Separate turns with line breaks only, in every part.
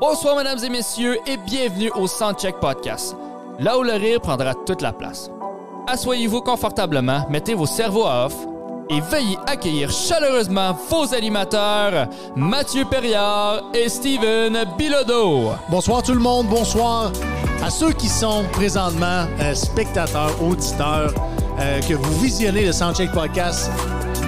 Bonsoir, mesdames et messieurs, et bienvenue au Soundcheck Podcast, là où le rire prendra toute la place. Assoyez-vous confortablement, mettez vos cerveaux à off et veuillez accueillir chaleureusement vos animateurs, Mathieu Perriard et Steven Bilodeau.
Bonsoir tout le monde, bonsoir à ceux qui sont présentement euh, spectateurs, auditeurs, euh, que vous visionnez le Soundcheck Podcast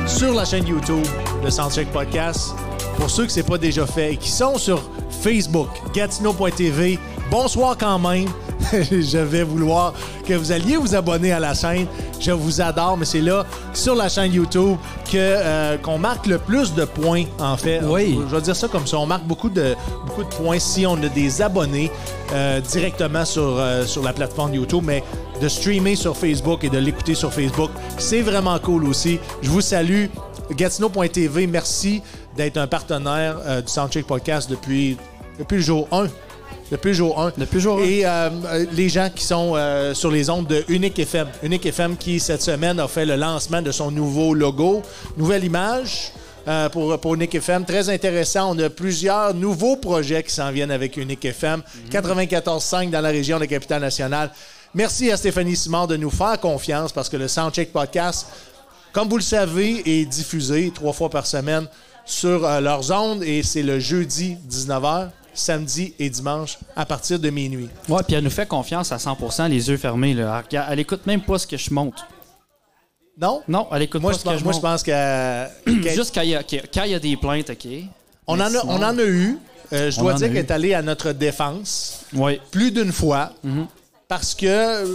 sur la chaîne YouTube, le Soundcheck Podcast. Pour ceux que c'est pas déjà fait et qui sont sur Facebook, gatineau.tv, bonsoir quand même. je vais vouloir que vous alliez vous abonner à la chaîne. Je vous adore, mais c'est là, sur la chaîne YouTube, que euh, qu'on marque le plus de points, en fait.
Oui.
Je vais dire ça comme ça. On marque beaucoup de, beaucoup de points si on a des abonnés euh, directement sur, euh, sur la plateforme YouTube, mais de streamer sur Facebook et de l'écouter sur Facebook, c'est vraiment cool aussi. Je vous salue. Gatineau.tv, merci d'être un partenaire euh, du Soundcheck Podcast depuis, depuis le jour 1. Depuis le jour 1.
Depuis le jour 1.
Et euh, euh, les gens qui sont euh, sur les ondes de Unique FM. Unique FM qui, cette semaine, a fait le lancement de son nouveau logo, nouvelle image. euh, pour, pour Unique FM. Très intéressant. On a plusieurs nouveaux projets qui s'en viennent avec Unique FM.
Mhm.
94.5 dans la région de la capitale nationale. Merci à Stéphanie Simard de nous faire confiance parce que le Soundcheck Podcast, comme vous le savez, est diffusé trois fois par semaine sur euh, leurs ondes et c'est le jeudi 19h, samedi et dimanche à partir de minuit.
Ouais, puis elle nous fait confiance à 100%, les yeux fermés. Là. Elle, regarde- elle écoute même pas ce que je monte.
Non?
Non, elle écoute
Moi,
pas
je
ce que
pense,
je
moi, je
monte.
pense que. que-
Juste quand il y, a- quand il y a des plaintes, OK.
on,
Mais
en a,
sinon-
on en a eu. Euh, je
On
dois
en
dire
a
qu'elle
eu.
est allée à notre défense
Oui.
plus d'une fois
Mhm.
parce que euh,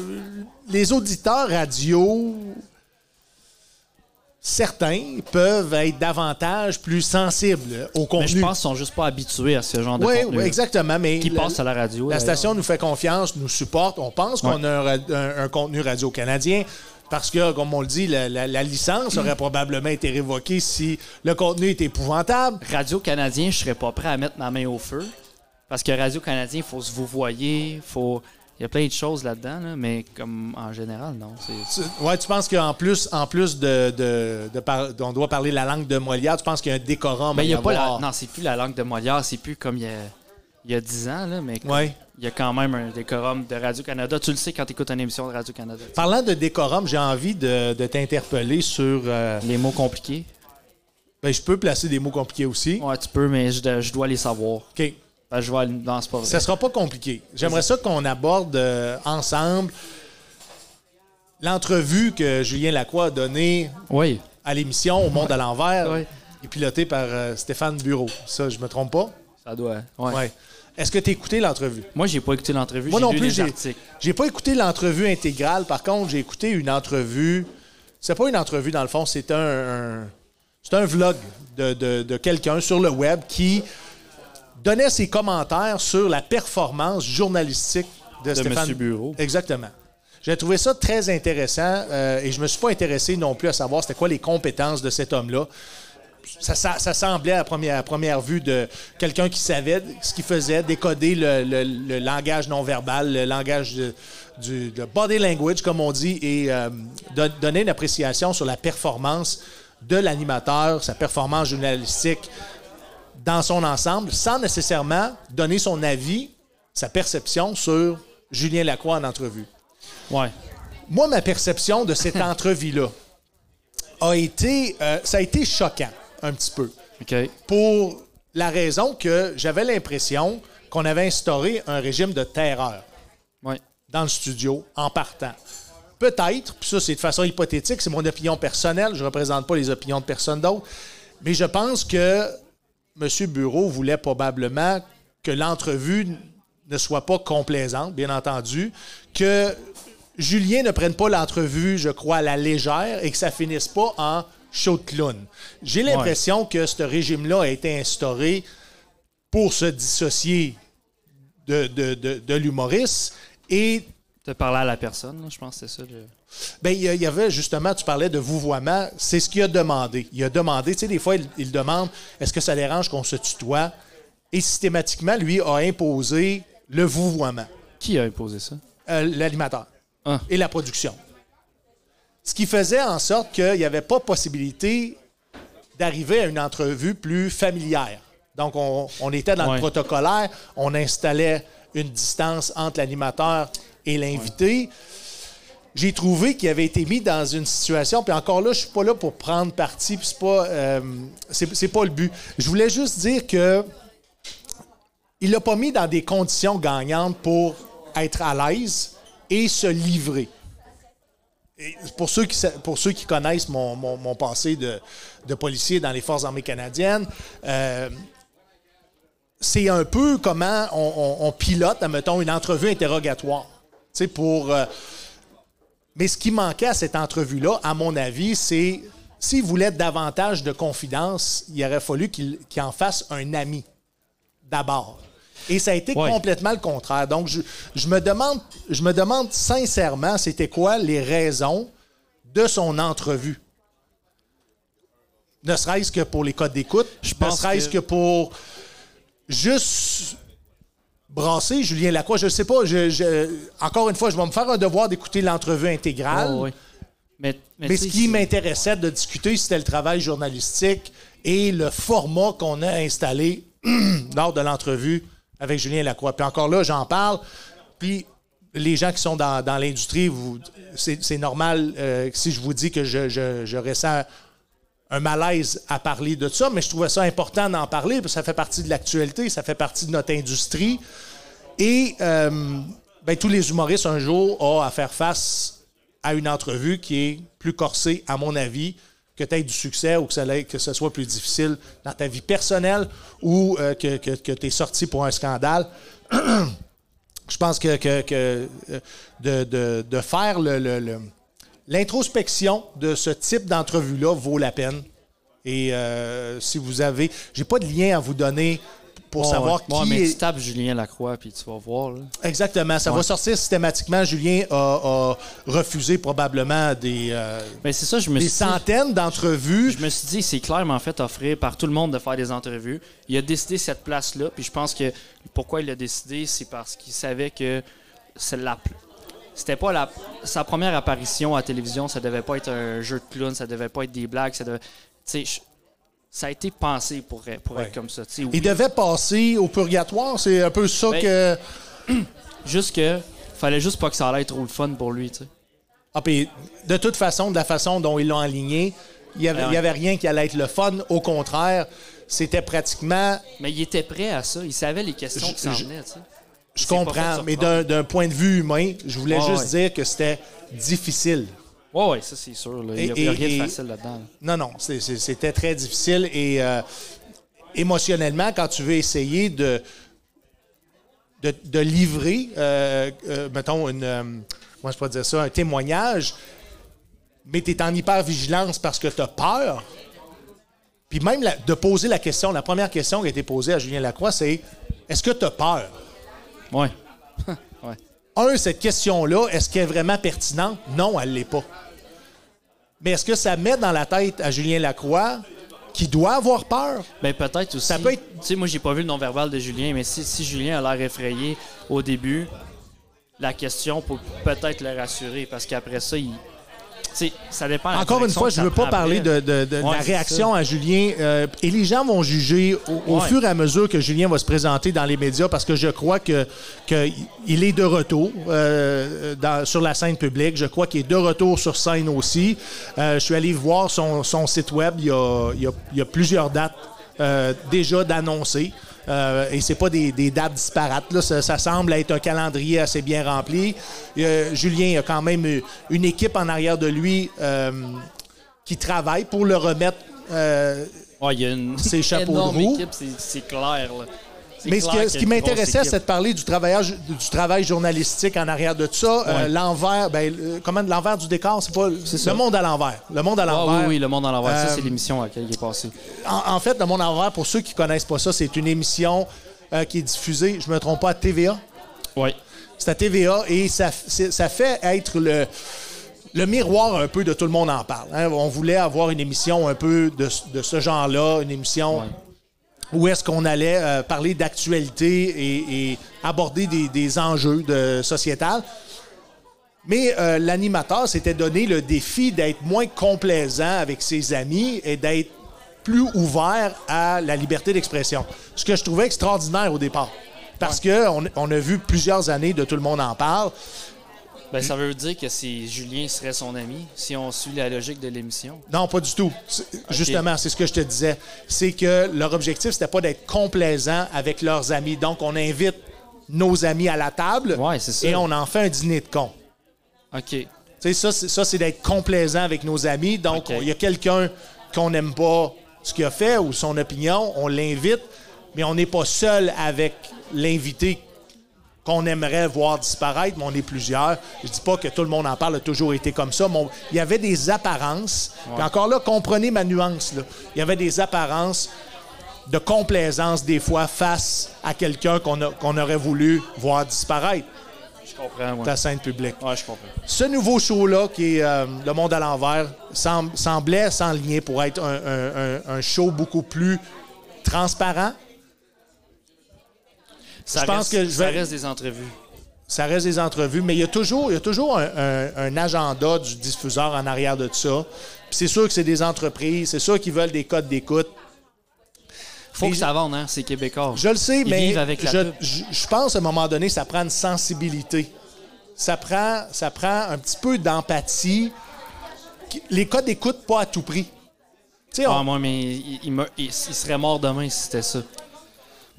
les auditeurs radio, certains peuvent être davantage plus sensibles au
Mais je
contenu.
pense qu'ils sont juste pas habitués à ce genre de
oui,
contenu.
oui, exactement. Mais
Qui
le-
passe à la radio.
La
d'ailleurs.
station nous fait confiance, nous supporte. On pense qu'on
Ouais.
a un, ra- un- un contenu radio-canadien parce que, comme on le dit, la, la- la
Mm.
licence aurait probablement été révoquée si le contenu était épouvantable.
Radio-Canadien, je serais pas prêt à mettre ma main au feu. Parce que Radio-Canadien, il faut se vous voyez, faut... il y a plein de choses là-dedans, là, mais comme en général, non. c'est-
Tu, ouais, tu penses qu'en plus, en plus de, de- de par- on doit parler la langue de Molière, tu penses qu'il y a un décorum
Ben,
à
il y a pas la...
avoir.
Non, c'est plus la langue de Molière, c'est plus comme il y a, il y a 10 ans, là, mais comme-
Ouais.
il y a quand même un décorum de Radio-Canada. Tu le sais quand tu écoutes une émission de Radio-Canada.
Parlant de décorum, j'ai envie de, de t'interpeller sur. euh,
Les mots compliqués,
ben, je peux placer des mots compliqués aussi.
ouais, tu peux, mais je, je dois les savoir.
OK.
Ben, je vais aller... Non, c'est pas vrai.
Ça sera pas compliqué. J'aimerais ça qu'on aborde euh, ensemble l'entrevue que Julien Lacroix a donnée
Oui.
à l'émission Au Monde à l'envers,
Ouais.
et pilotée par euh, Stéphane Bureau. Ça, je me trompe pas?
Ça doit. Ouais.
Ouais. Est-ce que tu as écouté l'entrevue?
Moi, j'ai pas écouté l'entrevue.
Moi
j'ai
non
lu
plus,
les
j'ai-
articles.
J'ai pas écouté l'entrevue intégrale. Par contre, j'ai écouté une entrevue. C'est pas une entrevue, dans le fond, c'est un, un- c'est un vlog de, de- de quelqu'un sur le web qui donnait ses commentaires sur la performance journalistique de, Stéphane
Monsieur Bureau.
Exactement. J'ai trouvé ça très intéressant euh, et je me suis pas intéressé non plus à savoir c'était quoi les compétences de cet homme-là. Ça, ça- ça semblait à première, à première vue de quelqu'un qui savait ce qu'il faisait, décoder le, le- le langage non verbal, le langage de- du le body language, comme on dit, et euh, don- donner une appréciation sur la performance de l'animateur, sa performance journalistique dans son ensemble, sans nécessairement donner son avis, sa perception sur Julien Lacroix en entrevue.
Ouais.
Moi, ma perception de cette entrevue-là a été, euh, ça a été choquant un petit peu
OK.
pour la raison que j'avais l'impression qu'on avait instauré un régime de terreur
Ouais.
dans le studio en partant. Peut-être, puis ça c'est de façon hypothétique, c'est mon opinion personnelle, je ne représente pas les opinions de personne d'autre, mais je pense que M. Bureau voulait probablement que l'entrevue ne soit pas complaisante, bien entendu, que Julien ne prenne pas l'entrevue, je crois, à la légère et que ça finisse pas en show de clown. J'ai l'impression que ce régime-là a été instauré pour se dissocier de, de- de- de l'humoriste et
T'as parlé à la personne, là, je pense que c'est ça. le-
ben, il y a- il y avait justement, tu parlais de vouvoiement, c'est ce qu'il a demandé. Il a demandé, tu sais, des fois, il, il demande est-ce que ça dérange qu'on se tutoie Et systématiquement, lui a imposé le vouvoiement,
Qui a imposé ça?
euh, l'animateur
Ah.
et la production. Ce qui faisait en sorte qu'il n'y avait pas possibilité d'arriver à une entrevue plus familière. Donc, on, on était dans
Ouais.
le protocolaire, on installait une distance entre l'animateur et l'invité. J'ai trouvé qu'il avait été mis dans une situation, puis encore là, je suis pas là pour prendre parti, puis c'est pas, euh, c'est c'est pas le but. Je voulais juste dire que il l'a pas mis dans des conditions gagnantes pour être à l'aise et se livrer. Et pour, ceux qui, sa- pour ceux qui connaissent mon, mon- mon passé de, de policier dans les Forces armées canadiennes, euh, c'est un peu comment on, on- on pilote, admettons, une entrevue interrogatoire. Tu sais, pour. euh, mais ce qui manquait à cette entrevue-là, à mon avis, c'est s'il voulait davantage de confidence, il aurait fallu qu'il qu'il en fasse un ami d'abord. Et ça a été
Ouais.
complètement le contraire. Donc, je, je me demande, je me demande sincèrement, c'était quoi les raisons de son entrevue? Ne serait-ce que pour les codes d'écoute, ne
pense
serait-ce
que-
que pour juste brasser Julien Lacroix. Je sais pas. Je, je- encore une fois, je vais me faire un devoir d'écouter l'entrevue intégrale.
Ouais, ouais. Oh, Mais, mais
Mais
tu
ce
sais,
qui
c'est-
m'intéressait de discuter, c'était le travail journalistique et le format qu'on a installé lors de l'entrevue avec Julien Lacroix. Puis encore là, j'en parle. Puis les gens qui sont dans, dans l'industrie, vous- c'est c'est normal euh, si je vous dis que je, je- je ressens un malaise à parler de ça, mais je trouvais ça important d'en parler parce que ça fait partie de l'actualité, ça fait partie de notre industrie. Et euh, ben, tous les humoristes, un jour, ont à faire face à une entrevue qui est plus corsée, à mon avis, que tu aies du succès ou que, ça l'ait- que ce soit plus difficile dans ta vie personnelle ou euh, que, que, tu es sorti pour un scandale. Je pense que, que- que, euh, de, de- de faire le- le- le- l'introspection de ce type d'entrevue-là vaut la peine. Et euh, si vous avez... J'ai pas de lien à vous donner pour
Ouais,
savoir
ouais,
qui
mais
est...
tu tapes Julien Lacroix, puis tu vas voir. là.
Exactement. Ça va sortir systématiquement. Julien a, a refusé probablement des, euh,
Mais c'est ça, je me
des
suis dit-
centaines d'entrevues.
Je me suis dit, c'est clairement fait offrir par tout le monde de faire des entrevues. Il a décidé cette place-là, puis je pense que pourquoi il l'a décidé, c'est parce qu'il savait que c'est la- c'était pas la- sa première apparition à la télévision, ça devait pas être un jeu de clown, ça devait pas être des blagues, ça devait- tu sais, je- ça a été pensé pour, être- pour
Ouais.
être comme ça. tu sais, oui.
Il devait passer au purgatoire. C'est un peu ça
Ben-
que.
Juste que fallait juste pas que ça allait être trop le fun pour lui, tu sais.
Ah, puis de toute façon, de la façon dont ils l'ont aligné, il n'y avait,
Ouais, Ben ouais.
il y avait rien qui allait être le fun. Au contraire, c'était pratiquement.
Mais il était prêt à ça, il savait les questions
Je-
qui s'en
je-
venaient, tu sais.
Je
C'est pas fait de
comprends,
se
mais
reprendre.
d'un d'un point de vue humain, je voulais
Ouais,
juste dire que c'était difficile.
Ouais, ouais, ça c'est sûr. là. Il n'y a,
Et-
il y a
et-
rien
et-
de facile là-dedans. là.
Non, non, c'est- c'est- c'était très difficile et euh, émotionnellement, quand tu veux essayer de, de, de livrer, euh, euh, mettons, une, euh, comment je pourrais dire ça, un témoignage, mais tu es en hyper-vigilance parce que tu as peur. Puis même la- de poser la question, la première question qui a été posée à Julien Lacroix, c'est est-ce que tu as peur?
Ouais. ouais.
Un, cette question-là, est-ce qu'elle est vraiment pertinente? Non, elle ne l'est pas. Mais est-ce que ça met dans la tête à Julien Lacroix qui doit avoir peur?
Mais Ben, peut-être aussi.
Ça peut être-
Tu sais, moi, j'ai pas vu le non-verbal de Julien, mais si, si Julien a l'air effrayé au début, la question pour peut-être le rassurer, parce qu'après ça, il. Tu sais, ça dépend. de la
Encore une
direction
fois,
que
je
ça
ne veux pas
prend
parler de,
après.
de- de
Ouais,
la
c'est
réaction à Julien. euh, et les gens vont juger au, au
Ouais.
fur et à mesure que Julien va se présenter dans les médias parce que je crois que qu'il est de retour euh, dans- sur la scène publique. Je crois qu'il est de retour sur scène aussi. Euh, je suis allé voir son, son site web. Il y a, il y a- il y a plusieurs dates euh, déjà d'annoncer. Euh, et c'est pas des, des dates disparates. là. Ça, ça semble être un calendrier assez bien rempli. Euh, Julien a quand même eu une équipe en arrière de lui euh, qui travaille pour le remettre. euh,
Ouais, il y a une
Ses chapeaux de
énorme
roue.
équipe, c'est- c'est clair. là. C'est
mais ce,
clair
que- ce
qu'il
qui
y a une grosse
m'intéressait,
équipe.
c'était de parler du travail, du travail journalistique en arrière de ça. Euh,
Ouais.
l'envers, ben, euh, comment l'envers du décor, c'est pas
ça.
le monde à l'envers. Le monde à
Ah
l'envers.
oui, oui, le monde en l'envers. Ça,
Euh,
c'est l'émission à laquelle il est passé.
En, en fait, Le Monde à l'envers, pour ceux qui connaissent pas ça, c'est une émission euh, qui est diffusée, je me trompe pas, à TVA.
Ouais.
C'est à TVA et ça, f- c'est- ça fait être le, le miroir un peu de tout le monde en parle. hein. On voulait avoir une émission un peu de, ce- de ce genre-là, une émission
Ouais.
où est-ce qu'on allait euh, parler d'actualité et, et aborder des, des enjeux de sociétal. Mais euh, l'animateur s'était donné le défi d'être moins complaisant avec ses amis et d'être plus ouvert à la liberté d'expression. Ce que je trouvais extraordinaire au départ. Parce qu'on on a vu plusieurs années de tout le monde en parle.
Ben, ça veut dire que si Julien serait son ami, si on suit la logique de l'émission.
Non, pas du tout. C'est- Justement, c'est ce que je te disais. C'est que leur objectif, c'était pas d'être complaisant avec leurs amis. Donc, on invite nos amis à la table
Ouais, c'est ça.
et on en fait un dîner de cons.
OK.
Tu sais, ça, c'est- ça, c'est d'être complaisant avec nos amis. Donc,
OK.
il y a quelqu'un qu'on n'aime pas ce qu'il a fait ou son opinion, on l'invite, mais on n'est pas seul avec l'invité qu'on aimerait voir disparaître, mais on est plusieurs. Je dis pas que tout le monde en parle a toujours été comme ça, mais on- il y avait des apparences. Puis encore là, comprenez ma nuance. là. Il y avait des apparences de complaisance des fois face à quelqu'un qu'on a- qu'on aurait voulu voir disparaître
Je comprends,
de
moi.
la scène publique.
Ouais, je comprends.
Ce nouveau show-là, qui est euh, Le Monde à l'envers, semb- semblait s'enligner pour être un, un- un- un show beaucoup plus transparent.
Ça
Je pense
reste-
que je
ça
vais-
reste des entrevues.
Ça reste des entrevues, mais il y a toujours, il y a toujours un, un- un agenda du diffuseur en arrière de tout ça. Puis c'est sûr que c'est des entreprises, c'est sûr qu'ils veulent des codes d'écoute.
Faut
Les-
que ça vende, hein, ces Québécois.
Je le sais,
Ils
mais
vivent avec la
je,
pub.
je- je pense à un moment donné, ça prend une sensibilité. Ça prend, ça prend un petit peu d'empathie. Qui- Les codes d'écoute, pas à tout prix. Tu sais, on-
Ah, moi, mais il, il me- il- il serait mort demain si c'était ça.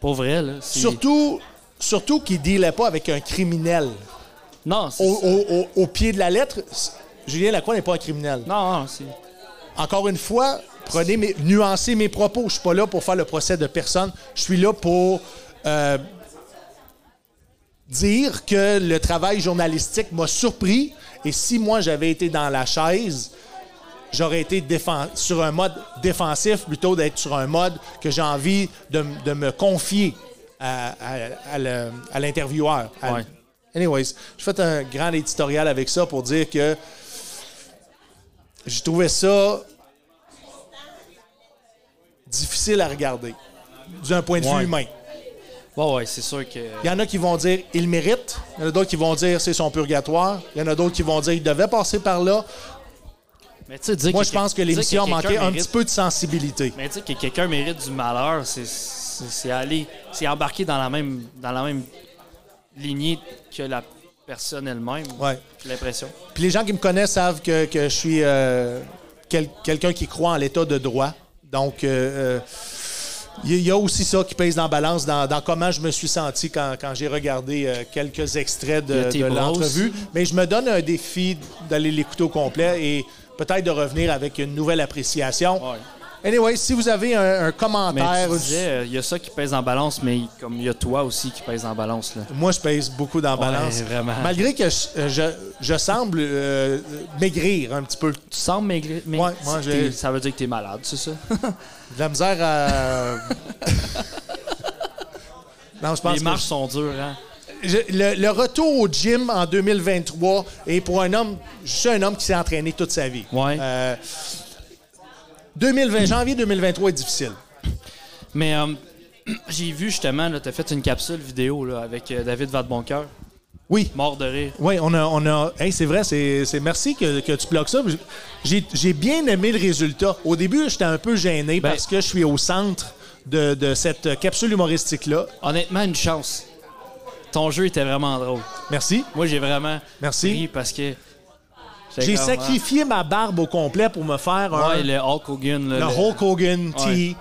Pour vrai, là. c'est-
Surtout, surtout qu'il ne dealait pas avec un criminel.
Non, c'est-
Au, au- au- au pied de la lettre, c- Julien Lacroix n'est pas un criminel.
Non, non, c'est...
Encore une fois, prenez mes, nuancez mes propos. Je ne suis pas là pour faire le procès de personne. Je suis là pour euh, dire que le travail journalistique m'a surpris. Et si moi, j'avais été dans la chaise, j'aurais été défen- sur un mode défensif plutôt d'être sur un mode que j'ai envie de, m- de me confier à, à- à le- à l'intervieweur. À-
Ouais.
Anyways, je fais un grand éditorial avec ça pour dire que j'ai trouvé ça difficile à regarder d'un point de
Ouais.
vue humain.
Bon, ouais, c'est sûr que...
Il y en a qui vont dire il mérite, il y en a d'autres qui vont dire c'est son purgatoire, il y en a d'autres qui vont dire il devait passer par là.
Mais tu sais, dire
Moi,
que-
je pense que
dire
l'émission
quelqu'un
manquait un
mérite-
petit peu de sensibilité.
Mais tu sais, que quelqu'un mérite du malheur, c'est- c'est c'est aller... C'est embarquer dans la même, dans la même lignée que la personne elle-même.
Ouais.
J'ai l'impression.
Puis les gens qui me connaissent savent que, que je suis euh, quel- quelqu'un qui croit en l'état de droit. Donc, euh, euh, il y a aussi ça qui pèse dans la balance, dans, dans comment je me suis senti quand, quand j'ai regardé euh, quelques extraits
Il y
de,
a tes
de
bras
l'entrevue.
aussi.
Mais je me donne un défi d'aller l'écouter au complet et peut-être de revenir avec une nouvelle appréciation.
Ouais.
Anyway, si vous avez un, un
Mais
commentaire,
tu disais, euh, il y a ça qui pèse en balance, mais comme il y a toi aussi qui pèse en balance, là.
Moi, je pèse beaucoup dans la
Ouais,
balance.
vraiment.
Malgré que je, euh, je, je semble euh, maigrir un petit peu.
Tu sembles maigrir, mais
Ouais,
c'est
moi,
que
j'ai-
t'es- ça veut dire que t'es malade, c'est ça?
De la misère à. non, je pense
Les
que
marches sont dures, hein?
je- le, le retour au gym en 2023 est pour un homme. Je suis un homme qui s'est entraîné toute sa vie.
Ouais.
Euh, 2020, janvier 2023 est difficile.
Mais euh, j'ai vu justement, tu as fait une capsule vidéo là, avec euh, David Vadeboncoeur,
Oui.
mort de rire.
Oui, on a. On a hey, c'est vrai, c'est c'est- merci que, que tu bloques ça. J'ai j'ai bien aimé le résultat. Au début, j'étais un peu gêné
Ben-
parce que je suis au centre de, de cette capsule humoristique-là.
Honnêtement, une chance. Ton jeu était vraiment drôle.
Merci.
Moi, j'ai vraiment
Merci.
ri parce que.
J'ai
comme,
sacrifié ma barbe au complet pour me faire
ah,
un,
Ouais, le Hulk Hogan. là,
le
le-
Hulk Hogan
Ouais.
T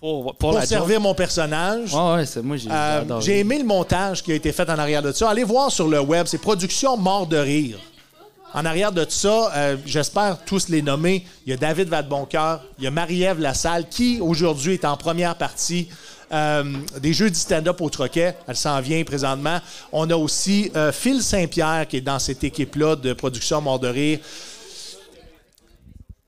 Pour, pour,
pour
la
servir mon personnage.
joke. Ouais, ouais, c'est moi, j'ai j'ai
Euh,
adoré.
J'ai aimé le montage qui a été fait en arrière de ça. Allez voir sur le web, c'est Production Mort de Rire. En arrière de ça, euh, j'espère tous les nommer. Il y a David Vadeboncoeur, il y a Marie-Ève Lassalle, qui aujourd'hui est en première partie euh, des Jeux du stand-up au Troquet. Elle s'en vient présentement. On a aussi euh, Phil Saint-Pierre qui est dans cette équipe-là de Production Mort de Rire.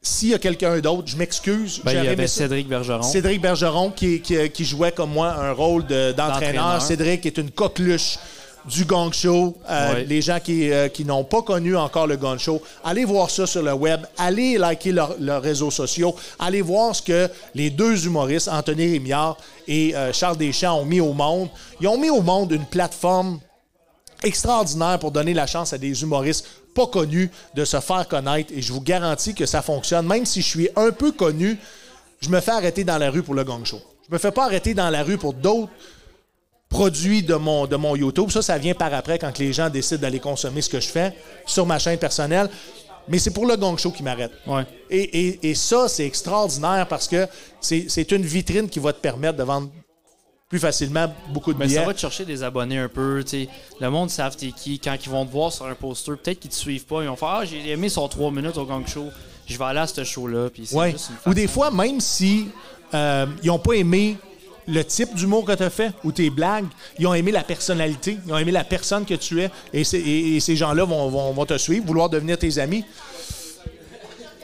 S'il y a quelqu'un d'autre, je m'excuse.
Ben, il y
J'avais
avait
aimé ça.
Cédric Bergeron.
Cédric Bergeron qui, qui- qui jouait comme moi un rôle de- d'entraîneur.
D'entraîneur.
Cédric est une coqueluche du Gong Show. Euh,
Ouais.
Les gens qui, euh, qui n'ont pas connu encore le Gong Show, allez voir ça sur le web. Allez liker leur- leurs réseaux sociaux. Allez voir ce que les deux humoristes, Anthony Rémillard et euh, Charles Deschamps, ont mis au monde. Ils ont mis au monde une plateforme extraordinaire pour donner la chance à des humoristes pas connus de se faire connaître. Et je vous garantis que ça fonctionne. Même si je suis un peu connu, je me fais arrêter dans la rue pour le gang show. Je me fais pas arrêter dans la rue pour d'autres produits de mon, de mon YouTube. Ça, ça vient par après quand les gens décident d'aller consommer ce que je fais sur ma chaîne personnelle. Mais c'est pour le gong show qui m'arrête.
Ouais.
Et, et- et ça, c'est extraordinaire parce que c'est c'est une vitrine qui va te permettre de vendre plus facilement beaucoup de
Mais
billets.
ça Ben, va te chercher des abonnés un peu. tu sais. Le monde savent t'es qui. Quand ils vont te voir sur un poster, peut-être qu'ils te suivent pas. Ils vont faire Ah, j'ai aimé son 3 minutes au gang show. Je vais aller à ce show-là. Puis c'est
Ouais.
juste une
Ou des
façon-
fois, même si euh, ils n'ont pas aimé le type d'humour que tu as fait ou tes blagues, ils ont aimé la personnalité, ils ont aimé la personne que tu es, et, c'est- et- et ces gens-là vont, vont- vont te suivre, vouloir devenir tes amis.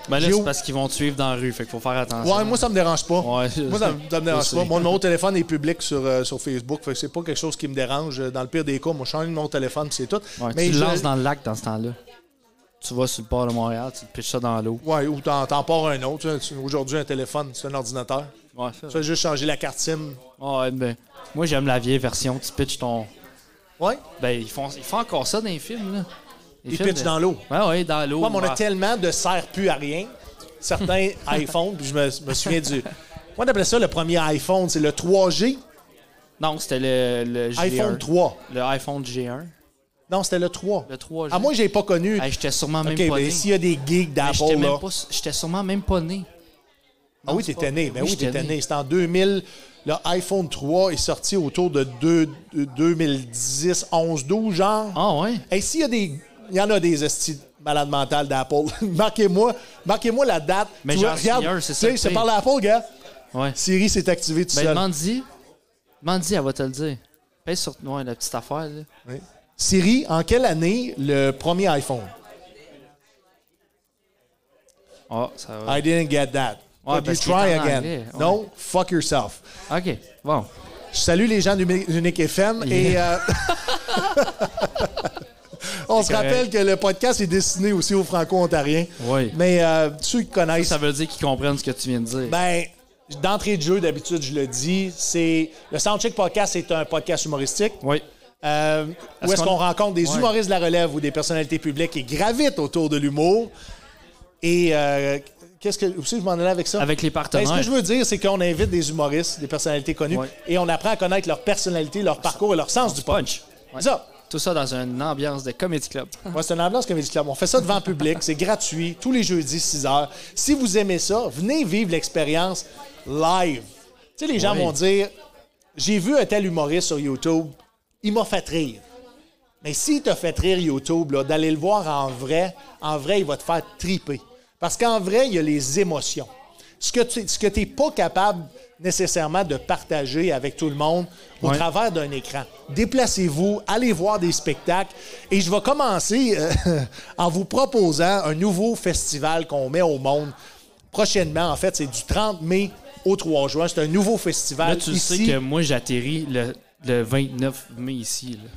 Ben là,
Géo-
c'est parce qu'ils vont te suivre dans la rue. Fait qu'il faut faire attention.
Ouais, moi, ça me dérange pas.
Ouais,
moi, ça, me- ça me dérange
aussi.
pas. Mon numéro de téléphone est public sur, euh, sur Facebook, fait que c'est pas quelque chose qui me dérange. Dans le pire des cas, moi, je change le numéro de téléphone, puis c'est tout.
Ouais, tu le
je-
lances dans le lac dans ce temps-là. Tu vas sur le port de Montréal, tu te pitches ça dans l'eau.
Ouais, ou t'en, t'en pars un autre. Tu- tu- Aujourd'hui, un téléphone, c'est un ordinateur.
Ouais, ça.
Tu vas juste changer la carte SIM.
Ouais, ben, moi, j'aime la vieille version. Tu pitches ton.
Ouais,
Ben, ils font, ils font encore ça dans les films, là. Les
ils
films
pitchent
de-
dans l'eau.
Ouais, ouais, dans l'eau.
Moi, mais on a
ouais.
tellement de serre plus à rien. Certains iPhones, puis je me, me souviens du. Moi, on appelait ça le premier iPhone, c'est le 3G,
Non, c'était le, le G1.
iPhone 3.
Le iPhone G1.
Non, c'était le 3.
Le 3G.
Ah, moi, j'ai pas connu.
Hey, j'étais sûrement même
ok, ben,
pas
mais
né.
s'il y a des geeks
Mais
d'Apple,
j'étais,
là.
même pas, j'étais sûrement même pas né.
Ah oui,
c'est
t'étais
pas-
né. Ben
oui,
oui,
j'étais
t'étais
né.
né. C'était en 2000. Le iPhone 3 est sorti autour de deux- de 2010, 11, 12, genre.
Ah ouais?
Et s'il y a des. Il y en a des estis malades mentales d'Apple. marquez-moi marquez-moi la date.
Mais
Tu
j'en
vois, regarde,
suis un, c'est
tu
ça
sais,
le
Je te
pire.
parle à Apple, gars.
Ouais.
Siri s'est activée tout
Ben,
seul.
demande-y. Demande-y, elle va te le dire. Pèse sur ouais, la petite affaire, là.
Oui. Siri, en quelle année le premier iPhone?
Ah, ça va.
I didn't get that.
Ouais,
But you
parce qu'il est
try
en
again.
anglais, ouais.
No, fuck yourself.
Ah, OK, bon.
Je salue les gens d'Unique FM et. euh, On se
correct.
rappelle que le podcast est destiné aussi aux Franco-Ontariens.
Oui.
Mais euh, ceux qui connaissent.
Ça veut dire qu'ils comprennent ce que tu viens de dire.
Ben, d'entrée de jeu, d'habitude, je le dis, c'est. Le Soundcheck Podcast, c'est un podcast humoristique.
oui.
Euh, où
Est-ce
est-ce qu'on
qu'on-
rencontre des
Ouais.
humoristes de la relève ou des personnalités publiques qui gravitent autour de l'humour. Et euh, qu'est-ce que. Où est-ce que je m'en allais avec ça?
Avec les
Ben,
partenaires.
ce que je veux dire, c'est qu'on invite des humoristes, des personnalités connues,
Ouais.
et on apprend à connaître leur personnalité, leur parcours et leur sens du punch.
Ouais.
C'est ça.
Tout ça dans une ambiance de Comedy Club.
Moi, c'est une ambulance Comédie Club. On fait ça devant le public. C'est gratuit, tous les jeudis, 6 h. Si vous aimez ça, venez vivre l'expérience live. Tu sais, les gens
Oui.
vont dire J'ai vu un tel humoriste sur YouTube, il m'a fait rire. Mais s'il t'a fait rire YouTube, là, d'aller le voir en vrai, en vrai, il va te faire triper. Parce qu'en vrai, il y a les émotions. Ce que tu n'es pas capable nécessairement de partager avec tout le monde au
Ouais.
travers d'un écran. Déplacez-vous, allez voir des spectacles. Et je vais commencer euh, en vous proposant un nouveau festival qu'on met au monde prochainement. En fait, c'est du 30 mai au 3 juin. C'est un nouveau festival.
Là, tu
ici.
sais que moi, j'atterris le, le 29 mai ici. Là.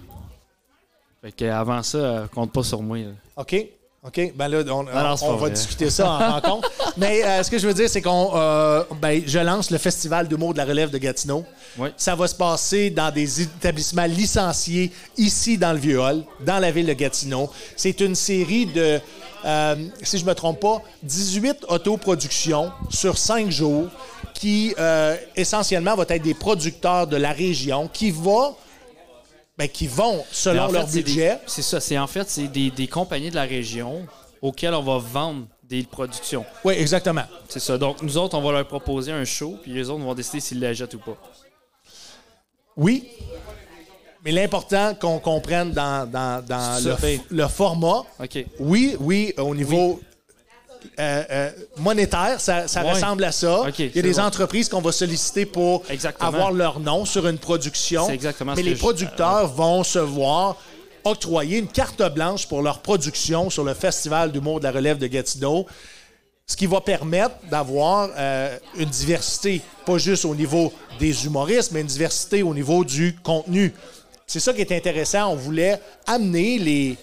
Fait que avant ça, euh, compte pas sur moi. là.
OK. OK. Ben là, on,
non, c'est pas
on va
vrai.
discuter ça en rencontre. Mais euh, ce que je veux dire, c'est qu'on. euh, ben, je lance le Festival d'humour de la relève de Gatineau.
Oui.
Ça va se passer dans des établissements licenciés ici dans le Vieux-Hall, dans la ville de Gatineau. C'est une série de, euh, si je me trompe pas, 18 autoproductions sur 5 jours qui, euh, essentiellement, vont être des producteurs de la région qui, va, ben, qui vont,
Mais
selon
en fait,
leur
c'est des-
budget,
C'est ça. C'est en fait, c'est des, des compagnies de la région auxquelles on va vendre des productions.
oui, exactement.
C'est ça. Donc, nous autres, on va leur proposer un show, puis les autres vont décider s'ils la jettent ou pas.
Oui. Mais l'important qu'on comprenne dans, dans- dans
C'est
le,
ça, ben.
f- le format,
OK.
oui, oui, au niveau euh, euh, monétaire, ça, ça
Ouais.
ressemble à ça.
Ok,
Il y a
c'est
des
bon.
entreprises qu'on va solliciter pour
Exactement.
avoir leur nom sur une production.
C'est exactement
Mais
ce que
les
je- euh,
producteurs vont se voir octroyer une carte blanche pour leur production sur le Festival d'humour de la relève de Gatineau ce qui va permettre d'avoir euh, une diversité, pas juste au niveau des humoristes, mais une diversité au niveau du contenu. C'est ça qui est intéressant. On voulait amener les,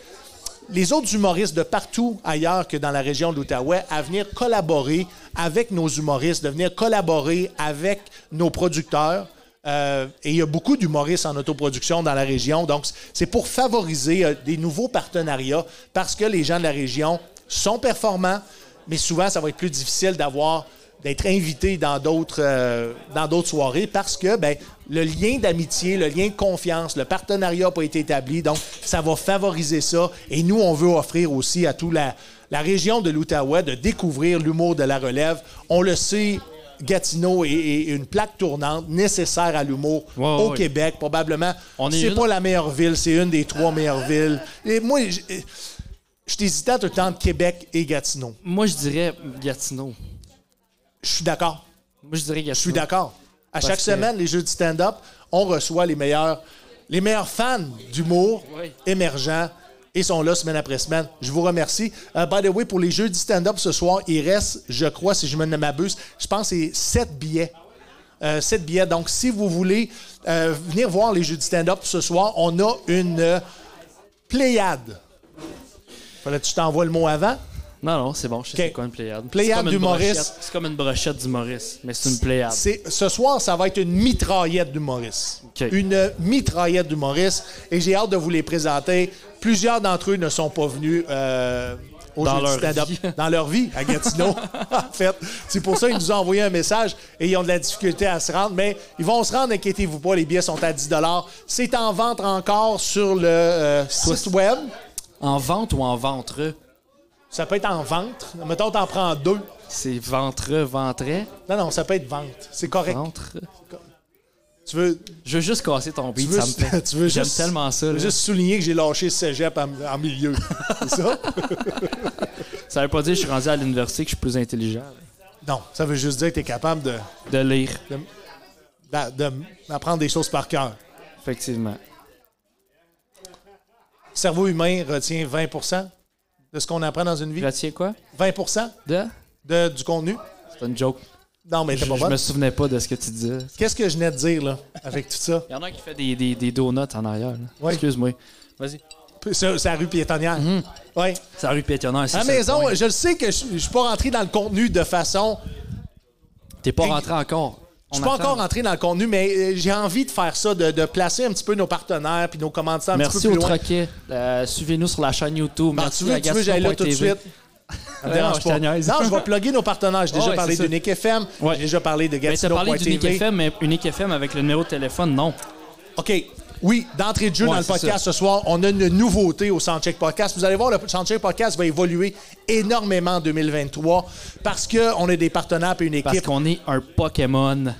les autres humoristes de partout ailleurs que dans la région de l'Outaouais à venir collaborer avec nos humoristes, de venir collaborer avec nos producteurs, Euh, et il y a beaucoup d'humoristes en autoproduction dans la région. Donc, c'est pour favoriser euh, des nouveaux partenariats parce que les gens de la région sont performants, mais souvent, ça va être plus difficile d'avoir d'être invité dans d'autres euh, dans d'autres soirées parce que ben, le lien d'amitié, le lien de confiance, le partenariat n'a pas été établi. Donc, ça va favoriser ça. Et nous, on veut offrir aussi à toute la, la région de l'Outaouais de découvrir l'humour de la relève. On le sait, Gatineau est, est une plaque tournante nécessaire à l'humour
Ouais, ouais,
au
ouais.
Québec. Probablement,
On est
c'est
une-
pas la meilleure ville, c'est une des trois meilleures villes. Et moi, j- euh, je t'hésitais tout le temps entre Québec et Gatineau.
Moi, je dirais Gatineau.
Je suis d'accord.
Moi, je dirais Gatineau.
Je suis d'accord. À chaque
que-
semaine, les jeux du stand-up, on reçoit les meilleurs, les meilleurs fans d'humour
Oui.
émergents et sont là semaine après semaine. Je vous remercie. Euh, by the way, pour les jeux du stand-up ce soir, il reste, je crois, si je ne m'abuse, je pense que c'est 7 billets. Euh, 7 billets. Donc, si vous voulez euh, venir voir les jeux du stand-up ce soir, on a une euh, pléiade. Fallait que tu t'envoies le mot avant?
Non, non, c'est bon. Je sais
Ok.
c'est quoi une Pléiade.
Pléiade
C'est comme une
d'humoristes.
brochette- C'est comme une brochette d'humoristes, mais c'est une Pléiade.
C'est- ce soir, ça va être une mitraillette d'humoristes.
OK.
Une mitraillette d'humoristes. Et j'ai hâte de vous les présenter. Plusieurs d'entre eux ne sont pas venus euh, au
Dans
jeu du
leur
stand-up
vie.
dans leur vie à Gatineau. en fait, c'est pour ça qu'ils nous ont envoyé un message et ils ont de la difficulté à se rendre. Mais ils vont se rendre, inquiétez-vous pas, les billets sont à 10 C'est en vente encore sur le euh, site web.
En vente ou en ventre?
Ça peut être en vente. Mettons, t'en prends deux.
C'est ventre, ventret,
Non, non, ça peut être vente. C'est correct.
ventre.
Tu veux,
Je veux juste casser ton beat,
Tu veux-
ça me plaît.
tu veux
J'aime
juste-
tellement ça.
Je
là.
veux juste souligner que j'ai lâché cégep en, en milieu. C'est ça?
Ça veut pas dire que je suis rendu à l'université que je suis plus intelligent. là.
Non, ça veut juste dire que tu es capable de,
De lire,
d'a- de- d'apprendre des choses par cœur.
effectivement.
Le cerveau humain retient 20 de ce qu'on apprend dans une vie.
Tu retiens quoi?
20
De?
de, du contenu.
C'est une joke.
Non, mais
Je,
t'es pas
je me
bonne.
souvenais pas de ce que tu disais.
Qu'est-ce que je venais de dire, là, avec tout ça?
Il y en a un qui fait des, des, des donuts en arrière. là.
Oui.
Excuse-moi. Vas-y.
C'est c'est la rue piétonnière. Oui.
Ça rue piétonnière, c'est
À la
Mhm. ça le
maison,
point.
je le sais que je je suis pas rentré dans le contenu de façon
T'es pas rentré encore.
Je
On
suis pas
attend.
encore rentré dans le contenu, mais euh, j'ai envie de faire ça, de, de placer un petit peu nos partenaires puis nos commanditaires un petit
Merci
peu
au
plus loin.
Troquet. Euh, Suivez-nous sur la chaîne YouTube.
Ah,
Merci
tu veux,
à
tu veux j'aille là tout de
gaston.tv.
suite? Ça me
Ouais,
dérange
Ah, non, je
pas.
te niaise.
Non, je vais plugger nos partenaires. J'ai déjà
Ouais,
parlé
c'est ça.
d'Unique FM.
Ouais.
J'ai déjà parlé de
Mais t'as parlé d'Unique
Gatineau.tv.
FM, mais Unique FM avec le numéro de téléphone, non.
OK. Oui, d'entrée de jeu
Ouais,
dans le
c'est
podcast ce soir, on a une nouveauté au Soundcheck Podcast. Vous allez voir, le Soundcheck Podcast va évoluer énormément en 2023 parce qu'on a des partenaires et une
Parce
équipe.
qu'on est un Pokémon.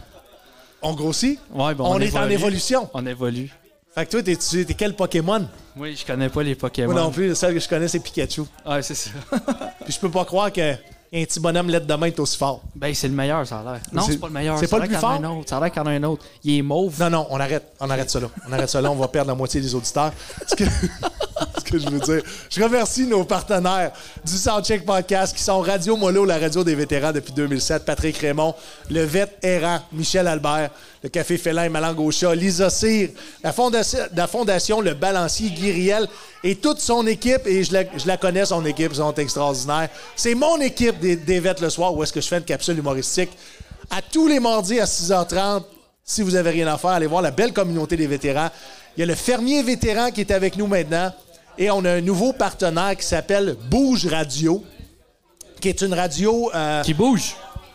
On grossit.
Ouais, ben,
on, est en
évolue.
évolution.
On évolue.
Fait que toi, t'es, tu- t'es quel Pokémon?
Oui, je connais pas les Pokémon.
Moi non plus, le seul que je connais, c'est Pikachu.
Ouais, c'est ça.
Puis je peux pas croire qu'un petit bonhomme lettre de main est aussi fort.
ben, c'est le meilleur, ça a l'air. Non,
C'est-
c'est pas le meilleur.
c'est
Ça
pas
a
le
l'air
plus
qu'il y en a
fort?
un autre. Ça a l'air qu'il y en a un autre. Il est mauve.
Non, non, on arrête. On arrête cela. On arrête cela. On va perdre la moitié des auditeurs. Ce que, ce que je veux dire. Je remercie nos partenaires du Soundcheck Podcast qui sont Radio Molo, la radio des vétérans depuis 2007, Patrick Raymond, Le Vet Errant, Michel Albert, le Café Félin, Malangue au chat, Lisa Cyr, la fondation, la fondation Le Balancier, Guiriel et toute son équipe. Et je la, je la connais, son équipe. Ils sont extraordinaires. C'est mon équipe des, des Vêtes le soir où est-ce que je fais une capsule humoristique à tous les mardis à 6h30. Si vous avez rien à faire, allez voir la belle communauté des vétérans. Il y a le fermier vétéran qui est avec nous maintenant. Et on a un nouveau partenaire qui s'appelle Bouge Radio, qui est une radio euh,
Qui bouge.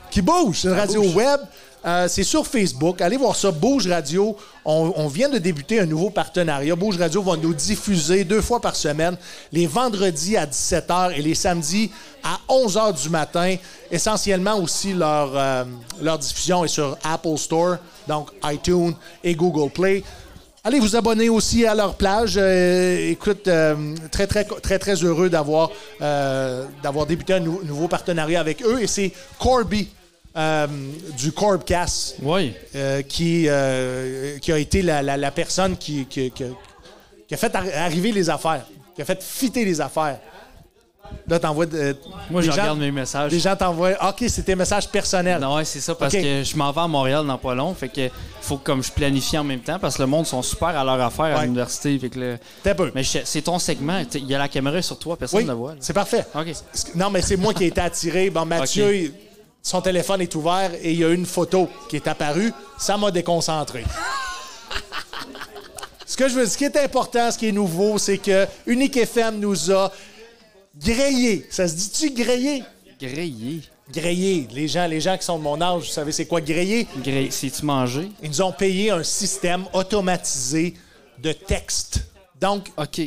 qui bouge. C'est une radio
bouge.
web. Euh, c'est sur Facebook. Allez voir ça, Bouge Radio. On, on vient de débuter un nouveau partenariat. Bouge Radio va nous diffuser deux fois par semaine, les vendredis à 17h et les samedis à 11h du matin. Essentiellement aussi, leur, euh, leur diffusion est sur Apple Store, donc iTunes et Google Play. Allez vous abonner aussi à leur plage. Euh, écoute, euh, très, très, très, très heureux d'avoir euh, d'avoir débuté un nou- nouveau partenariat avec eux. Et c'est Corby euh, du Corbcast
Oui.
euh, qui, euh, qui a été la, la- la personne qui, qui- qui- qui a fait arri- arriver les affaires, qui a fait fitter les affaires. Là, t'envoies... de-
Moi,
des
je
gens-
regarde mes messages.
Les gens t'envoient... Ah, OK, c'est tes messages personnels.
Ah Non, ouais, c'est ça, parce
Ok.
que je m'en vais à Montréal dans pas long. Fait que faut que, comme je planifie en même temps, parce que le monde sont super à leur affaire
Ouais.
à l'université. Fait que le-
T'es un peu.
Mais je- c'est ton segment. t'sais, Il y a la caméra sur toi, personne ne
oui,
la voit. là.
c'est parfait.
OK.
Non, mais c'est moi qui ai été attiré. Bon, Mathieu,
Ok.
il- son téléphone est ouvert et il y a une photo qui est apparue. Ça m'a déconcentré. ce que je veux dire, ce qui est important, ce qui est nouveau, c'est que Unique FM nous a grillé. Ça se dit-tu grillé?
Grillé.
Grillé. Les gens, les gens qui sont de mon âge, vous savez c'est quoi grillé?
Grillé. C'est-tu mangé?
Ils nous ont payé un système automatisé de texte. Donc,
OK.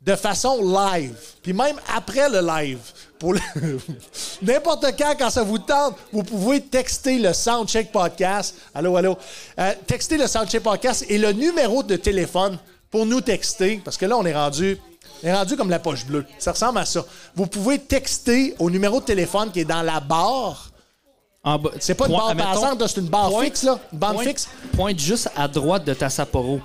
de façon live, puis même après le live. Pour le- N'importe quand, quand ça vous tente, vous pouvez texter le Soundcheck Podcast. Allô, allô. Euh, texter le Soundcheck Podcast et le numéro de téléphone pour nous texter, parce que là, on est rendu, on est rendu comme la poche bleue. Ça ressemble à ça. Vous pouvez texter au numéro de téléphone qui est dans la barre.
En bas-
C'est pas une
Point-
barre
admettons,
passante, là, c'est une barre
pointe-
fixe, là. Une bande
pointe-
fixe.
Pointe juste à droite de ta Sapporo.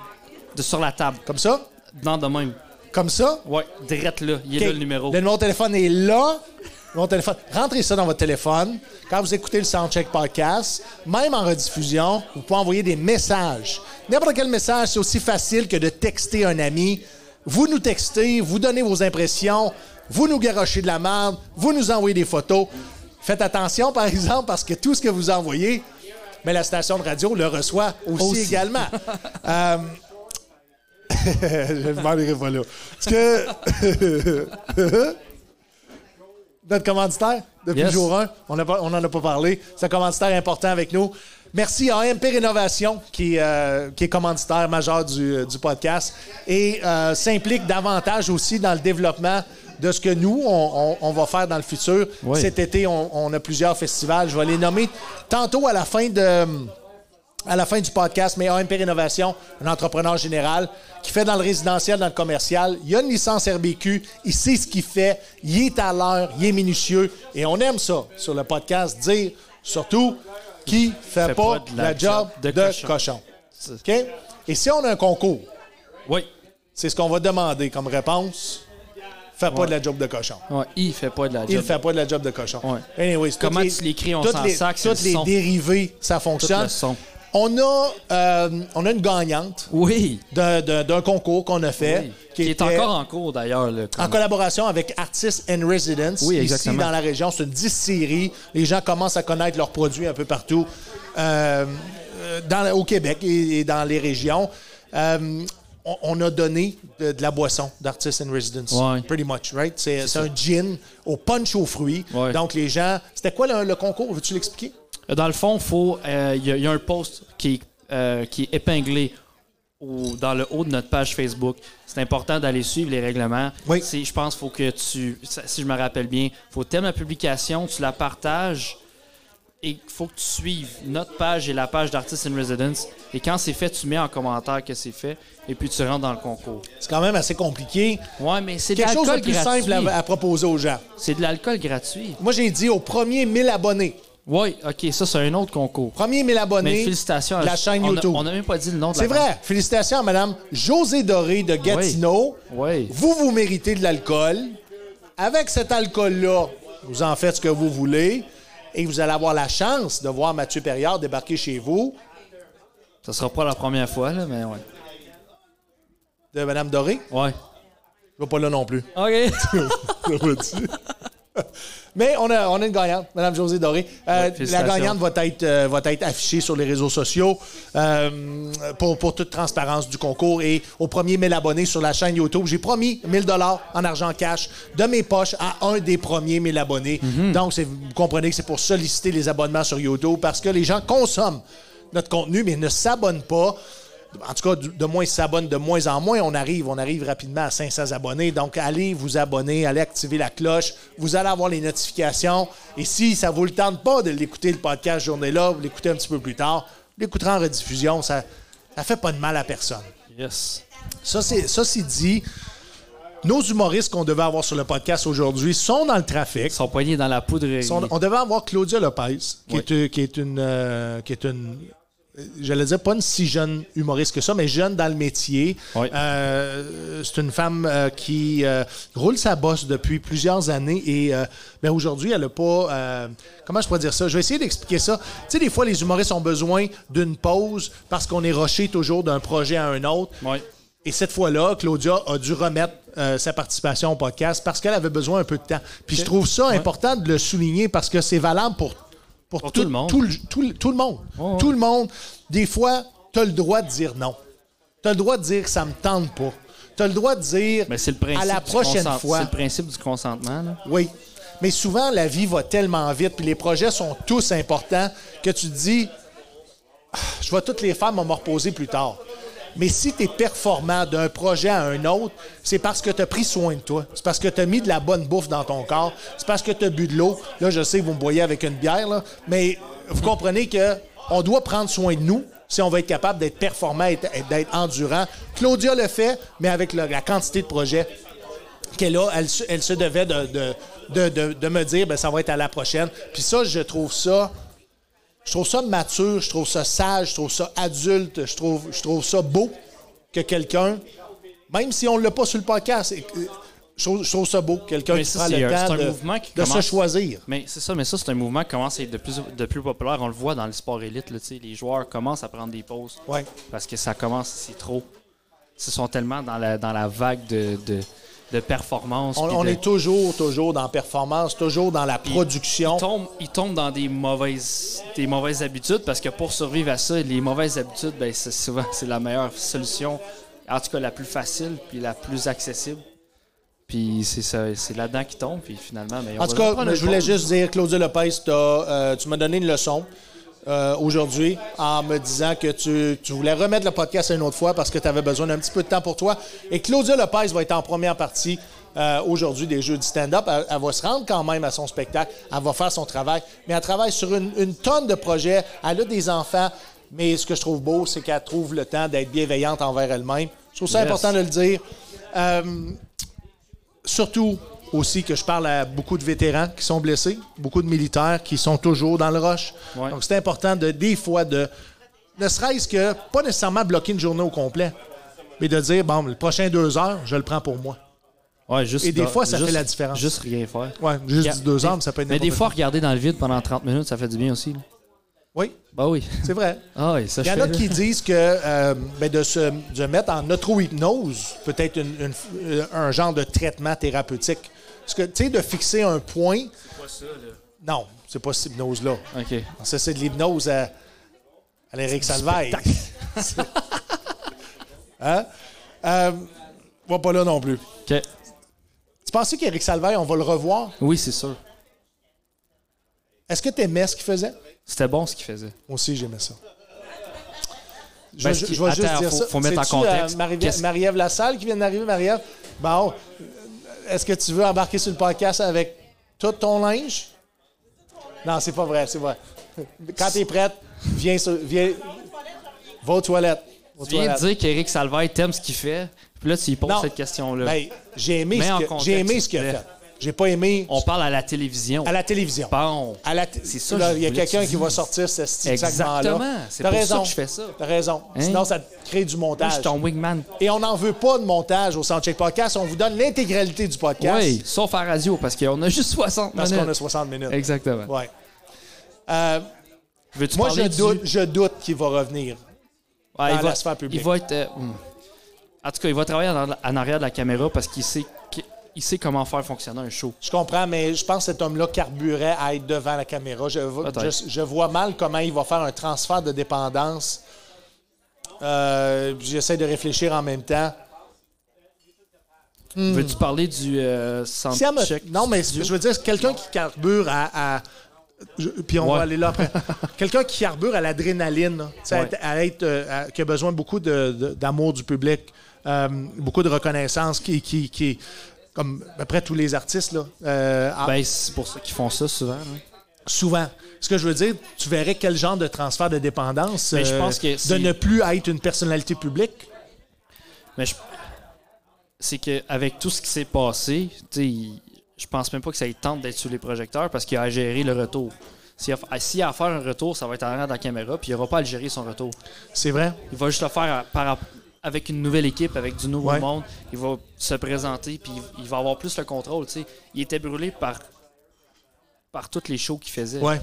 De, sur la table.
Comme ça.
Non, de même.
Comme ça.
Ouais, direct là. Il est
OK.
là le numéro.
Le numéro de téléphone est là. Le numéro de téléphone. Rentrez ça dans votre téléphone. Quand vous écoutez le Soundcheck Podcast, même en rediffusion, vous pouvez envoyer des messages. N'importe quel message, c'est aussi facile que de texter un ami. Vous nous textez, vous donnez vos impressions, vous nous garochez de la merde, vous nous envoyez des photos. Faites attention, par exemple, parce que tout ce que vous envoyez, mais la station de radio le reçoit aussi,
Aussi.
également. Euh, je ne m'en pas là. Est-ce que... notre commanditaire depuis
Yes.
le jour 1. On n'en a pas parlé. C'est un commanditaire important avec nous. Merci à AMP Rénovation, qui, euh, qui est commanditaire majeur du, euh, du podcast et euh, s'implique davantage aussi dans le développement de ce que nous, on, on- on va faire dans le futur.
Oui.
Cet été, on, on a plusieurs festivals. Je vais les nommer tantôt à la fin de à la fin du podcast, mais AMP Rénovation, un entrepreneur général qui fait dans le résidentiel, dans le commercial. Il a une licence RBQ, il sait ce qu'il fait, il est à l'heure, il est minutieux. Et on aime ça sur le podcast, dire surtout qui fait, pas, de la, job de, cochon. OK? Et si on a un concours,
Oui.
c'est ce qu'on va demander comme réponse. Fais pas de la job de cochon.
Ouais, il fait pas de la job.
Il ne fait pas de la job de cochon.
Ouais.
Anyway, c'est
Comment
toutes
tu l'écris, on
toutes
s'en
les-
sac, c'est
Toutes
le
les
son.
dérivés, ça fonctionne.
le son.
On a, euh, on a une gagnante
Oui.
d'un- d'un d'un concours qu'on a fait.
Oui. Qui, est
était
encore en cours d'ailleurs. là, comme-
en collaboration avec Artists and Residents
Oui,
ici
exactement.
dans la région. C'est une distillerie. Les gens commencent à connaître leurs produits un peu partout euh, euh, dans- au Québec et, et dans les régions. Euh, on, on a donné de, de la boisson d'Artists and Residents.
Ouais.
Pretty much, right? C'est c'est un gin au punch aux fruits.
Ouais.
Donc, les gens... C'était quoi le, le concours? Veux-tu l'expliquer?
Dans le fond, faut, euh, il y, a- il y a un post qui, est, euh, qui est épinglé au- dans le haut de notre page Facebook. C'est important d'aller suivre les règlements.
Oui.
C'est- Je pense faut que tu, ça- si je me rappelle bien, faut que tu aimes la publication, tu la partages et il faut que tu suives notre page et la page d'Artists in Residence. Et quand c'est fait, tu mets en commentaire que c'est fait et puis tu rentres dans le concours.
C'est quand même assez compliqué.
Ouais, mais c'est de
Quelque chose de
l'alcool
plus
gratuit.
simple à- à proposer aux gens.
C'est de l'alcool gratuit.
Moi, j'ai dit aux premiers 1000 abonnés.
Oui, OK, ça, c'est un autre concours.
Premiers 1000 abonnés
Mais félicitations à
de la chaîne
on a-
YouTube.
On n'a même pas dit le nom de la
C'est vrai. Félicitations à Madame Josée Doré de Gatineau.
Oui.
Vous, vous méritez de l'alcool. Avec cet alcool-là, vous en faites ce que vous voulez et vous allez avoir la chance de voir Mathieu Perriard débarquer chez vous
Ça sera pas la première fois, là, mais ouais.
de Madame Doré.
Ouais.
Je ne pas là non plus.
OK.
Mais on a, on a une gagnante, Mme Josée Doré. Euh,
Ouais,
la
félicitations.
gagnante va être, euh, va être affichée sur les réseaux sociaux euh, pour, pour toute transparence du concours. Et au premier 1000 abonnés sur la chaîne YouTube, j'ai promis 1000 dollars en argent cash de mes poches à un des premiers 1000 abonnés.
Mhm.
Donc, c'est- vous comprenez que c'est pour solliciter les abonnements sur YouTube parce que les gens consomment notre contenu, mais ne s'abonnent pas. En tout cas, du- de moins ils s'abonnent, de moins en moins, on arrive, on arrive rapidement à 500 abonnés. Donc, allez vous abonner, allez activer la cloche. Vous allez avoir les notifications. Et si ça vous le tente pas de l'écouter le podcast cette journée-là, vous l'écoutez un petit peu plus tard, vous l'écouterez en rediffusion. Ça, ça fait pas de mal à personne.
Yes.
Ça, c'est, ça, c'est dit. Nos humoristes qu'on devait avoir sur le podcast aujourd'hui sont dans le trafic.
Ils sont poignés dans la poudre. et-
On, on devait avoir Claudia Lopez, qui,
Oui.
est, euh, qui est une. euh, qui est une euh, J'allais dire pas une si jeune humoriste que ça, mais jeune dans le métier.
Oui.
Euh, c'est une femme euh, qui euh, roule sa bosse depuis plusieurs années et euh, ben, aujourd'hui, elle n'a pas. euh, comment je pourrais dire ça? Je vais essayer d'expliquer ça. Tu sais, des fois, les humoristes ont besoin d'une pause parce qu'on est rushé toujours d'un projet à un autre.
Ouais.
Et cette fois-là, Claudia a dû remettre euh, sa participation au podcast parce qu'elle avait besoin un peu de temps. Puis je trouve ça important de le souligner parce que c'est valable pour, Pour,
Pour tout le monde.
Tout le, tout le- tout le monde.
Ouais, ouais.
Tout le monde. Des fois, tu as le droit de dire non. Tu as le droit de dire que ça me tente pas. Tu as le droit de dire
Mais c'est le principe
à la
du
prochaine
consent-
fois.
C'est le principe du consentement. là.
Oui. Mais souvent, la vie va tellement vite, puis les projets sont tous importants, que tu te dis, Ah, je vais toutes les faire, mais on va me reposer plus tard. Mais si tu es performant d'un projet à un autre, c'est parce que tu as pris soin de toi. C'est parce que tu as mis de la bonne bouffe dans ton corps. C'est parce que tu as bu de l'eau. Là, je sais que vous me voyez avec une bière, là, mais vous comprenez que on doit prendre soin de nous si on veut être capable d'être performant et d'être endurant. Claudia le fait, mais avec le- la quantité de projets qu'elle a, elle, se- elle se devait de, de, de- de- de me dire ben, ça va être à la prochaine. Puis ça, je trouve ça. Je trouve ça mature, je trouve ça sage, je trouve ça adulte, je trouve, je trouve ça beau que quelqu'un, même si on ne l'a pas sur le podcast, et- et- je trouve, je trouve ça beau, quelqu'un
Mais
qui
ça,
prend
c'est
le
un-
temps
c'est un
de,
mouvement qui
de se
commence-
choisir.
Mais c'est ça, mais ça, c'est un mouvement qui commence à être de plus, de plus populaire. On le voit dans les sports élites. là, tu sais, les joueurs commencent à prendre des pauses
Ouais.
parce que ça commence, c'est trop. Ils se sont tellement dans la, dans la vague de, de, de performance.
On,
puis
on
de-
est toujours, toujours dans la performance, toujours dans la production.
Ils tombent, ils tombent dans des mauvaises, des mauvaises habitudes parce que pour survivre à ça, les mauvaises habitudes, ben, c'est souvent c'est la meilleure solution. En tout cas, la plus facile puis la plus accessible. Puis c'est ça, c'est là-dedans qu'ils tombent. Puis finalement, ben, on va
En tout
leur
cas,
prendre
moi,
une
je voulais
pause.
juste dire, Claudia Lopez, t'as, euh, tu m'as donné une leçon euh, aujourd'hui en me disant que tu, tu voulais remettre le podcast une autre fois parce que tu avais besoin d'un petit peu de temps pour toi. Et Claudia Lopez va être en première partie euh, aujourd'hui des Jeux du stand-up. Elle, elle va se rendre quand même à son spectacle. Elle va faire son travail. Mais elle travaille sur une, une tonne de projets. Elle a des enfants. Mais ce que je trouve beau, c'est qu'elle trouve le temps d'être bienveillante envers elle-même. Je trouve ça
Yes.
important de le dire. Euh, surtout aussi que je parle à beaucoup de vétérans qui sont blessés, beaucoup de militaires qui sont toujours dans le rush.
Ouais.
Donc c'est important de des fois de ne serait-ce que pas nécessairement bloquer une journée au complet, mais de dire bon le prochain deux heures je le prends pour moi.
Ouais, juste
Et des
dans-
fois, ça
juste-
fait la différence.
Juste rien faire.
Ouais, juste
Regarde-
du deux heures, mais ça peut être
Mais des
n'importe
fois, regarder dans le vide pendant 30 minutes, ça fait du bien aussi. là.
quoi. oui,
Bah oui.
c'est vrai.
Ah oui, ça
Il y en
je
a
fais,
qui
là.
disent que euh, ben, de se de mettre en auto-hypnose, peut-être une- une- euh, un genre de traitement thérapeutique. Parce que, tu sais, de fixer un point. Non, c'est pas cette hypnose-là.
OK.
Ça, c'est de l'hypnose à, à l'Éric Salvaille. hein? Euh, va pas là non plus.
OK.
Tu pensais qu'Éric Salvaille, on va le revoir?
Oui, c'est sûr.
Est-ce que tu aimais ce qu'il faisait?
C'était bon ce qu'il faisait.
Moi aussi, j'aimais ça. Je,
Ben,
vais-
ce qui-
je vais
attends,
juste dire
faut-
ça.
faut mettre en
C'est-tu, euh,
contexte.
Marie-
Qu'est-ce-
Marie-Ève Lassalle qui vient d'arriver, Marie-Ève. Bon, est-ce que tu veux embarquer sur le podcast avec tout ton linge? Non, c'est pas vrai, c'est vrai. Quand t'es prête, viens, sur- viens. Va aux toilettes. Va aux
Tu viens de
toilettes.
dire qu'Éric Salvaire t'aime ce qu'il fait, puis là, tu lui poses
Non.
cette question-là.
Ben, j'ai aimé,
Mets
ce
en
que-
contexte,
j'ai aimé
s'il
ce qu'il
te
a
plaît.
fait. J'ai pas aimé
On parle à la télévision.
à la télévision.
Bon.
À la t-
C'est ça,
là,
je
Il y a
voulais que
quelqu'un
tu
qui va
dises.
sortir ce petit
Exactement.
segment-là.
C'est
T'as
pour ça
raison.
que je fais ça.
T'as raison.
Hein?
Sinon, ça te crée du
Moi,
montage.
je suis ton wingman.
Et on n'en veut pas de montage au Soundcheck Podcast. On vous donne l'intégralité du podcast
Oui, sauf à la radio, parce qu'on a juste 60
parce
minutes.
qu'on a 60 minutes.
Exactement.
Ouais. Euh,
Veux-tu
moi, je
parler du-
doute, je doute qu'il va revenir.
Ouais,
dans
il
la
va,
sphère publique.
il va être... euh, hmm. En tout cas, il va travailler en, en arrière de la caméra parce qu'il sait, qu'il- il sait comment faire fonctionner un show.
Je comprends, mais je pense que cet homme-là carburait à être devant la caméra. Je, vo-
Peut-être.
je- je vois mal comment il va faire un transfert de dépendance. Euh, puis J'essaie de réfléchir en même temps.
Veux-tu parler du euh,
Hmm. Si elle me-
soundcheck?
Non, mais je veux dire, c'est quelqu'un qui carbure à. à- je- puis on
Ouais.
va aller là après. quelqu'un qui carbure à l'adrénaline, là. Tu sais, à
Ouais.
être- à être, euh, à- qui a besoin beaucoup de- de- d'amour du public, euh, beaucoup de reconnaissance, qui, qui, qui- comme après tous les artistes, là, euh, à-
Ben, c'est pour ça qu'ils font ça souvent. hein.
souvent. Ce que je veux dire, tu verrais quel genre de transfert de dépendance euh,
Mais Ben, je pense que
de
c'est-
ne plus être une personnalité publique.
Mais je- c'est que avec tout ce qui s'est passé, tu sais, il- je pense même pas que ça lui tente d'être sous les projecteurs parce qu'il a à gérer le retour. S'il a, à- s'il a à faire un retour, ça va être en arrière de la caméra, puis il n'aura pas à le gérer son retour.
C'est vrai.
Il va juste le faire à- par, rapp- avec une nouvelle équipe, avec du nouveau
Ouais.
monde. Il va se présenter, puis il, il va avoir plus le contrôle. tu sais. Il était brûlé par, par toutes les shows qu'il faisait.
Ouais.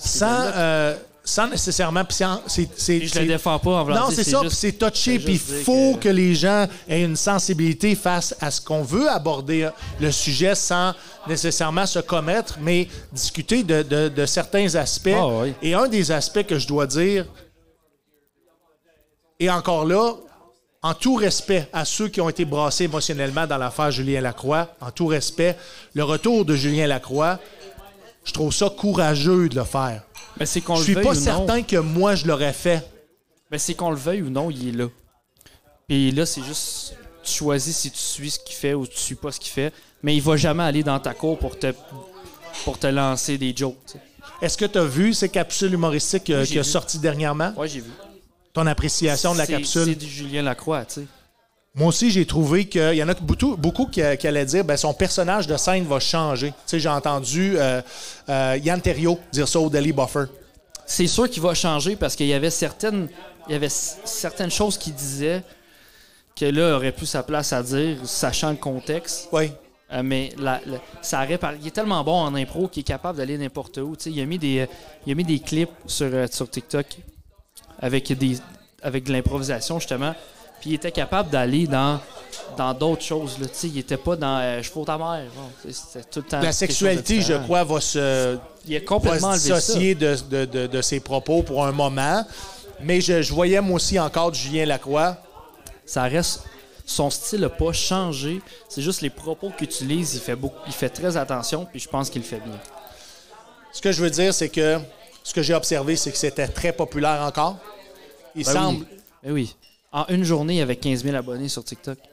Sans,
bien là.
euh, sans nécessairement. puis c'est en- c'est- c'est-
Et je
c'est-
le défends pas en voulant
Non,
dire,
c'est ça,
juste-
puis c'est touché,
c'est
puis il
juste dire
faut
que-
que... les gens aient une sensibilité face à ce qu'on veut aborder euh, le sujet sans nécessairement se commettre, mais discuter de, de- de certains aspects.
Ah oui.
Et un des aspects que je dois dire, et encore là, en tout respect à ceux qui ont été brassés émotionnellement dans l'affaire Julien Lacroix, en tout respect, le retour de Julien Lacroix, je trouve ça courageux de le faire.
Mais c'est qu'on
Je
le
suis
veuille
pas
ou non.
certain que moi je l'aurais fait.
Mais c'est qu'on le veuille ou non, il est là. Puis là, c'est juste. Tu choisis si tu suis ce qu'il fait ou tu suis pas ce qu'il fait. Mais il va jamais aller dans ta cour pour te, pour te lancer des jokes. tu sais.
Est-ce que tu as vu ces capsules humoristiques euh,
Oui, j'ai
qui a
vu.
sorti dernièrement?
Ouais, j'ai vu.
Ton appréciation de la
C'est- C'est
capsule?
du Julien Lacroix, tu sais.
Moi aussi, j'ai trouvé qu'il y en a beaucoup, beaucoup qui, euh, qui allaient dire ben, son personnage de scène va changer. Tu sais, j'ai entendu euh, euh, Yann Terriot dire ça au Daily Buffer.
C'est sûr qu'il va changer parce qu'il y avait certaines, il y avait c- certaines choses qu'il disait que là aurait plus sa place à dire, sachant le contexte.
Oui.
Euh, mais la- la- ça aurait par- il est tellement bon en impro qu'il est capable d'aller n'importe où. Tu sais, Il a, mis des, euh, il a mis des clips sur, euh, sur TikTok avec, des, avec de l'improvisation, justement. Puis il était capable d'aller dans dans d'autres choses. Là. Tu sais, Il était pas dans euh, Je fous ta mère. Bon, tu sais, c'était tout le temps
La
quelque
sexualité,
chose de
je
différent.
crois, va se,
Il a
va
complètement
se
enlevé ça.
dissocier de, de- de- de ses propos pour un moment. Mais je, je voyais, moi aussi, encore du Julien Lacroix.
Ça reste. Son style n'a pas changé. C'est juste les propos qu'il utilise. Il fait, beaucoup, il fait très attention. Puis je pense qu'il le fait bien.
Ce que je veux dire, c'est que ce que j'ai observé, c'est que c'était très populaire encore. Il
Ben
semble.
Oui. Ben oui. En une journée, il y avait 15 000 abonnés sur TikTok. Puis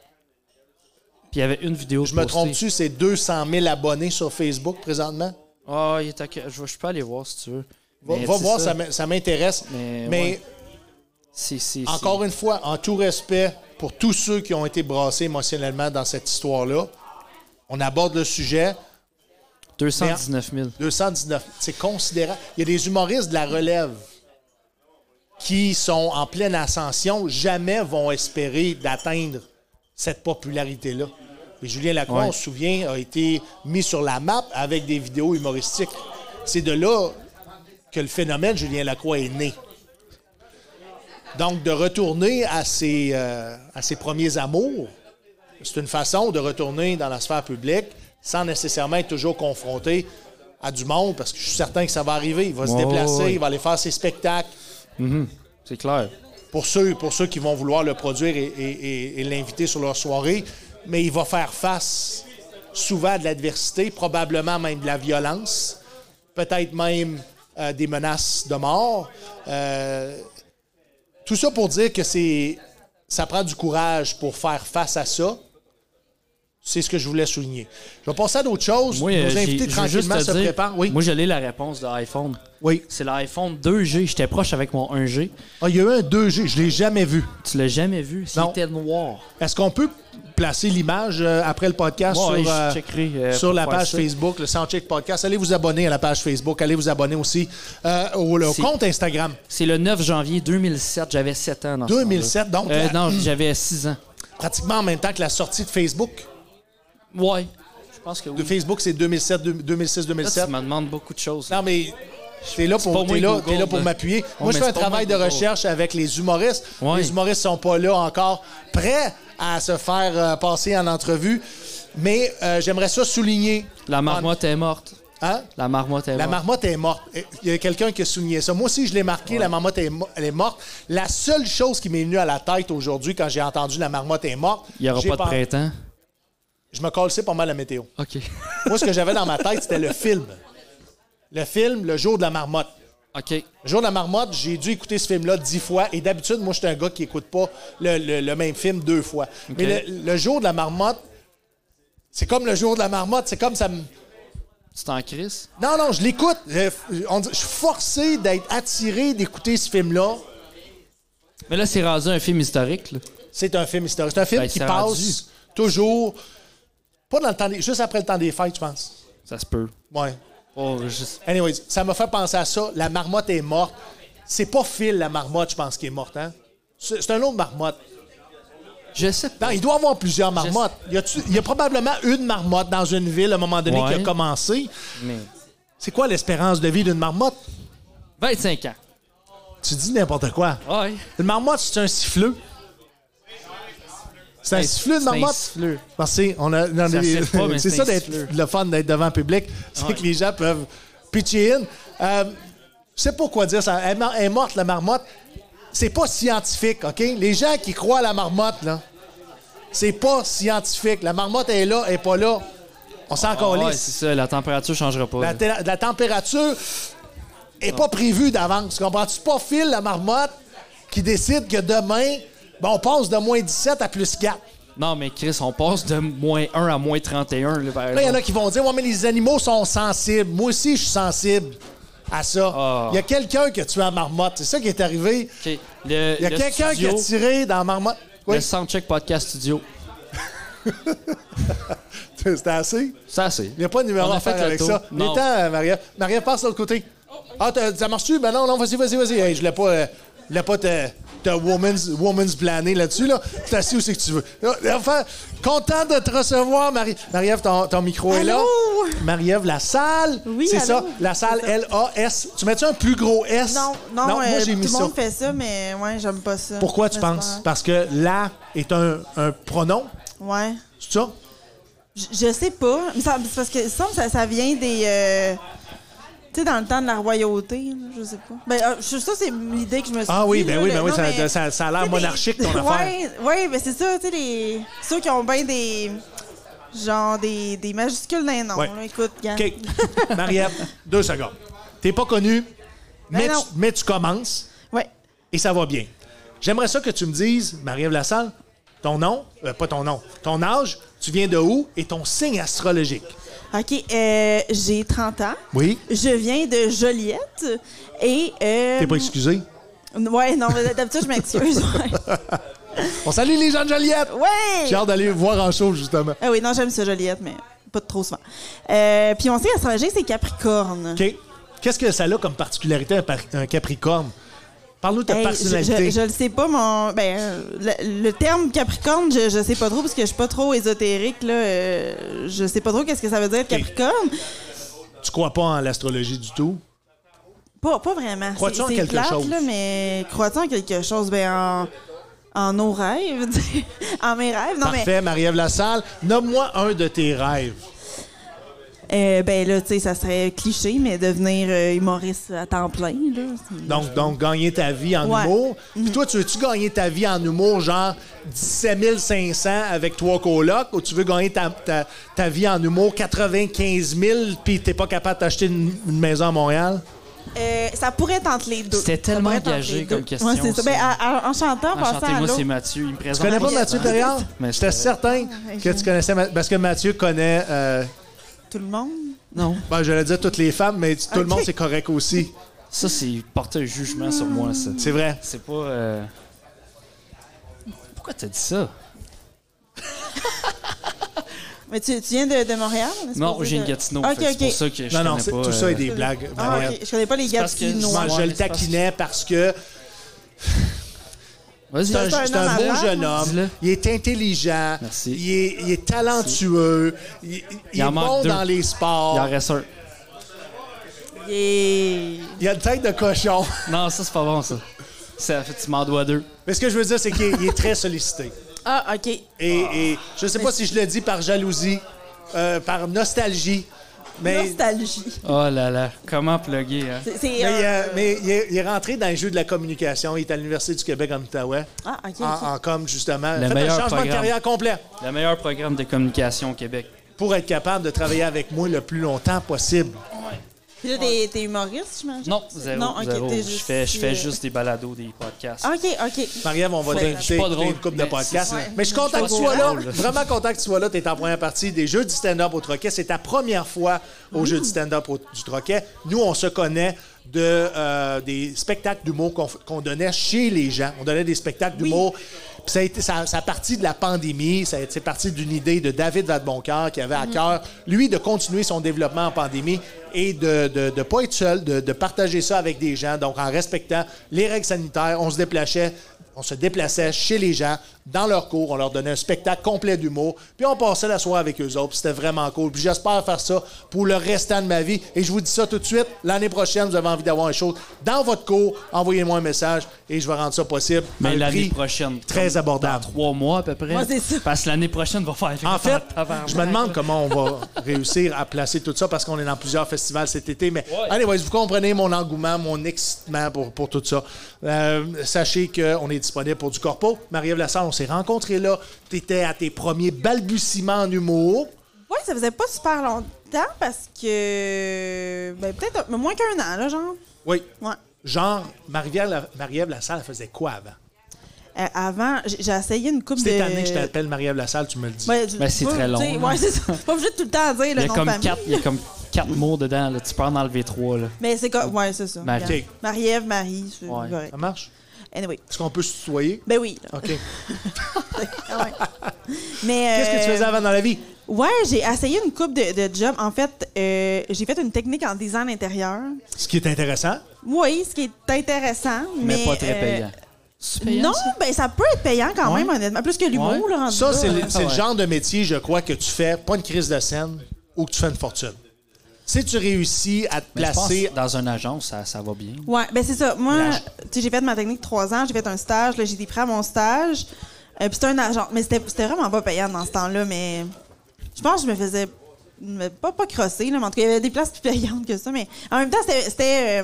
il y avait une vidéo.
Je me trompe-tu, c'est 200 000 abonnés sur Facebook présentement?
Ah, il est à que- Je, vais- je peux aller voir si tu veux.
Va,
Mais
va
c'est
voir, ça, m'in- ça m'intéresse.
Mais
Mais,
ouais. C'est- c'est- c'est-
encore une fois, en tout respect pour tous ceux qui ont été brassés émotionnellement dans cette histoire-là, on aborde le sujet.
219 000.
219, c'est considérable. Il y a des humoristes de la relève qui sont en pleine ascension, jamais vont espérer d'atteindre cette popularité-là. Et Julien Lacroix,
Ouais.
on se souvient, a été mis sur la map avec des vidéos humoristiques. C'est de là que le phénomène Julien Lacroix est né. Donc, de retourner à ses, euh, à ses premiers amours, c'est une façon de retourner dans la sphère publique sans nécessairement être toujours confronté à du monde, parce que je suis certain que ça va arriver. Il va se
Ouais,
déplacer,
ouais.
il va aller faire ses spectacles.
C'est clair.
Pour ceux, pour ceux qui vont vouloir le produire et, et- et- et l'inviter sur leur soirée, mais il va faire face souvent à de l'adversité, probablement même de la violence, peut-être même euh, des menaces de mort. Euh, tout ça pour dire que c'est ça prend du courage pour faire face à ça. C'est ce que je voulais souligner. Je vais passer à d'autres choses.
Moi, euh,
Nos
j'ai- je
invités
veux juste
tranquillement
te
se
dire,
préparent. Oui.
Moi, j'allais la réponse de l'iPhone.
oui.
C'est l'iPhone 2G. J'étais proche avec mon 1G.
Ah, il y a eu un 2G, je l'ai jamais vu.
Tu l'as jamais vu.
Non.
C'était noir.
Est-ce qu'on peut placer l'image euh, après le podcast
Ouais,
sur,
je
euh,
checkerai, euh,
sur la
pour faire
page
ça.
Facebook, le Soundcheck Podcast? Allez vous abonner à la page Facebook. Allez vous abonner aussi euh, au le
C'est-
compte Instagram.
C'est le 9 janvier 2007. J'avais 7 ans. Dans ce
2007,
temps-là.
donc,
Euh,
la-
non, j'avais 6 ans.
Pratiquement en même temps que la sortie de Facebook.
Ouais. Je pense que oui.
De Facebook, c'est 2007, deux-
Là, tu
2006-2007.
me demandes beaucoup de choses.
Non, mais t'es là
pas
pour,
moi
t'es là,
Google,
t'es là pour
là.
m'appuyer.
On
Moi, je
met-
fais un
c'est pas
travail
moi
de
Google.
recherche avec les humoristes.
Ouais.
Les humoristes sont pas là encore, prêts à se faire euh, passer en entrevue. Mais euh, j'aimerais ça souligner.
La marmotte est morte.
Hein?
La marmotte est
La
morte.
marmotte est morte. Il y a quelqu'un qui a souligné ça. Moi aussi, je l'ai marqué, la marmotte est, mo- elle est morte. La seule chose qui m'est venue à la tête aujourd'hui quand j'ai entendu la marmotte est morte,
Il n'y aura
j'ai
pas de
pen-
printemps.
Je me colsais pas mal la météo.
OK.
Moi, ce que j'avais dans ma tête, c'était le film. Le film, Le jour de la marmotte.
OK.
Le jour de la marmotte, j'ai dû écouter ce film-là dix fois. Et d'habitude, moi, je suis un gars qui écoute pas le, le- le même film deux fois. Mais le, le jour de la marmotte, c'est comme le jour de la marmotte. C'est comme ça me.
Tu t'en crises?
Non, non, je l'écoute. Je, on dit- je suis forcé d'être attiré d'écouter ce film-là.
Mais là, c'est rendu un film historique. là.
C'est un film historique. C'est un film
Ben,
qui
c'est
passe
rendu.
toujours. Pas dans le temps des. Juste après le temps des fêtes, je pense.
Ça se peut.
Ouais.
Oh, juste...
Anyways, ça m'a fait penser à ça. La marmotte est morte. C'est pas Phil, la marmotte, je pense, qui est morte, hein? C'est c'est un autre marmotte.
Je sais pas.
Non, il doit y avoir plusieurs marmottes. Il y, a-tu- il y a probablement une marmotte dans une ville à un moment donné qui
Ouais.
a commencé.
Mais...
C'est quoi l'espérance de vie d'une marmotte?
25 ans.
Tu dis n'importe quoi.
Ouais.
Une marmotte, c'est un siffleux. C'est un siffleux, une
C'est un
marmotte?
siffleux.
Merci. On a, on a
Ça
des-
siffle pas, mais
c'est
c'est
ça
un
d'être
siffleux.
le fun d'être devant le public, c'est
Ouais.
que les gens peuvent pitcher in. Euh, je sais pas quoi dire ça. Elle, est mor- elle est morte, la marmotte. C'est pas scientifique, OK? Les gens qui croient à la marmotte, là, c'est pas scientifique. La marmotte est là, elle est pas là. On s'en
Ah Ouais,
calisse.
c'est ça, la température changera pas. là.
La, té- la température est pas prévue d'avance. Comprends-tu? Pas Phil, la marmotte, qui décide que demain, ben, on passe de moins 17 à plus 4.
Non, mais Chris, on passe de moins 1 à moins 31. Là, par
Là, il y en
exemple.
a qui vont dire Ouais, mais les animaux sont sensibles. Moi aussi, je suis sensible à ça.
Ah.
Il y a quelqu'un qui a tué la marmotte. C'est ça qui est arrivé.
Ok. Le,
Il y a
le
quelqu'un qui a
studio,
tiré dans la marmotte.
Le
Oui,
Soundcheck Podcast Studio.
c'était assez.
Ça, c'est.
Il n'y a pas de numéro
On a
à faire
fait le
avec
tour.
ça. Il est
Non.
temps, euh, Maria. Maria, passe de l'autre côté.
Oh,
Ah, t'as- ça marche-tu? Ben non, non, vas-y, vas-y, vas-y. Hey, je ne pas, euh, je voulais pas te, te woman's, woman's planer là-dessus. Là. Tu t'assis où c'est que tu veux. Là, Enfin, content de te recevoir, Marie. Marie-Ève, ton, ton micro est là.
Allô?
Marie-Ève, la salle.
Oui,
C'est
allô?
ça, la salle L-A-S. Tu mets-tu un plus gros S?
Non, non, euh,
moi, j'ai
tout
mis
le
ça.
monde fait ça, mais ouais, j'aime pas ça.
Pourquoi tu
Mais c'est
penses?
pas
Parce que la est un, un pronom,
grave. Ouais.
c'est ça?
Je- Je sais pas. Il me semble- c'est parce que il me semble que ça, ça vient des. euh, tu sais, dans le temps de la royauté, là, je sais pas. Ben, euh, je- ça, c'est l'idée que je me suis
Ah oui,
dit,
ben
là,
oui,
le-
ben oui,
non,
ça-
mais-
ça- ça a l'air
tu sais,
monarchique, ton
ouais,
affaire.
Oui, ben c'est ça, tu sais, les. Ceux qui ont bien des. Genre des, des majuscules d'un nom.
Ouais.
là, écoute, regarde.
OK. Marie-Ève, deux secondes. T'es pas connu, mais,
Ben non.
tu, mais tu commences
Ouais.
et ça va bien. J'aimerais ça que tu me dises, Marie-Ève Lassalle, ton nom, euh, pas ton nom, ton âge, tu viens de où et ton signe astrologique.
OK, euh, j'ai 30 ans.
Oui.
Je viens de Joliette. Et. euh,
T'es pas excusé.
Ouais, non, mais d'habitude, je m'excuse. Ouais.
On salue les gens de Joliette.
Ouais!
J'ai hâte d'aller voir en show, justement.
Ah oui, non, j'aime ça, Joliette, mais pas trop souvent. Euh, puis on sait astrologique, c'est Capricorne.
OK. Qu'est-ce que ça a comme particularité un, par- un capricorne? Parle-nous de ta
Hey, je-
personnalité.
Je, je le sais pas, mon. Ben, euh, le, le terme Capricorne, je, je sais pas trop parce que je suis pas trop ésotérique, là. euh, je sais pas trop qu'est-ce que ça veut dire, Capricorne.
Tu crois pas en l'astrologie du tout?
Pas, pas vraiment.
Crois-tu
C'est-
en
c'est
quelque
plate,
chose?
Là, mais crois-tu en quelque chose? Ben, en, en nos rêves, tu sais, en mes rêves. Non,
Parfait, Marie-Ève Lassalle. Nomme-moi un de tes rêves.
mais. euh, ben, là, tu sais, ça serait cliché, mais devenir euh, humoriste à temps plein, là. c'est-
Donc, donc gagner ta vie en
Ouais. Mhm.
humour. Puis toi, tu veux-tu gagner ta vie en humour, genre 17 500 avec trois colocs, ou tu veux gagner ta, ta- ta vie en humour 95 000 puis t'es pas capable d'acheter une, une maison à Montréal?
Euh, ça pourrait être entre les deux.
C'était
Ça
tellement
pourrait être entre
engagé
les deux.
comme question,
Ouais, c'est ça.
ça.
Ben, à- à- en chantant, en
Enchanté,
passant à
moi,
l'autre.
c'est Mathieu. Il me
Tu
présente.
connais pas Mathieu Perriand?
Mais
J'étais
je-
certain
Ah,
que tu connaissais... Ma- Parce que Mathieu connaît... euh,
Tout le monde.
Non.
ben, j'allais dire toutes les femmes, mais tout le
Ok.
monde, c'est correct aussi.
Ça, c'est porter un jugement sur moi, ça.
C'est vrai.
C'est pas. euh, Pourquoi t'as dit ça?
Mais tu, tu viens de, de Montréal? n'est-ce
Non,
pas?
j'ai une Gatineau.
Ok,
fait que
ok.
C'est pour ça que je
non, non,
connais
c'est-
pas,
tout ça
euh,
est des blagues.
Ah,
Marie-Ève.
ok. Je connais pas les
parce que
Gatineaux.
je-
Moi,
Ouais,
je
mais
le
c'est parce
taquinais parce que
Vas-y,
C'est un,
C'est un
c'est un
homme à
beau
part,
jeune
hein?
homme.
Dis-le.
Il est intelligent.
Merci.
Il est, il est talentueux. Il, il- il
en
est
manque
bon
deux.
dans les
il en
sports.
reste un.
Yeah.
Il a une tête de cochon.
Non, ça, c'est pas bon, ça. ça fait, tu m'en dois deux.
Mais ce que je veux dire, c'est qu'il est- il est très sollicité.
Ah, OK.
Et, et je ne sais pas si je le dis par jalousie, euh, par nostalgie, mais,
Nostalgie.
Oh là là, comment plugger, hein?
C'est- c'est,
mais,
euh,
euh, mais il, est, il est rentré dans le jeu de la communication. Il est à l'Université du Québec en Outaouais,
Ah, OK.
en,
ok.
en com, justement. Il a fait un
meilleur
changement de
programme.
carrière complet
Le meilleur programme de communication au Québec.
pour être capable de travailler avec moi le plus longtemps possible.
Puis là, t'es, t'es humoriste, j'imagine?
Non, zéro.
Non, ok,
zéro.
t'es
Je
juste- euh, Ah,
fais, je fais juste des balados, des podcasts.
OK, OK.
Marie-Ève, on va
Ouais.
t'inviter
Je
suis pas drôle,
une couple de
mais
podcasts.
c'est ça.
Mais je suis content
Je
que tu
suis
sois
pas
là.
drôle.
Vraiment content que tu sois là. Tu es en première partie des Jeux du stand-up au Troquet. C'est ta première fois aux Jeux du stand-up au- du Troquet. Nous, on se connaît de, euh, des spectacles d'humour qu'on f- qu'on donnait chez les gens. On donnait des spectacles d'humour. Puis ça a, été, ça, ça a parti de la pandémie. Ça a- C'est parti d'une idée de David Vadeboncoeur qui avait à cœur, lui, de continuer son développement en pandémie et de ne de, de pas être seul, de, de partager ça avec des gens. Donc, en respectant les règles sanitaires, on se déplaçait, on se déplaçait chez les gens, dans leur cours, on leur donnait un spectacle complet d'humour, puis on passait la soirée avec eux autres, puis c'était vraiment cool. Puis j'espère faire ça pour le restant de ma vie. Et je vous dis ça tout de suite, l'année prochaine, vous avez envie d'avoir un show dans votre cours, envoyez-moi un message et je vais rendre ça possible. à
Mais
un
l'année
prix
prochaine.
Très abordable.
Dans trois mois à peu près.
Ouais, c'est ça.
Parce que l'année prochaine va faire.
En fait,
Tabarnak.
je me demande comment on va réussir à placer tout ça parce qu'on est dans plusieurs festivals cet été. Mais
Ouais.
allez, vous comprenez mon engouement, mon excitement pour, pour tout ça. Euh, sachez qu'on est disponible pour du corpo. Marie-Ève Lassalle, on s'est rencontrés là. Tu étais à tes premiers balbutiements en humour.
Ouais, ça faisait pas super longtemps parce que. Ben, peut-être un- moins qu'un an, là, genre.
Oui.
Ouais.
Genre, Marie-Ève La- Marie-Ève Lassalle faisait quoi avant?
Euh, avant, j'ai j'ai essayé une coupe de.
Cette année que je t'appelle Marie-Ève Lassalle, tu me le dis.
Ouais, Ben, tu-
Mais ben, c'est
tu
très
peux,
long,
tu sais,
là.
Ouais, c'est ça. Pas obligé de tout le temps dire
il, y
le
a
nom de
comme
famille.
quatre, il y a comme quatre mots dedans. Là. Tu peux en enlever trois. Là.
Mais c'est comme. Ouais, c'est ça.
Marie.
Regarde. Marie-Ève, Marie. c'est
Ouais.
correct.
Ça marche?
Anyway.
Est-ce qu'on peut se tutoyer?
Ben oui. là.
OK.
Ah ouais. Mais.
Qu'est-ce que tu
euh,
faisais avant dans la vie?
Ouais, j'ai essayé une coupe de, de job. En fait, euh, j'ai fait une technique en design intérieur.
Ce qui est intéressant.
Oui, ce qui est intéressant, mais.
Mais, pas très
euh,
payant.
non, ben ça peut être payant quand
Ouais.
même, honnêtement. Plus que l'humour,
Ouais.
là, rendu
Ça,
là,
c'est
euh,
le, c'est le
ouais.
genre de métier, je crois, que tu fais, pas une crise de scène, ou que tu fais une fortune. Si tu réussis à te
Mais je pense
placer.
que dans une agence, ça, ça va bien.
Ouais, ben c'est ça. Moi,
L'agent.
tu sais, j'ai fait ma technique trois ans, j'ai fait un stage, là, j'ai été prêt à mon stage. Euh, puis c'était un agent. Mais c'était c'était vraiment pas payant dans ce temps-là, mais je pense que je me faisais me- pas, pas crosser, là, mais en tout cas, il y avait des places plus payantes que ça. Mais en même temps, c'était- c'était euh,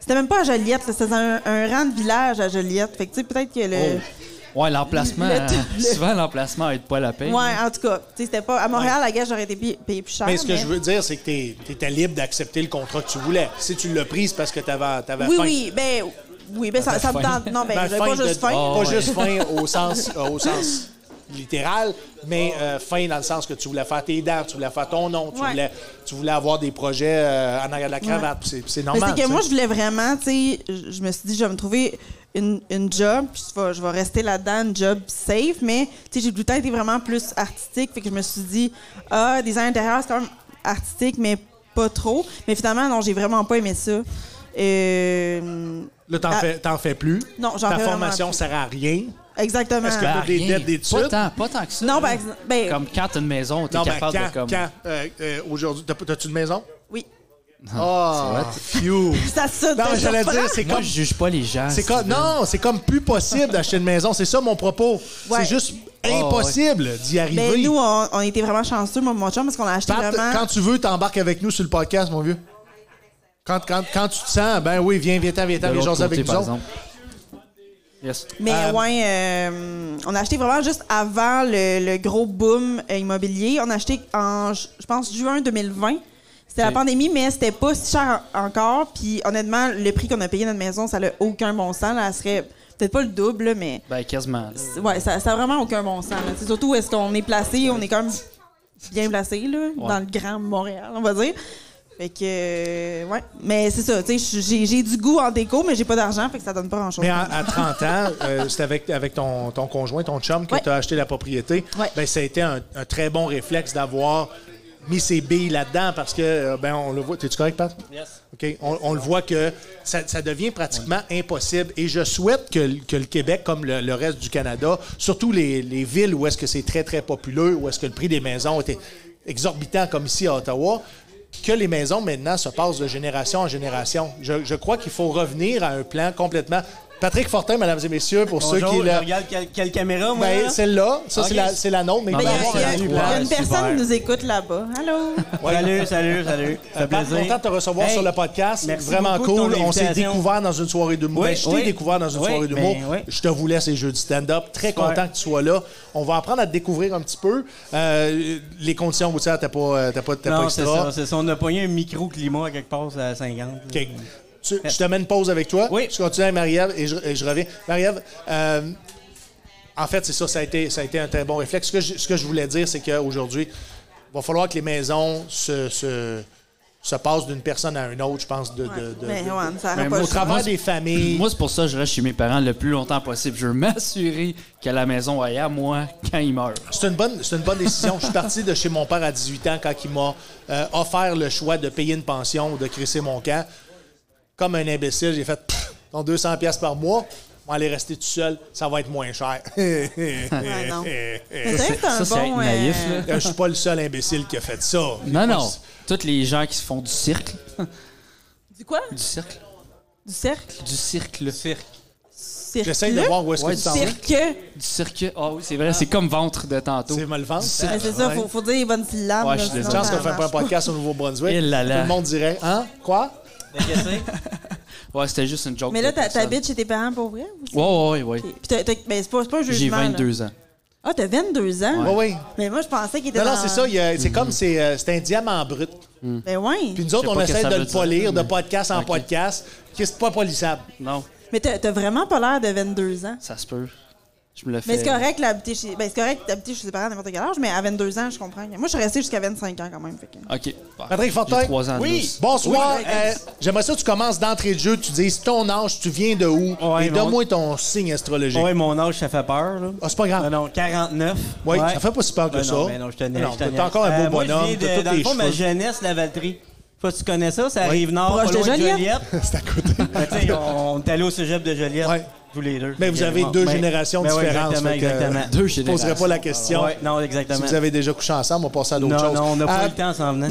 c'était même pas à Joliette, là, c'était dans un, un rang de village à Joliette. Fait que tu sais, peut-être que
Euh,
le.
Oh. Ouais, l'emplacement.
Le-
hein,
le-
Souvent, l'emplacement aide pas
Oh,
la peine.
Ouais, en tout cas, tu sais, c'était pas. À Montréal, la gage, j'aurais été pi- payé plus cher.
Mais ce que je veux dire, c'est que tu étais libre d'accepter le contrat que tu voulais. Si tu l'as pris, c'est parce que tu avais,
Oui, oui, ben. Oui, ben ça, ça me
faim.
tente. Non, ben, j'avais pas juste faim.
Pas
Oh, ouais.
juste faim au sens, euh, au sens littéral, mais euh, faim dans le sens que tu voulais faire tes dents, tu voulais faire ton nom, tu,
Ouais.
voulais, tu voulais avoir des projets euh, en arrière de la cravate. puis c'est- puis C'est
Mais
normal.
c'est que
tu
moi,
sais.
je voulais vraiment, tu sais, je je me suis dit, je vais me trouver une, une job, puis je vais, je vais rester là-dedans, une job safe, mais, tu sais, j'ai tout le temps été vraiment plus artistique, fait que je me suis dit, ah, design intérieur, c'est quand même artistique, mais pas trop. Mais finalement, non, j'ai vraiment pas aimé ça. Euh,
Là, t'en
Ah.
fais, t'en fais plus.
Non, j'en
Ta
fais vraiment
formation
plus.
sert à rien.
exactement.
Est-ce que-
Ben,
Pour des
rien.
dettes d'études.
Pas tant, pas tant que ça.
Non,
là.
par exemple, ben,
Comme quand t'as une maison, t'es
Non, mais
capable
quand,
de comme.
quand euh, euh, aujourd'hui, t'as- t'as-tu une maison?
oui.
Ah, phew.
Ça se
Non, mais j'allais dire, c'est
Moi,
comme.
je juge pas les gens.
C'est comme,
Steven.
non, c'est comme plus possible d'acheter une maison. C'est ça mon propos. C'est
Ouais.
juste
Ah, ouais.
impossible d'y arriver.
Ben, nous, on, on était vraiment chanceux, moi, mon chum, parce qu'on a acheté
Pat,
vraiment...
quand tu veux, t'embarques avec nous sur le podcast, mon vieux. Quand, quand, quand tu te sens, ben oui, viens, viens, viens, viens,
De
viens,
l'autre
jaser
côté,
avec nous.
par
autres.
exemple. Yes.
Mais
Euh,
ouais, euh, on a acheté vraiment juste avant le, le gros boom euh, immobilier. On a acheté en, ju- je pense, juin 2020. C'était la
Ok.
pandémie, mais c'était pas si cher en- encore. Puis honnêtement, le prix qu'on a payé notre maison, ça n'a aucun bon sens. Là, elle serait peut-être pas le double, là, mais
Ben, quasiment. là.
ouais, ça n'a vraiment aucun bon sens. là. C'est surtout où est-ce qu'on est placé, on est quand même bien placé là, dans le grand Montréal, on va dire. Fait que, euh, ouais. Mais c'est ça, tu sais, j'ai j'ai du goût en déco, mais j'ai pas d'argent, fait que ça donne pas grand-chose.
Mais à, à 30 ans, euh, c'est avec, avec ton, ton conjoint, ton chum, que
Ouais.
tu as acheté la propriété.
Ouais.
Ben, ça a été un, un très bon réflexe d'avoir mis ses billes là-dedans parce que, euh, ben, on le voit. T'es-tu correct, Pat?
Yes.
OK. On, on le voit que ça, ça devient pratiquement impossible. Et je souhaite que, le- que le Québec, comme le, le reste du Canada, surtout les, les villes où est-ce que c'est très, très populeux, où est-ce que le prix des maisons était exorbitant comme ici à Ottawa, que les maisons maintenant se passent de génération en génération. Je, je crois qu'il faut revenir à un plan complètement. Patrick Fortin, mesdames et messieurs, pour
Bonjour,
ceux qui
je
le.
regarde quelle, quelle caméra, moi?
Ben,
là?
celle-là, ça c'est
Ok.
la, c'est la nôtre, mais
Ah
Ben,
il
Il y
faut
a-
avoir
il y a,
un
il y
plan.
a une
Super.
personne qui nous écoute là-bas. Allô?
Salut, salut, salut. Ça fait
Euh, Pat,
plaisir.
content de te recevoir
Hey,
sur le podcast.
merci
Vraiment
beaucoup de ton
cool. On s'est
invitation.
découvert dans une soirée d'humour.
Oui,
Ben, je t'ai
oui.
découvert dans une
Oui,
soirée
ben
d'humour.
oui.
Je te voulais ces jeux du stand-up. Très
Super.
content que tu sois là. On va apprendre à te découvrir un petit peu. Euh, les conditions routières, t'as pas, euh, t'as pas, t'as pas
Non, c'est
extra.
ça, c'est ça. On a pogné un micro-climat à quelque part à 50.
OK. Tu- je te mets une pause avec toi.
Oui.
Je continue avec Marie-Ève et je, et je reviens. Marie-Ève, euh, en fait, c'est ça, ça a, été, ça a été un très bon réflexe. Ce que je, ce que je voulais dire, c'est qu'aujourd'hui, il va falloir que les maisons se, se, se passe d'une personne à une autre, je pense, de, de-
Ouais.
de-
Mais
de-
Ben, ouais,
Mais
ça n'aura pas
Ben, au
le choix.
travers des familles.
Moi, c'est pour ça que je reste chez mes parents le plus longtemps possible. Je veux m'assurer que la maison aille à moi quand ils meurent.
C'est une bonne, c'est une bonne décision. Je suis parti de chez mon père à 18 ans quand il m'a euh, offert le choix de payer une pension ou de crisser mon camp. Comme un imbécile, j'ai fait Pff, ton 200 pièces par mois, on va aller rester tout seul, ça va être moins cher.
Ouais, non.
Je
Mais c'est vrai
Ça,
que t'as
c'est
un
être
bon.
naïf,
euh,
là.
suis pas le seul imbécile qui a fait ça.
Non, non. Toutes les gens qui se font du cirque.
Du quoi?
Du cirque?
Du cercle?
Du cirque, là. Cirque.
Cirque.
J'essaye de voir où est-ce que tu t'en vas.
Cirque.
Du cirque. Ah oui, c'est vrai. C'est comme ventre de tantôt.
C'est me le vendre.
Ben, c'est ça, faut, faut dire les bonnes syllabes.
Ouais,
là,
je suis
sinon,
désolé.
Chance
ça
qu'on fait pas un
marche pas.
podcast au Nouveau-Brunswick.
Eh
Tout
là là.
le monde dirait Hein? Quoi?
Ben,
Ouais, c'était juste une joke.
Mais là,
de
t'as-
personne.
t'habites chez tes parents pour vrai? ou-
Ouais, ouais, ouais.
Puis t'as- t'as- ben, c'est pas, c'est pas un jugement.
J'ai
là.
22 ans.
Ah, t'as 22 ans?
Oui, oui.
Mais moi, je pensais qu'il était
Non, non,
dans-
c'est ça. il y a- C'est comme c'est euh, c'est un diamant brut.
Ben oui.
Puis nous
Je
autres,
sais
on
pas que
essaie
ça
de
veut
le
dire,
polir de
mais-
podcast en
Ok.
podcast. Qu'est-ce que c'est pas polissable?
Non,
Mais t'as t'as vraiment pas l'air de 22 ans.
ça se peut. Je me le fais.
Mais c'est correct d'habiter chez... Ben, c'est correct d'habiter chez ses parents à n'importe quel âge, mais à 22 ans, je comprends. Moi, je suis restée jusqu'à 25 ans quand même. fait que-
OK. Bon.
Patrick Fortin.
J'ai trois ans de
oui.
plus.
Bonsoir.
Oui.
Euh, J'aimerais ça que tu commences d'entrée de jeu, tu dises ton âge, tu viens de où,
Ouais,
et
mais on-
donne-moi ton signe astrologique.
Ouais, mon âge, ça fait peur. là. Ben
Ah, c'est pas grave.
Non, non, 49.
Oui,
Ouais.
ça fait pas si peur que
Ben
ça.
Non, mais non, je te niaise,
Non,
je te
t'es
niaise.
encore un beau
Euh, moi, je
bonhomme,
viens de-
t'as tous
dans
tes
le fond, ma
cheveux.
jeunesse, la Valtrie. Je sais pas si tu connais ça, ça arrive nord,
Proche
pas
de
loin de
Joliette.
Joliette.
C'est à côté.
Ben, tu sais, on, on est allé au cégep de Joliette,
Ouais.
tous les deux.
Mais vous avez
Bon,
deux
ben,
générations
ben ouais,
différentes.
Exactement,
fait que, euh,
exactement.
Deux
Je poserai pas
générations.
la question.
Ouais, non,
Si
exactement.
vous avez déjà couché ensemble, on passe à d'autres
non,
choses.
non, on n'a pas
Ah,
eu le temps en s'en venant.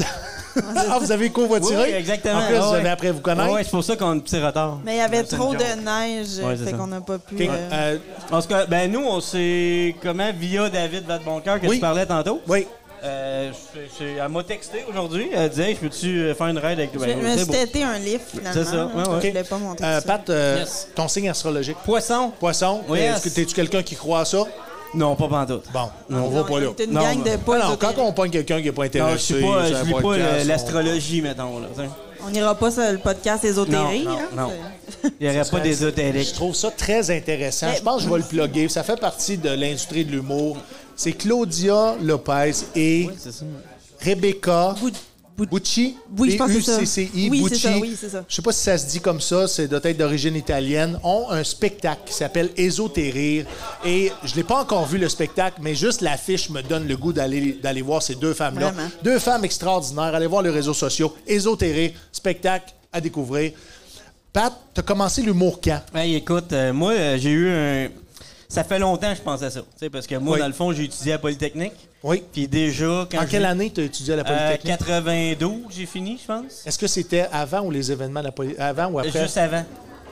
Ah, vous avez
Oui,
covoituré?
oui, exactement.
En plus,
Ah,
vous
ouais.
avez appris à vous connaître.
Ah, ouais, c'est pour ça qu'on a un petit retard.
Mais il y avait
Ouais, c'est
trop
une
de
joke.
neige,
Ouais, c'est
fait
ça.
qu'on n'a pas pu...
OK.
euh,
Euh,
On se conna- ben, nous, on s'est. Comment, via David Vadeboncoeur, que
Oui.
tu parlais tantôt?
oui.
Euh, je- je- elle m'a texté aujourd'hui. Elle disait, hey, je peux-tu faire une raid avec toi?
Je
Ben,
me
c'est
suis
beau.
têté un livre, finalement.
C'est ça,
là,
ouais,
parce que
ouais.
Je voulais pas monter
Euh,
ça.
Pat, euh,
Yes.
ton signe astrologique.
Poisson?
Poisson,
Oui,
est-ce que
yes.
t'es-tu quelqu'un qui croit à ça?
Non, pas pantoute.
Bon, on
Non.
va pas là.
C'est une
Non,
gang de
non.
pas
Non, non, quand
ésotériques.
on pogne quelqu'un qui n'est pas
Non,
intéressé,
je suis pas,
euh, sur un
je lis pas
podcast,
le-
on-
l'astrologie, mettons. Là, t'sais.
On n'ira pas sur le podcast ésotérique.
Non, non,
hein,
non.
c'est-
Il n'y aurait pas
Je
d'ésotérique.
trouve ça très intéressant.
Mais-
Je pense que je vais le plugger. Ça fait partie de l'industrie de l'humour. C'est Claudia Lopez et
C'est ça.
Rebecca
Bou- Bou-
Bucci.
Oui, je pense que c'est ça.
B-U-C-C-I,
Oui, c'est
Bucci.
ça, oui, c'est ça.
Je sais pas si ça se dit comme ça, c'est doit être d'origine italienne, ont un spectacle qui s'appelle Ésotérir. Et je l'ai pas encore vu le spectacle, mais juste l'affiche me donne le goût d'aller d'aller voir ces deux femmes-là.
Vraiment.
Deux femmes extraordinaires. Allez voir les réseaux sociaux. Ésotérir, spectacle à découvrir. Pat, tu as commencé l'humour quand?
Hey, écoute, euh, moi, euh, j'ai eu un. Ça fait longtemps que je pensais à ça. t'sais, Parce que moi,
Oui.
dans le fond, j'ai étudié à Polytechnique.
Oui.
Puis déjà, quand.
En quelle
j'ai-
année tu as étudié à la
Euh,
Polytechnique?
92, j'ai fini, je pense.
Est-ce que c'était avant ou les événements de la Poly- avant ou après?
Juste avant.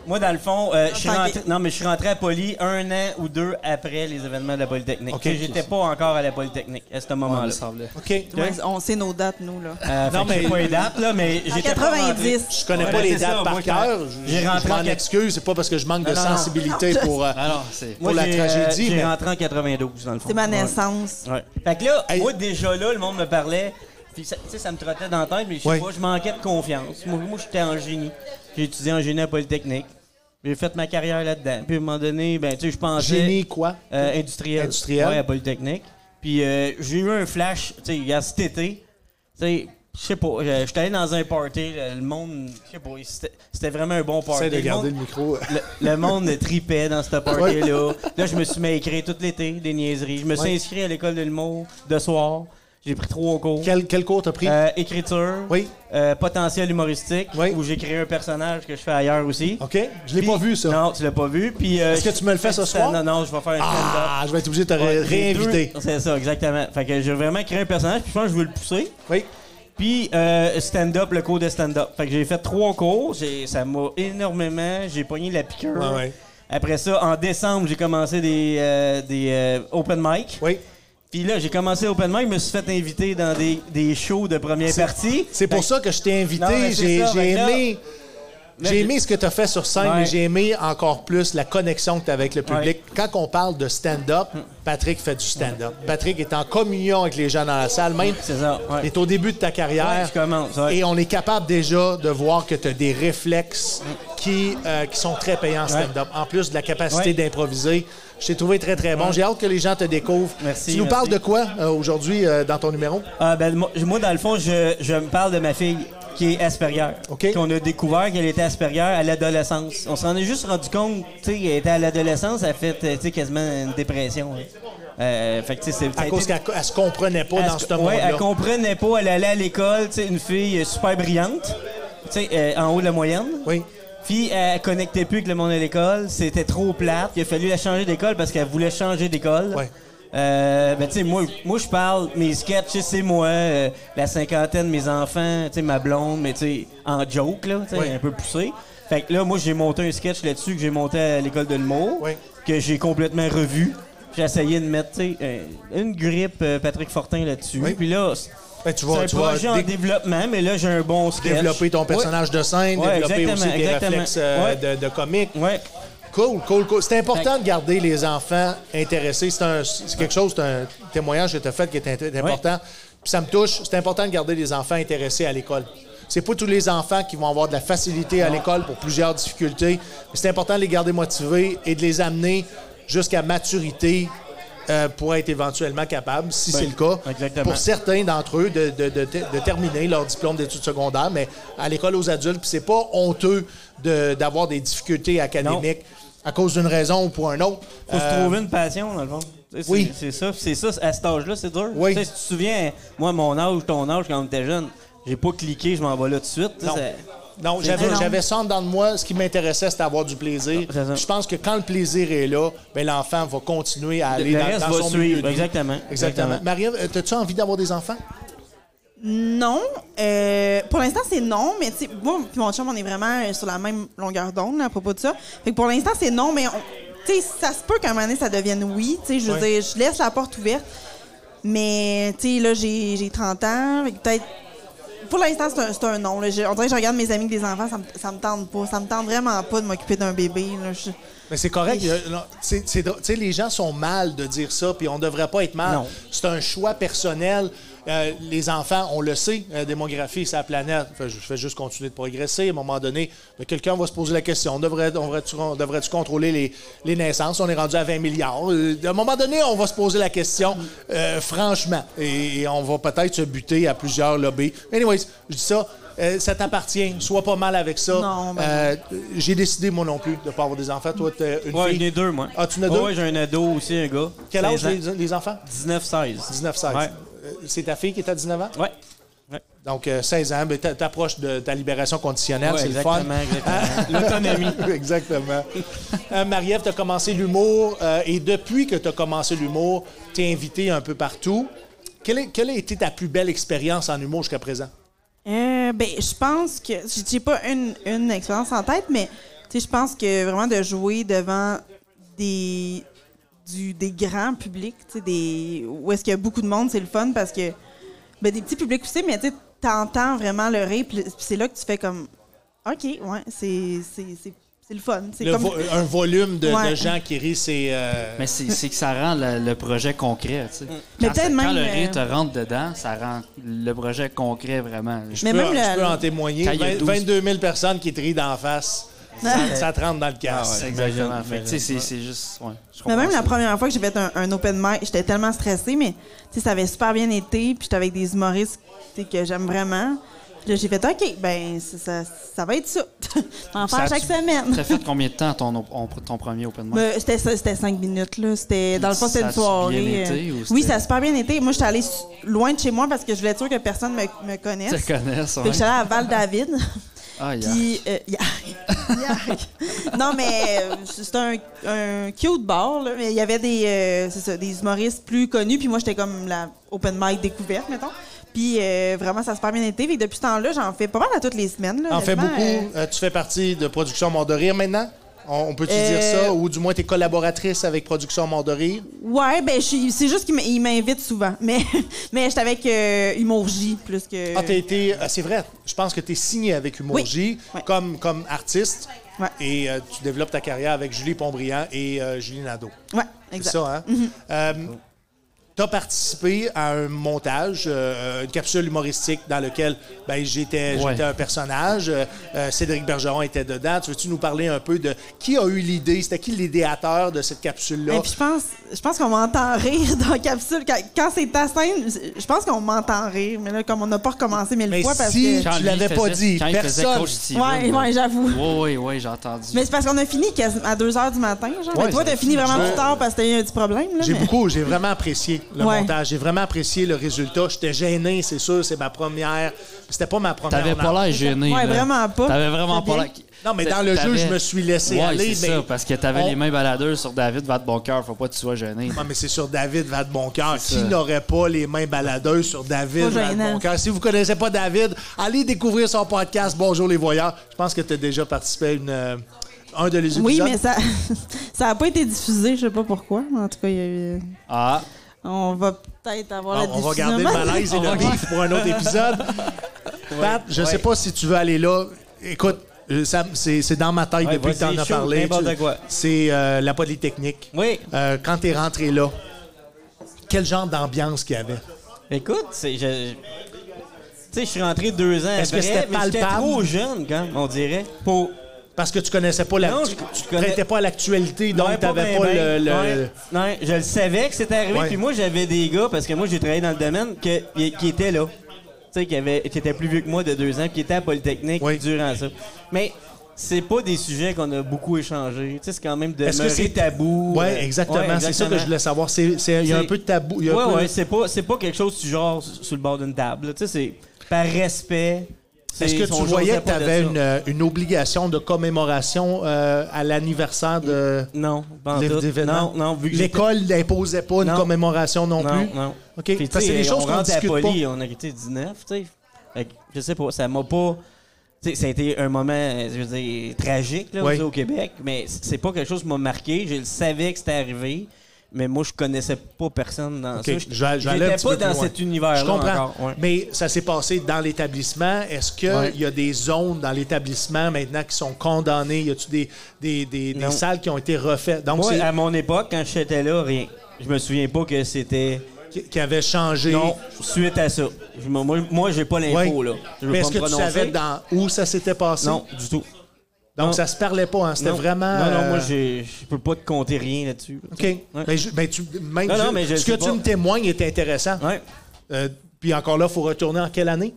Moi, dans le fond, euh, je suis
Enfin,
rentré, non, mais je suis rentré à Poly un an ou deux après les événements de la Polytechnique.
Ok.
T'sais, J'étais pas encore à la Polytechnique à ce
Ouais, il me
moment-là.
semblait.
OK.
Ouais, on sait nos dates, nous, là.
Euh,
Non,
non, mais
mais-
pas les dates, là, mais
En
j'étais pas rentré.
90.
Je connais
Ouais,
pas les
c'est
dates
ça,
par
moi, je-
cœur. Je,
j'ai rentré
je
en
m'en
quat-
excuse. C'est pas parce que je manque de
Non, Ah, non, non.
sensibilité pour. euh,
Alors, Ah c'est.
Moi,
pour la
j'ai, euh,
tragédie,
J'ai
mais-
rentré en 92, dans le fond.
C'est ma
Ouais.
naissance.
Ouais. Fait que là,
Hey.
moi, déjà là, le monde me parlait. Puis, ça, tu sais, ça me trottait dans la tête, mais je sais
Ouais.
pas, je manquais de confiance. Moi, moi, j'étais en génie. J'ai étudié en génie à Polytechnique. J'ai fait ma carrière là-dedans. Puis, à un moment donné, ben, tu sais, je pensais.
Génie, quoi?
Euh, industriel.
Industriel.
Ouais, à Polytechnique. Puis euh, j'ai eu un flash, tu sais, il y a cet été. Tu sais, je sais pas, euh, j'étais allé dans un party, le le monde, je sais pas, c'était- c'était vraiment un bon party.
Essaye de
Le
garder
monde-
le micro.
le, le monde tripait dans ce party-là. Là, je me suis mis à écrire tout l'été des niaiseries. Je me suis
Ouais.
inscrit à l'école de l'humour de soir. J'ai pris trois cours.
Quel, quel cours t'as pris?
Euh, écriture,
Oui.
euh, potentiel humoristique,
Oui.
où j'ai créé un personnage que je fais ailleurs aussi.
OK? Je l'ai pas
Puis-
vu, ça.
Non, tu l'as pas vu. Puis, euh,
Est-ce que tu me le fais ce soir?
Non, non, je vais faire un stand-up.
Ah, je vais être obligé de te ré-
Ouais,
réinviter.
les deux, C'est ça, exactement. Fait que j'ai vraiment créé un personnage, puis je pense que je veux le pousser.
Oui.
Puis euh, stand-up, le cours de stand-up. Fait que j'ai fait trois cours, j'ai- ça m'a énormément, j'ai pogné la piqûre.
Ouais, ouais.
Après ça, en décembre, j'ai commencé des, euh, des euh, open mic.
Oui.
Puis là, j'ai commencé open mic, je me suis fait inviter dans des, des shows de première
C'est-
partie.
C'est pour
Fait-
ça que je t'ai
Ben, Non,
invité.
mais c'est
J'ai
ça,
j'ai
fait que là-
aimé.
Là,
J'ai
j'ai-
aimé ce que tu as fait sur scène,
Ouais.
mais j'ai aimé encore plus la connexion que tu as avec le public. Quand on parle de stand-up, Patrick fait du stand-up. Patrick est en communion avec les gens dans la salle, même
C'est ça, ouais.
Tu es au début de ta carrière.
Ouais, je commence, ouais.
Et on est capable déjà de voir que tu as des réflexes qui, euh, qui sont très payants en stand-up. En plus de la capacité
Ouais.
d'improviser. Je t'ai trouvé très, très bon. J'ai hâte que les gens te découvrent.
Merci,
Tu nous
merci.
parles de quoi euh, aujourd'hui euh, dans ton numéro?
Ah, ben, moi, moi, dans le fond, je, je me parle de ma fille qui est Asperger.
OK.
Qu'on a découvert qu'elle était Asperger à l'adolescence. On s'en est juste rendu compte, tu sais, elle était à l'adolescence, elle a fait euh, tu sais, quasiment une dépression. hein. Euh, fait que, tu sais, c'est- ça
À
a
cause
été-
qu'elle ne se comprenait pas dans
elle-
ce
ouais,
monde-là.
Elle comprenait pas, elle allait à l'école, tu sais, une fille euh, super brillante, tu sais, euh, en haut de la moyenne.
Oui.
Puis elle connectait plus avec le monde à l'école, c'était trop plate. Il a fallu la changer d'école parce qu'elle voulait changer d'école.
Ouais.
Euh, ben tu sais moi moi je parle mes sketchs c'est moi euh, la cinquantaine mes enfants tu sais ma blonde mais tu sais en joke là tu sais
Ouais.
un peu poussé fait que là moi j'ai monté un sketch là-dessus que j'ai monté à l'école de l'humour
Ouais.
que j'ai complètement revu j'ai essayé de mettre tu sais, euh, une grippe euh, Patrick Fortin là-dessus
Oui.
puis là c'est
Ben, tu
c'est
vas,
un
tu vas
projet en
dé-
développement mais là j'ai un bon sketch
développer ton personnage de scène,
Ouais,
développer aussi
exactement,
tes
exactement.
réflexes euh,
Ouais.
de, de comique.
ouais, ouais.
Cool, cool, cool. C'est important de garder les enfants intéressés. C'est un- c'est quelque chose, c'est un témoignage que tu as fait qui est int- important. Puis ça me touche. C'est important de garder les enfants intéressés à l'école. C'est pas tous les enfants qui vont avoir de la facilité à l'école pour plusieurs difficultés, mais c'est important de les garder motivés et de les amener jusqu'à maturité euh, pour être éventuellement capable, si c'est le cas,
exactement.
pour certains d'entre eux, de, de- de- de terminer leur diplôme d'études secondaires, mais à l'école aux adultes, puis c'est pas honteux de- d'avoir des difficultés académiques à cause d'une raison ou pour un autre.
Faut se
Euh,
trouver une passion, dans le fond. Tu sais, c'est-
oui.
C'est ça, c'est ça, à cet âge-là, c'est dur.
Oui.
Tu sais, si tu te souviens, moi, mon âge, ton âge, quand on était jeune, j'ai pas cliqué, je m'en vais là tout de suite. tu sais,
Non.
ça-
Non,
C'est
j'avais,
énorme. Ah,
j'avais ça en dedans de moi. Ce qui m'intéressait, c'était avoir du plaisir.
c'est ça.
Je pense que quand le plaisir est là, ben, l'enfant va continuer à
Le-
aller
le
dans,
reste
dans
va
son
suivre.
milieu de vie.
Exactement.
Exactement.
Exactement.
Marianne, euh, as-tu envie d'avoir des enfants?
Non. euh, pour l'instant, c'est non, mais tu sais, moi puis mon chum, on est vraiment euh, sur la même longueur d'onde là, à propos de ça. Fait que pour l'instant, c'est non, mais on- tu sais, ça se peut qu'à un moment donné, ça devienne oui. Tu sais, je veux
Ouais.
dire, je laisse la porte ouverte. Mais, tu sais, là, j'ai j'ai 30 ans. fait que Peut-être. Pour l'instant, c'est un, c'est un non. là. Je- on dirait que je regarde mes amis avec des enfants, ça me, ça me tente pas. Ça me tente vraiment pas de m'occuper d'un bébé. là. Je-
Mais c'est correct. euh, non, c'est- c'est drôle. Tu sais, les gens sont mal de dire ça, puis on ne devrait pas être mal.
Non.
C'est un choix personnel. Euh, les enfants, on le sait, la démographie, c'est la planète. Fait, je fais juste continuer de progresser. À un moment donné, ben, quelqu'un va se poser la question. On devrait, on devrait-tu- on devrait-tu contrôler les, les naissances? On est rendu à 20 milliards. Euh, à un moment donné, on va se poser la question, euh, franchement. Et, et on va peut-être se buter à plusieurs lobbies. Anyways, je dis ça. euh, ça t'appartient. Sois pas mal avec ça.
Non, ben non.
Euh, j'ai décidé, moi non plus, de ne pas avoir des enfants. Toi, t'es une
Ouais,
fille.
j'en ai deux, moi.
Ah, tu en as deux?
Ouais, j'ai un ado aussi, un gars.
Quel âge
16 ans.
les, les enfants?
19-16.
19-16.
Ouais.
Euh, C'est ta fille qui est à 19 ans?
Ouais.
Donc, euh, 16 ans, ben, t'a- t'approches de ta libération conditionnelle,
Ouais,
Ah, c'est le fun. Ah.
exactement, exactement. L'autonomie.
exactement. Euh, Marie-Ève, tu as commencé l'humour euh, et depuis que tu as commencé l'humour, tu es invitée un peu partout. Quelle, est- quelle a été ta plus belle expérience en humour jusqu'à présent?
Euh, ben, je pense que j'ai- j'ai pas une, une expérience en tête, mais tu sais, je pense que vraiment de jouer devant des du des grands publics, tu sais, des où est-ce qu'il y a beaucoup de monde, c'est le fun parce que ben, des petits publics aussi, mais tu sais, t'entends vraiment le rire, puis puis c'est là que tu fais comme ok, ouais, c'est c'est c'est c'est le fun, c'est
Le
comme
vo- un volume de, de
Ouais.
gens qui rient, c'est... euh,
Mais c'est c'est que ça rend le, le projet concret. tu sais.
Mais
Quand
peut-être
ça- Quand
même,
le
euh,
rire te rentre dedans, ça rend le projet concret vraiment.
Je
Mais
peux,
même
je
le-
peux en témoigner.
Quand il y a
Vingt-
12
22 000 personnes qui te rient d'en face, ça, ça te rentre dans le casque.
C'est Ah Exactement. Fait que, tu sais, C'est c'est juste. ouais, je
Mais
comprends
même
ça.
la première fois que j'ai fait un, un open mic, j'étais tellement stressée, mais tu sais, ça avait super bien été. Puis j'étais avec des humoristes tu sais, que j'aime vraiment. Puis Là, j'ai fait OK, ben c'est ça, ça va être ça. en faire
Ça a-tu-
chaque semaine. Ben,
T'as fait combien de temps ton, op- on- ton premier open mic?
Mais C'était ça, c'était cinq minutes là. C'était dans le fond c'était
Ça
une
a-tu bien
soirée.
été
euh,
ou
oui,
c'était-
ça a super bien été. Moi, j'étais allée su- loin de chez moi parce que je voulais être sûre que personne me, me connaisse.
Tu te connais, ça? hein?
Fait que j'étais allée à Val David.
Ah, yeah.
Puis, euh, yark, yark. non, mais euh, c'était un, un cute bar, là. Mais il y avait des, euh, c'est ça, des humoristes plus connus. Puis moi, j'étais comme la open mic découverte, mettons. Puis euh, vraiment, ça se permet d'été. Fait que depuis ce temps-là, j'en fais pas mal à toutes les semaines. là,
En fait
honnêtement,
beaucoup.
euh,
Euh, tu fais partie de Production Monde de Rire maintenant? On, on peut-tu
Euh,
dire ça? Ou du moins, tu es collaboratrice avec Production Monde de Rire?
ouais, ben je suis- c'est juste qu'il m- il m'invite souvent. Mais, mais j'étais avec euh, Humour J plus que.
Ah, t'as été- ah, c'est vrai. Je pense que tu es signé avec Humour
Euh. Oui.
J
Ouais.
comme, comme artiste.
Ouais.
Et euh, tu développes ta carrière avec Julie Pombriand et euh, Julie Nadeau.
ouais,
C'est
exact.
ça, hein? Euh, Tu as participé à un montage, euh, une capsule humoristique dans laquelle ben, j'étais
Ouais.
j'étais un personnage. euh, euh, Cédric Bergeron était dedans. Tu veux-tu nous parler un peu de qui a eu l'idée? C'était qui l'idéateur de cette capsule-là?
Et puis je pense, je pense qu'on m'entend rire dans la capsule. Quand, quand c'est ta scène, je pense qu'on m'entend rire. Mais là, comme on n'a pas recommencé mille
Mais
fois parce
si-
que.
Tu l'avais
lui
pas
faisait-
dit,
Quand il faisait
personne.
coach Steven.
Ouais, ouais, j'avoue.
Oui, oui, oui, j'ai entendu.
Mais c'est parce qu'on a fini quasi- à 2 h du matin. Genre.
Ouais,
mais toi,
ça-
t'as fini vraiment
je-
plus tard parce que t'as eu un petit problème. Là,
J'ai
mais-
beaucoup, j'ai vraiment apprécié le
Ouais.
montage, j'ai vraiment apprécié le résultat. J'étais gêné, c'est sûr, c'est ma première. C'était pas ma première.
T'avais
on en
pas l'air gêné. là.
Ouais, vraiment pas.
T'avais vraiment
C'est
pas
bien.
l'air.
Non, mais dans le jeu,
T'avais-
je me suis laissé
ouais,
aller.
c'est
mais-
ça, parce que t'avais
On-
les mains baladeuses sur David va de bon cœur. Faut pas que tu sois gêné.
Non, mais c'est sur David Vadeboncoeur.
C'est
Qui
ça.
n'aurait pas les mains baladeuses sur David
Pas gênant.
Vadeboncoeur? Si vous connaissez pas David, allez découvrir son podcast Bonjour les voyeurs. Je pense que tu as déjà participé à une, euh, un de les épisodes.
Oui, mais ça ça a pas été diffusé, je sais pas pourquoi. mais En tout cas, il y a eu-
Ah,
on va peut-être avoir
Bon,
la
Ah, on va
diffusion.
garder le malaise et le beef pour un autre épisode. Pat, je sais pas si tu veux aller là. Écoute, euh, ça- c'est c'est dans ma tête
Ouais,
depuis que tu en
vas-y,
as
shoot,
parlé.
n'importe
Tu-
quoi.
C'est euh, la Polytechnique.
Oui.
Euh, quand tu es rentré là, quel genre d'ambiance qu'il y avait?
Écoute, c'est. je- Tu sais, je suis rentré deux ans
Est-ce que
après,
c'était
mais j'étais
palpable?
trop jeune, quand, on dirait, pour...
Parce que tu connaissais pas la,
Non,
tu,
je-
tu
je connais-
traitais pas à l'actualité, donc
Ouais,
tu n'avais
ben,
pas
ben.
le. le-
Ouais. Ouais, je le savais que c'était arrivé.
Ouais.
Puis moi, j'avais des gars, parce que moi, j'ai travaillé dans le domaine, que- qui qui étaient là. Tu sais, qui, avaient- qui étaient plus vieux que moi de deux ans, puis qui étaient à Polytechnique
Oui.
durant ça. Mais c'est pas des sujets qu'on a beaucoup échangés. Tu sais, c'est quand même de
Est-ce que c'est
tabou.
Oui,
Euh,
exactement.
ouais,
C'est ça que je voulais savoir. C'est- c'est- Il y a un
C'est-
peu de tabou. il y a un
Ouais,
peu-
ouais, c'est pas, c'est pas quelque chose que tu genre sur le bord d'une table. là. Tu sais, c'est par respect. c'est-
Est-ce que
on
tu
jasait
voyais que tu
pas de
avais
ça.
une, euh, une obligation de commémoration euh, à l'anniversaire de
Non, pas en
l'é-
tout.
d'événement?
Non, non, vu que j'étais-
L'école n'imposait pas une
Non.
commémoration non,
non,
plus?
non.
OK.
Puis,
Parce que c'est
tu
des
sais,
choses
on
qu'on
rentre à
discute pas.
Poly, on a été 19, tu sais. Fait que, je sais pas, ça m'a pas... Tu sais, ça a été un moment, euh, je veux dire, tragique, là,
Oui.
tu sais, au Québec, mais c- c'est pas quelque chose qui m'a marqué. Je le savais que c'était arrivé, mais moi, je connaissais pas personne dans
OK, je
ça.
vais- je vais aller un
J'étais
petit
pas
peu plus
dans
loin.
cet univers-là
Je comprends.
encore, ouais.
Mais ça s'est passé dans l'établissement. Est-ce qu'il
Ouais.
y a des zones dans l'établissement maintenant qui sont condamnées? Y a-tu des, des, des, des
Non.
salles qui ont été refaites? Donc,
Moi,
c'est-
à mon époque, quand j'étais là, rien. Je me souviens pas que c'était...
qui, qui avaient changé.
Non, suite à ça. Je- moi, moi, j'ai pas
Ouais.
l'info, là. Je veux
Mais
pas
est-ce
me
que tu
prononcer.
savais dans où ça s'était passé?
Non, du tout.
Donc,
non.
ça se parlait pas. hein? C'était
Non.
vraiment...
Non, non,
euh,
moi, j'ai- je peux pas te compter rien là-dessus.
OK.
Ouais.
Mais je- mais tu, même
Non,
je-
non, mais je
ce que
sais
tu
pas.
me témoignes est intéressant.
Ouais.
Euh, puis encore là, il faut retourner en quelle année?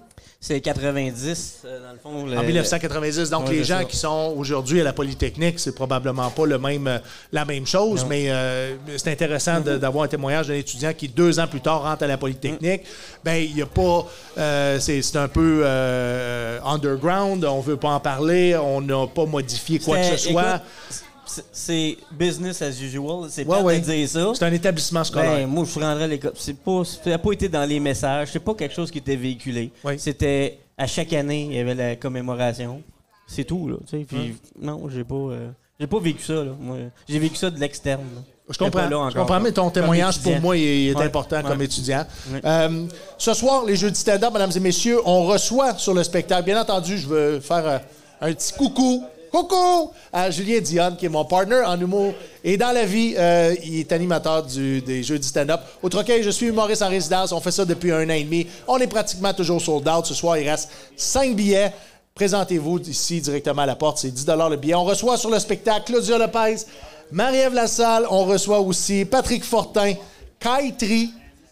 C'est 90, euh, dans le fond. le-
En 1990. Donc,
ouais,
les
c'est
gens
ça.
qui sont aujourd'hui à la Polytechnique, c'est probablement pas le même, euh, la même chose, mais euh, c'est intéressant
Mm-hmm.
de- d'avoir un témoignage d'un étudiant qui, deux ans plus tard, rentre à la Polytechnique.
Mm-hmm.
Ben, il n'y a pas. euh, c'est c'est un peu euh, underground, on veut pas en parler, on n'a pas modifié quoi que
C'était-
ce soit.
écoute, c'est- C'est business as usual. C'est
Ouais,
pas
ouais.
de dire ça.
C'est un établissement scolaire.
Ben, moi, je rendrais les copies. C'est pas, ça n'a pas été dans les messages. C'est pas quelque chose qui était véhiculé.
Oui.
C'était à chaque année, il y avait la commémoration. C'est tout, là. tu sais. Puis, non, j'ai pas, euh, j'ai pas vécu ça, là. Moi, j'ai vécu ça de l'externe. là.
Je
J'étais
comprends,
Ben, pas là
je
encore,
comprends,
là.
mais ton
Comme
témoignage
étudiant.
pour moi il est, il est
Ouais,
important
ouais.
comme étudiant. Euh, ce soir, les Jeudis stand-up, mesdames et messieurs, on reçoit sur le spectacle. Bien entendu, je veux faire euh, un petit coucou. Coucou à Julien Dionne, qui est mon partner en humour. Et dans la vie, euh, il est animateur du, des Jeudis stand-up. Au Troquet, je suis humoriste en résidence. On fait ça depuis un an et demi. On est pratiquement toujours sold out. Ce soir, il reste cinq billets. Présentez-vous ici directement à la porte. C'est 10 le billet. On reçoit sur le spectacle Claudia Lopez, Marie-Ève Lassalle. On reçoit aussi Patrick Fortin, Kai Tri,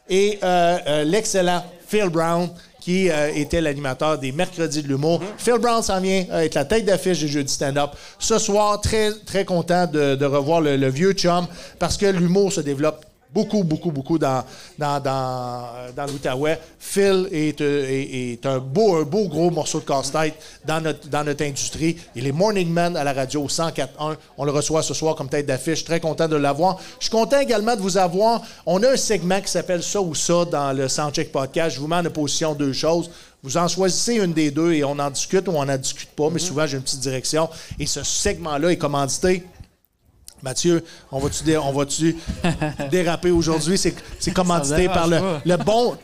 et euh, euh, l'excellent Phil Brown qui euh, était l'animateur des mercredis de l'humour. Phil Brown s'en vient euh, être la tête d'affiche du jeudi stand-up. Ce soir, très, très content de, de revoir le, le vieux chum parce que l'humour se développe beaucoup, beaucoup, beaucoup dans, dans, dans, euh, dans l'Outaouais. Phil est, euh, est- est un, beau, un beau gros morceau de casse-tête dans notre, dans notre industrie. Il est Morning Man à la radio 104.1. On le reçoit ce soir comme tête d'affiche. Très content de l'avoir. Je suis content également de vous avoir. On a un segment qui s'appelle Ça ou ça dans le Soundcheck Podcast. Je vous mets en opposition deux choses. Vous en choisissez une des deux et on en
Mhm.
discute ou on n'en discute pas, mais souvent j'ai une petite direction. Et ce segment-là est commandité Mathieu, on va-tu dé- on va-tu déraper aujourd'hui? C'est c'est commandité
dérange
par le,
pas.
le bon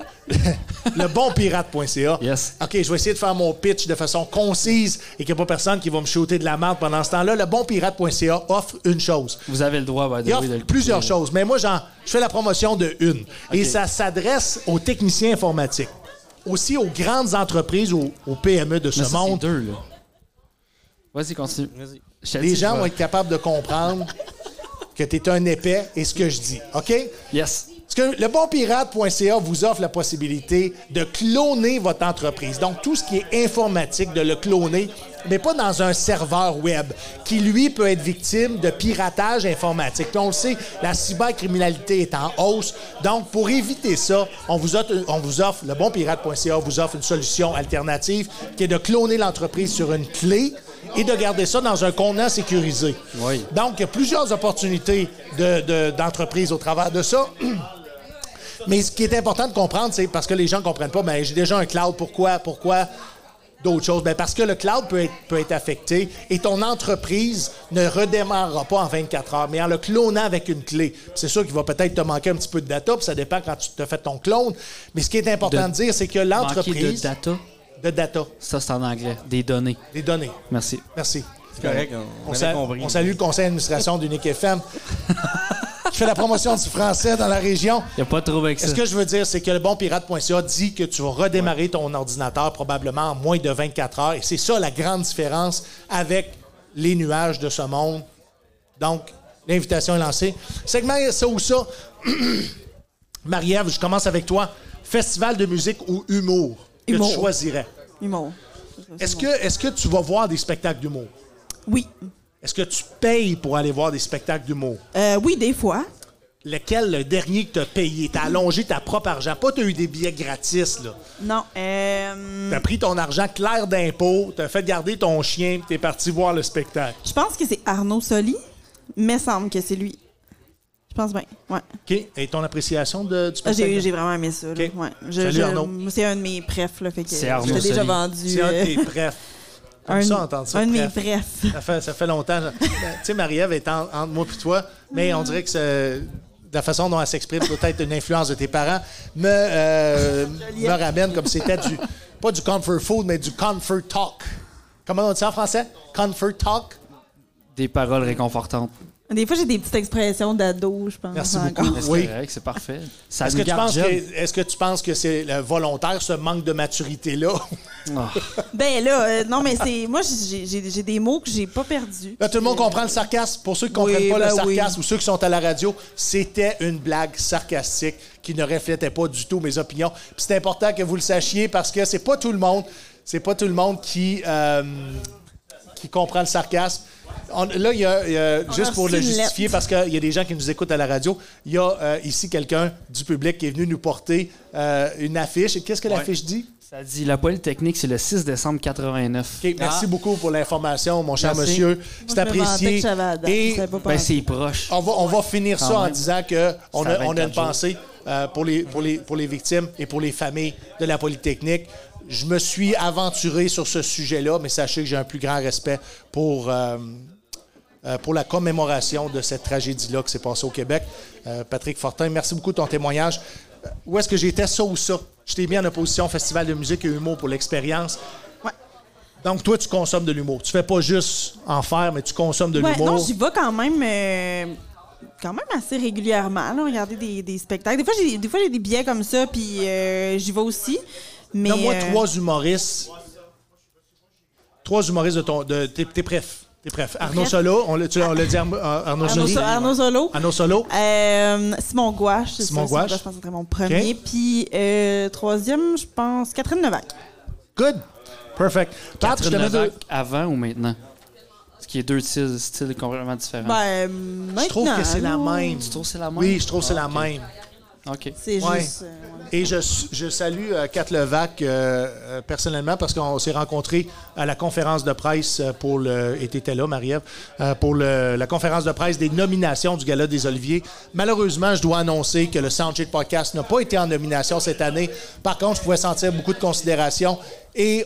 le bon pirate.ca.
Yes.
OK, je vais essayer de faire mon pitch de façon concise et qu'il n'y a pas personne qui va me shooter de la merde pendant ce temps-là. Le bon pirate.ca offre une chose.
Vous avez le droit, by the
Il
way, de le
offre plusieurs
couper.
choses, mais moi, j'en, je fais la promotion de une. Et ça s'adresse aux techniciens informatiques, aussi aux grandes entreprises, aux, aux PME de ce
Mais ça, c'est
monde.
deux, là. Vas-y, continue.
Vas-y.
Je te le
Les
dis,
gens
je
vont
vais-
être capables de comprendre que tu es un épais et ce que je dis. OK?
Yes.
Parce que le bonpirate.ca vous offre la possibilité de cloner votre entreprise. Donc, tout ce qui est informatique, de le cloner, mais pas dans un serveur web qui, lui, peut être victime de piratage informatique. Puis on le sait, la cybercriminalité est en hausse. Donc, pour éviter ça, on vous offre, on vous offre le bonpirate.ca vous offre une solution alternative qui est de cloner l'entreprise sur une clé et de garder ça dans un contenant sécurisé.
Oui.
Donc, il y a plusieurs opportunités de- de- d'entreprise au travers de ça. Mais ce qui est important de comprendre, c'est parce que les gens ne comprennent pas, ben, j'ai déjà un cloud, pourquoi, pourquoi d'autres choses? Ben, parce que le cloud peut être, peut être affecté et ton entreprise ne redémarrera pas en 24 heures, mais en le clonant avec une clé. Puis C'est sûr qu'il va peut-être te manquer un petit peu de data, puis ça dépend quand tu te fais ton clone. Mais ce qui est important de,
De-
dire, c'est que
Manquer
l'entreprise...
de data,
de data,
ça, c'est en anglais. Des données.
des données.
Merci.
Merci.
C'est correct, on,
On,
on
sa-
avait compris.
on salue le conseil d'administration d'Unique FM qui fait la promotion du français dans la région.
Il a pas de trouble avec ça.
Ce que je veux dire, c'est que le bon pirate.ca dit que tu vas redémarrer ton ordinateur probablement en moins de 24 heures. Et c'est ça la grande différence avec les nuages de ce monde. Donc, l'invitation est lancée. Segment ça ou ça. Marie-Ève, je commence avec toi. Festival de musique ou humour que
Humour.
tu choisirais.
Humour.
Est-ce que, est que tu vas voir des spectacles d'humour?
Oui.
Est-ce que tu payes pour aller voir des spectacles d'humour?
Euh, oui, des fois.
Lequel, le dernier que tu as payé? Tu as allongé ta propre argent. Pas tu as eu des billets gratis, là.
Non. euh,
T'as pris ton argent clair d'impôt, t'as fait garder ton chien, puis t'es parti voir le spectacle.
je pense que c'est Arnaud Soli, mais semble que c'est lui. Je pense bien. Ouais.
OK. Et ton appréciation de, du
Ah,
spectacle?
J'ai j'ai vraiment aimé ça. là.
Ok.
Ouais.
Salut, Arnaud.
moi, C'est un de mes prefs. là, fait que
C'est Arnaud
Je l'ai déjà
Soli.
vendu.
C'est un de
euh,
tes prefs. J'aime ça, entendre ça,
un de mes
pref.
prefs.
Ça fait, ça fait longtemps. là. Ben, tu sais, Marie-Ève est en- entre moi et toi, mais on dirait que c'est- la façon dont elle s'exprime, peut-être une influence de tes parents, me, euh, me ramène comme c'était du... Pas du comfort food, mais du comfort talk. Comment on dit ça en français? Comfort talk?
Des paroles réconfortantes.
Des fois, j'ai des petites expressions d'ado, je pense.
Merci
encore.
beaucoup.
Mais C'est
Oui.
correct, c'est parfait. Ça
Est-ce
nous
que, tu
garde
penses
jeune.
que, est-ce que tu penses que c'est le volontaire, ce manque de maturité-là?
Ah.
Ben là, euh, non, mais c'est. Moi, j'ai- j'ai j'ai des mots que j'ai pas perdus.
Là, tout le monde comprend le sarcasme. Pour ceux qui ne
Oui,
comprennent pas le
ben oui.
sarcasme ou ceux qui sont à la radio, c'était une blague sarcastique qui ne reflétait pas du tout mes opinions. Puis c'est important que vous le sachiez parce que c'est pas tout le monde, c'est pas tout le monde qui, euh, qui comprend le sarcasme. On- là, il y a, il y a- juste
a
pour le
reçu une
justifier,
lettre.
parce qu'il y a des gens qui nous écoutent à la radio, il y a euh, ici quelqu'un du public qui est venu nous porter euh, une affiche. Et Qu'est-ce que l'affiche dit?
Ça dit la polytechnique, c'est le 6 décembre 89.
OK, merci beaucoup pour l'information, mon cher
Merci.
monsieur. C'est
Moi, je me vantais
apprécié.
que j'avais Adam,
Et
je savais pas
Ben,
penser.
c'est proche.
on va, on va finir ça
Quand
en
même.
disant que on
C'est à
a, on a
24
une
jours.
pensée euh, pour, les, pour, les, pour les victimes et pour les familles de la Polytechnique. Je me suis aventuré sur ce sujet-là, mais sachez que j'ai un plus grand respect pour, euh, euh, pour la commémoration de cette tragédie-là qui s'est passée au Québec. Euh, Patrick Fortin, merci beaucoup de ton témoignage. Euh, Où est-ce que j'étais, ça ou ça? J'étais bien en opposition Festival de musique et humour pour l'expérience.
Ouais.
Donc, toi, tu consommes de l'humour. Tu fais pas juste en faire, mais tu consommes de
Ouais,
l'humour.
non, j'y vais quand même. euh, Quand même assez régulièrement, là, regarder des, des spectacles. Des fois, j'ai des, fois, j'ai des billets comme ça, puis euh, j'y vais aussi. Mais,
Donne-moi
euh,
trois humoristes. Trois humoristes de ton. De, t'es, t'es pref. T'es pref. Arnaud
Pref.
Solo, on l'a, tu, l'as- on l'a dit Arnaud, Arnaud
Arnaud,
Soli.
So- Arnaud Solo.
Arnaud Solo.
Euh, Simon Gouache. c'est
Simon
ça,
Gouache.
Je pense que c'était mon premier. Puis euh, troisième, je pense, Catherine Novak.
Good. Perfect. Pat, je te
Catherine
mets deux.
Levac, avant ou maintenant? Ce qui est deux styles, styles complètement
Ah.
différents.
Ben, maintenant.
Je trouve que c'est la
là,
même.
tu trouves que c'est la même?
Oui, je trouve que c'est la
Ah, ok.
même.
OK.
C'est
Ouais.
juste. euh, ouais.
Et je, je salue euh, Kat Levac euh, euh, personnellement parce qu'on s'est rencontrés à la conférence de presse euh, pour le. Et t'étais là, Marie-Ève, euh, pour le- la conférence de presse des nominations du Gala des Oliviers. Malheureusement, je dois annoncer que le Soundcheck Podcast n'a pas été en nomination cette année. Par contre, je pouvais sentir beaucoup de considération et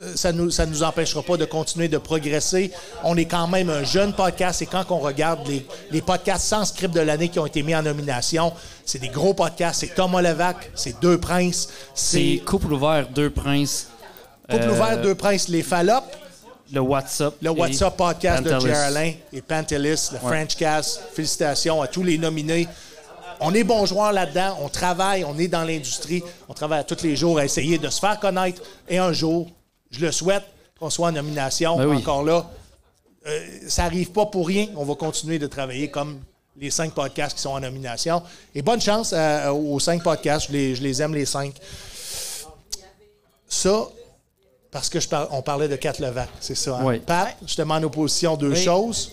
euh, ça nous, ça nous empêchera pas de continuer de progresser. On est quand même un jeune podcast et quand on regarde les, les podcasts sans script de l'année qui ont été mis en nomination, c'est des gros podcasts. C'est Thomas Levac, c'est Deux Princes,
C'est
c'est
Couple ouvert, Deux Princes,
Couple
euh,
ouvert, Deux Princes, Les Fallops,
le WhatsApp.
le WhatsApp podcast de
Pantelis.
Pierre Alain et Pantelis, le
Ouais.
Frenchcast. Félicitations à tous les nominés. On est bons joueurs là-dedans, on travaille, on est dans l'industrie, on travaille à tous les jours à essayer de se faire connaître et un jour, je le souhaite, qu'on soit en nomination
Ben oui.
encore là. euh, ça n'arrive pas pour rien, on va continuer de travailler comme les cinq podcasts qui sont en nomination. Et bonne chance euh, aux cinq podcasts, je les, je les aime les cinq. Ça, parce que je par- on parlait de Cat Levac, c'est ça. hein?
Oui.
Pat, je te demande aux positions deux
Oui.
choses.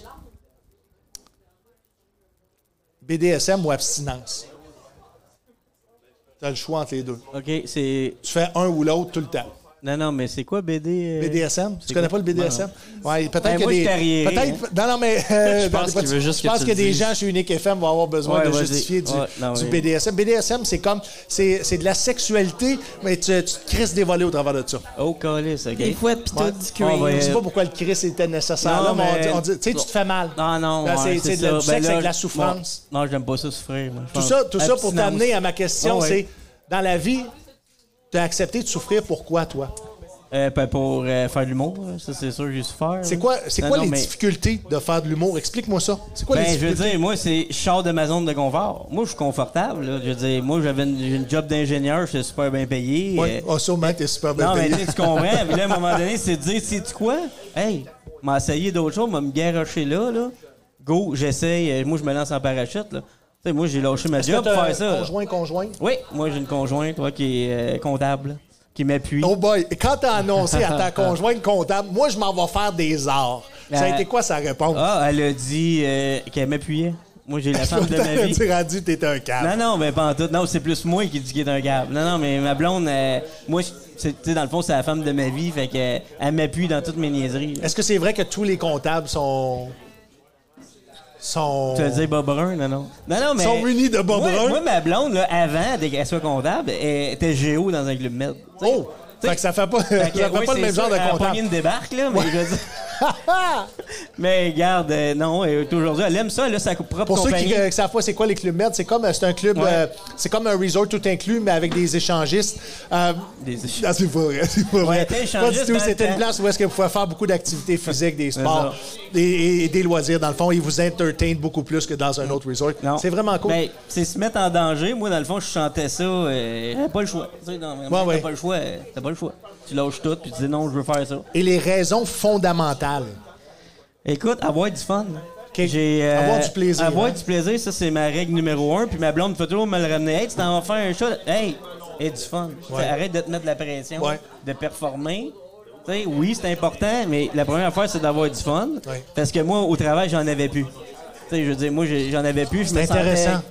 BDSM ou abstinence? Tu as le choix entre les deux.
OK, c'est...
Tu fais un ou l'autre tout le temps.
Non, non, mais c'est quoi BD? euh?
BDSM? Tu
c'est
connais pas
quoi?
le BDSM? Ouais, peut-être
Ben,
qu'il y a
moi,
des-
je t'arriérais,
peut-être- Non, non, mais. euh,
Je
dans
pense
les-
qu'il veut juste
je
que
pense
tu
qu'il y a
le
des
dises.
gens chez Unique FM vont avoir besoin
Ouais,
de
vas-y.
justifier du,
Ouais, non,
du
oui.
BDSM. BDSM, c'est comme. C'est c'est de la sexualité, mais tu, tu te crises des volets au travers de ça.
Oh, calice, OK.
Des fouettes pis
Ouais.
tout du
On
cuir.
va y-
Je sais pas
Euh,
pourquoi le Chris était nécessaire.
non,
là, mais on
mais-
dit- on dit, tu sais, tu te fais mal.
Non, non,
Là,
ouais,
c'est- c'est de la-
ça. Ben
du sexe avec de la
je-
souffrance.
Non, non, j'aime pas ça souffrir. moi, je
Tout
pense.
ça, tout ça pour
Abstinence.
t'amener à ma question,
Ah ouais.
c'est dans la vie, tu as accepté de souffrir pourquoi, toi?
Euh, ben, pour euh, faire de l'humour, ça, c'est sûr, j'ai souffert.
C'est
là.
quoi, c'est
Non,
quoi
Ben non,
les
mais-
difficultés de faire de l'humour? Explique-moi ça. C'est quoi les
Ben, je veux
difficultés?
dire, moi, c'est je sors de ma zone de confort. Moi, je suis confortable. là. Je veux dire, moi, j'avais une, j'ai une job d'ingénieur, j'étais super bien payé.
Ouais.
euh,
Ah, sûrement, t'es super bien
Non, mais
payé.
tu sais, tu comprends. Puis là, à un moment donné, c'est de dire, sais-tu quoi? Hey, m'a essayé d'autres choses, m'a me garocher là, là. Go, j'essaye. euh, Moi, je me lance en parachute, là. Tu sais, moi, j'ai lâché ma
Est-ce
job
que
pour
t'as
faire ça.
un
là.
euh, Conjoint, conjoint.
Oui, moi, j'ai une conjointe, toi, qui est euh, comptable, là, qui m'appuie.
Oh boy, quand t'as annoncé à ta conjointe comptable, moi, je m'en vais faire des arts. Ça a
La-
été quoi sa réponse?
Ben, Ah, elle a dit euh, qu'elle m'appuyait. Moi, j'ai la femme de ma vie.
Tu as dit, t'es un câble.
Non, non, mais pas en tout. Non, c'est plus moi qui dis qu'il est un gars. Non, non, mais ma blonde, euh, moi, je- c'est- tu sais, dans le fond, c'est la femme de ma vie, fait qu'elle elle m'appuie dans toutes mes niaiseries. là.
Est-ce que c'est vrai que tous les comptables sont. sont.
Tu vas dire Bob Brun, non, non. Non, non, mais.
sont munis de Bob
moi,
Brun.
Moi, ma blonde, là, avant dès qu'elle soit comptable, elle était géo dans un club med. Tu sais,
Oh! Fait que ça fait pas,
Fait
ça
que,
fait
oui,
pas le
c'est
même
sûr,
genre de
elle a
comptable.
pogné une débarque, là, mais je veux dire- mais regarde, euh, non, euh, aujourd'hui, elle aime ça, elle a sa propre
Pour ceux
compagnie.
qui ne savent pas c'est quoi les clubs med, c'est comme euh, c'est un club,
Ouais.
euh, c'est comme un resort tout inclus, mais avec des échangistes. Euh,
Des échangistes.
Ah, c'est pas vrai, c'est pas vrai.
t'es
Pas du
échangiste
tout,
dans
c'était
le
une
temps.
place où est-ce que vous pouvez faire beaucoup d'activités physiques, des sports et, et- et des loisirs. Dans le fond, ils vous entertainent beaucoup plus que dans un autre resort.
Non.
C'est vraiment cool.
Ben, c'est se mettre en danger. Moi, dans le fond, je chantais ça. Euh, j'avais pas le choix. Tu sais, non, vraiment,
Ouais,
t'as
ouais.
pas le choix. euh, T'as pas le choix. Tu lâches tout, puis tu dis non, je veux faire ça.
Et les raisons fondamentales.
Écoute, avoir du fun.
OK.
J'ai, euh,
Avoir du plaisir,
Avoir
hein.
du plaisir, ça, c'est ma règle numéro un. Puis ma blonde fait toujours me le ramener. Hey, tu t'en vas faire un shot. Hey, et du fun. Tu sais,
Ouais.
Arrête de te mettre de la pression,
Ouais.
de performer. Tu sais, oui, c'est important, mais la première affaire, c'est d'avoir du fun.
Ouais.
Parce que moi, au travail, j'en avais plus. Tu sais, je veux dire, moi, j'ai- j'en avais plus. Je
C'est
me sentais
intéressant.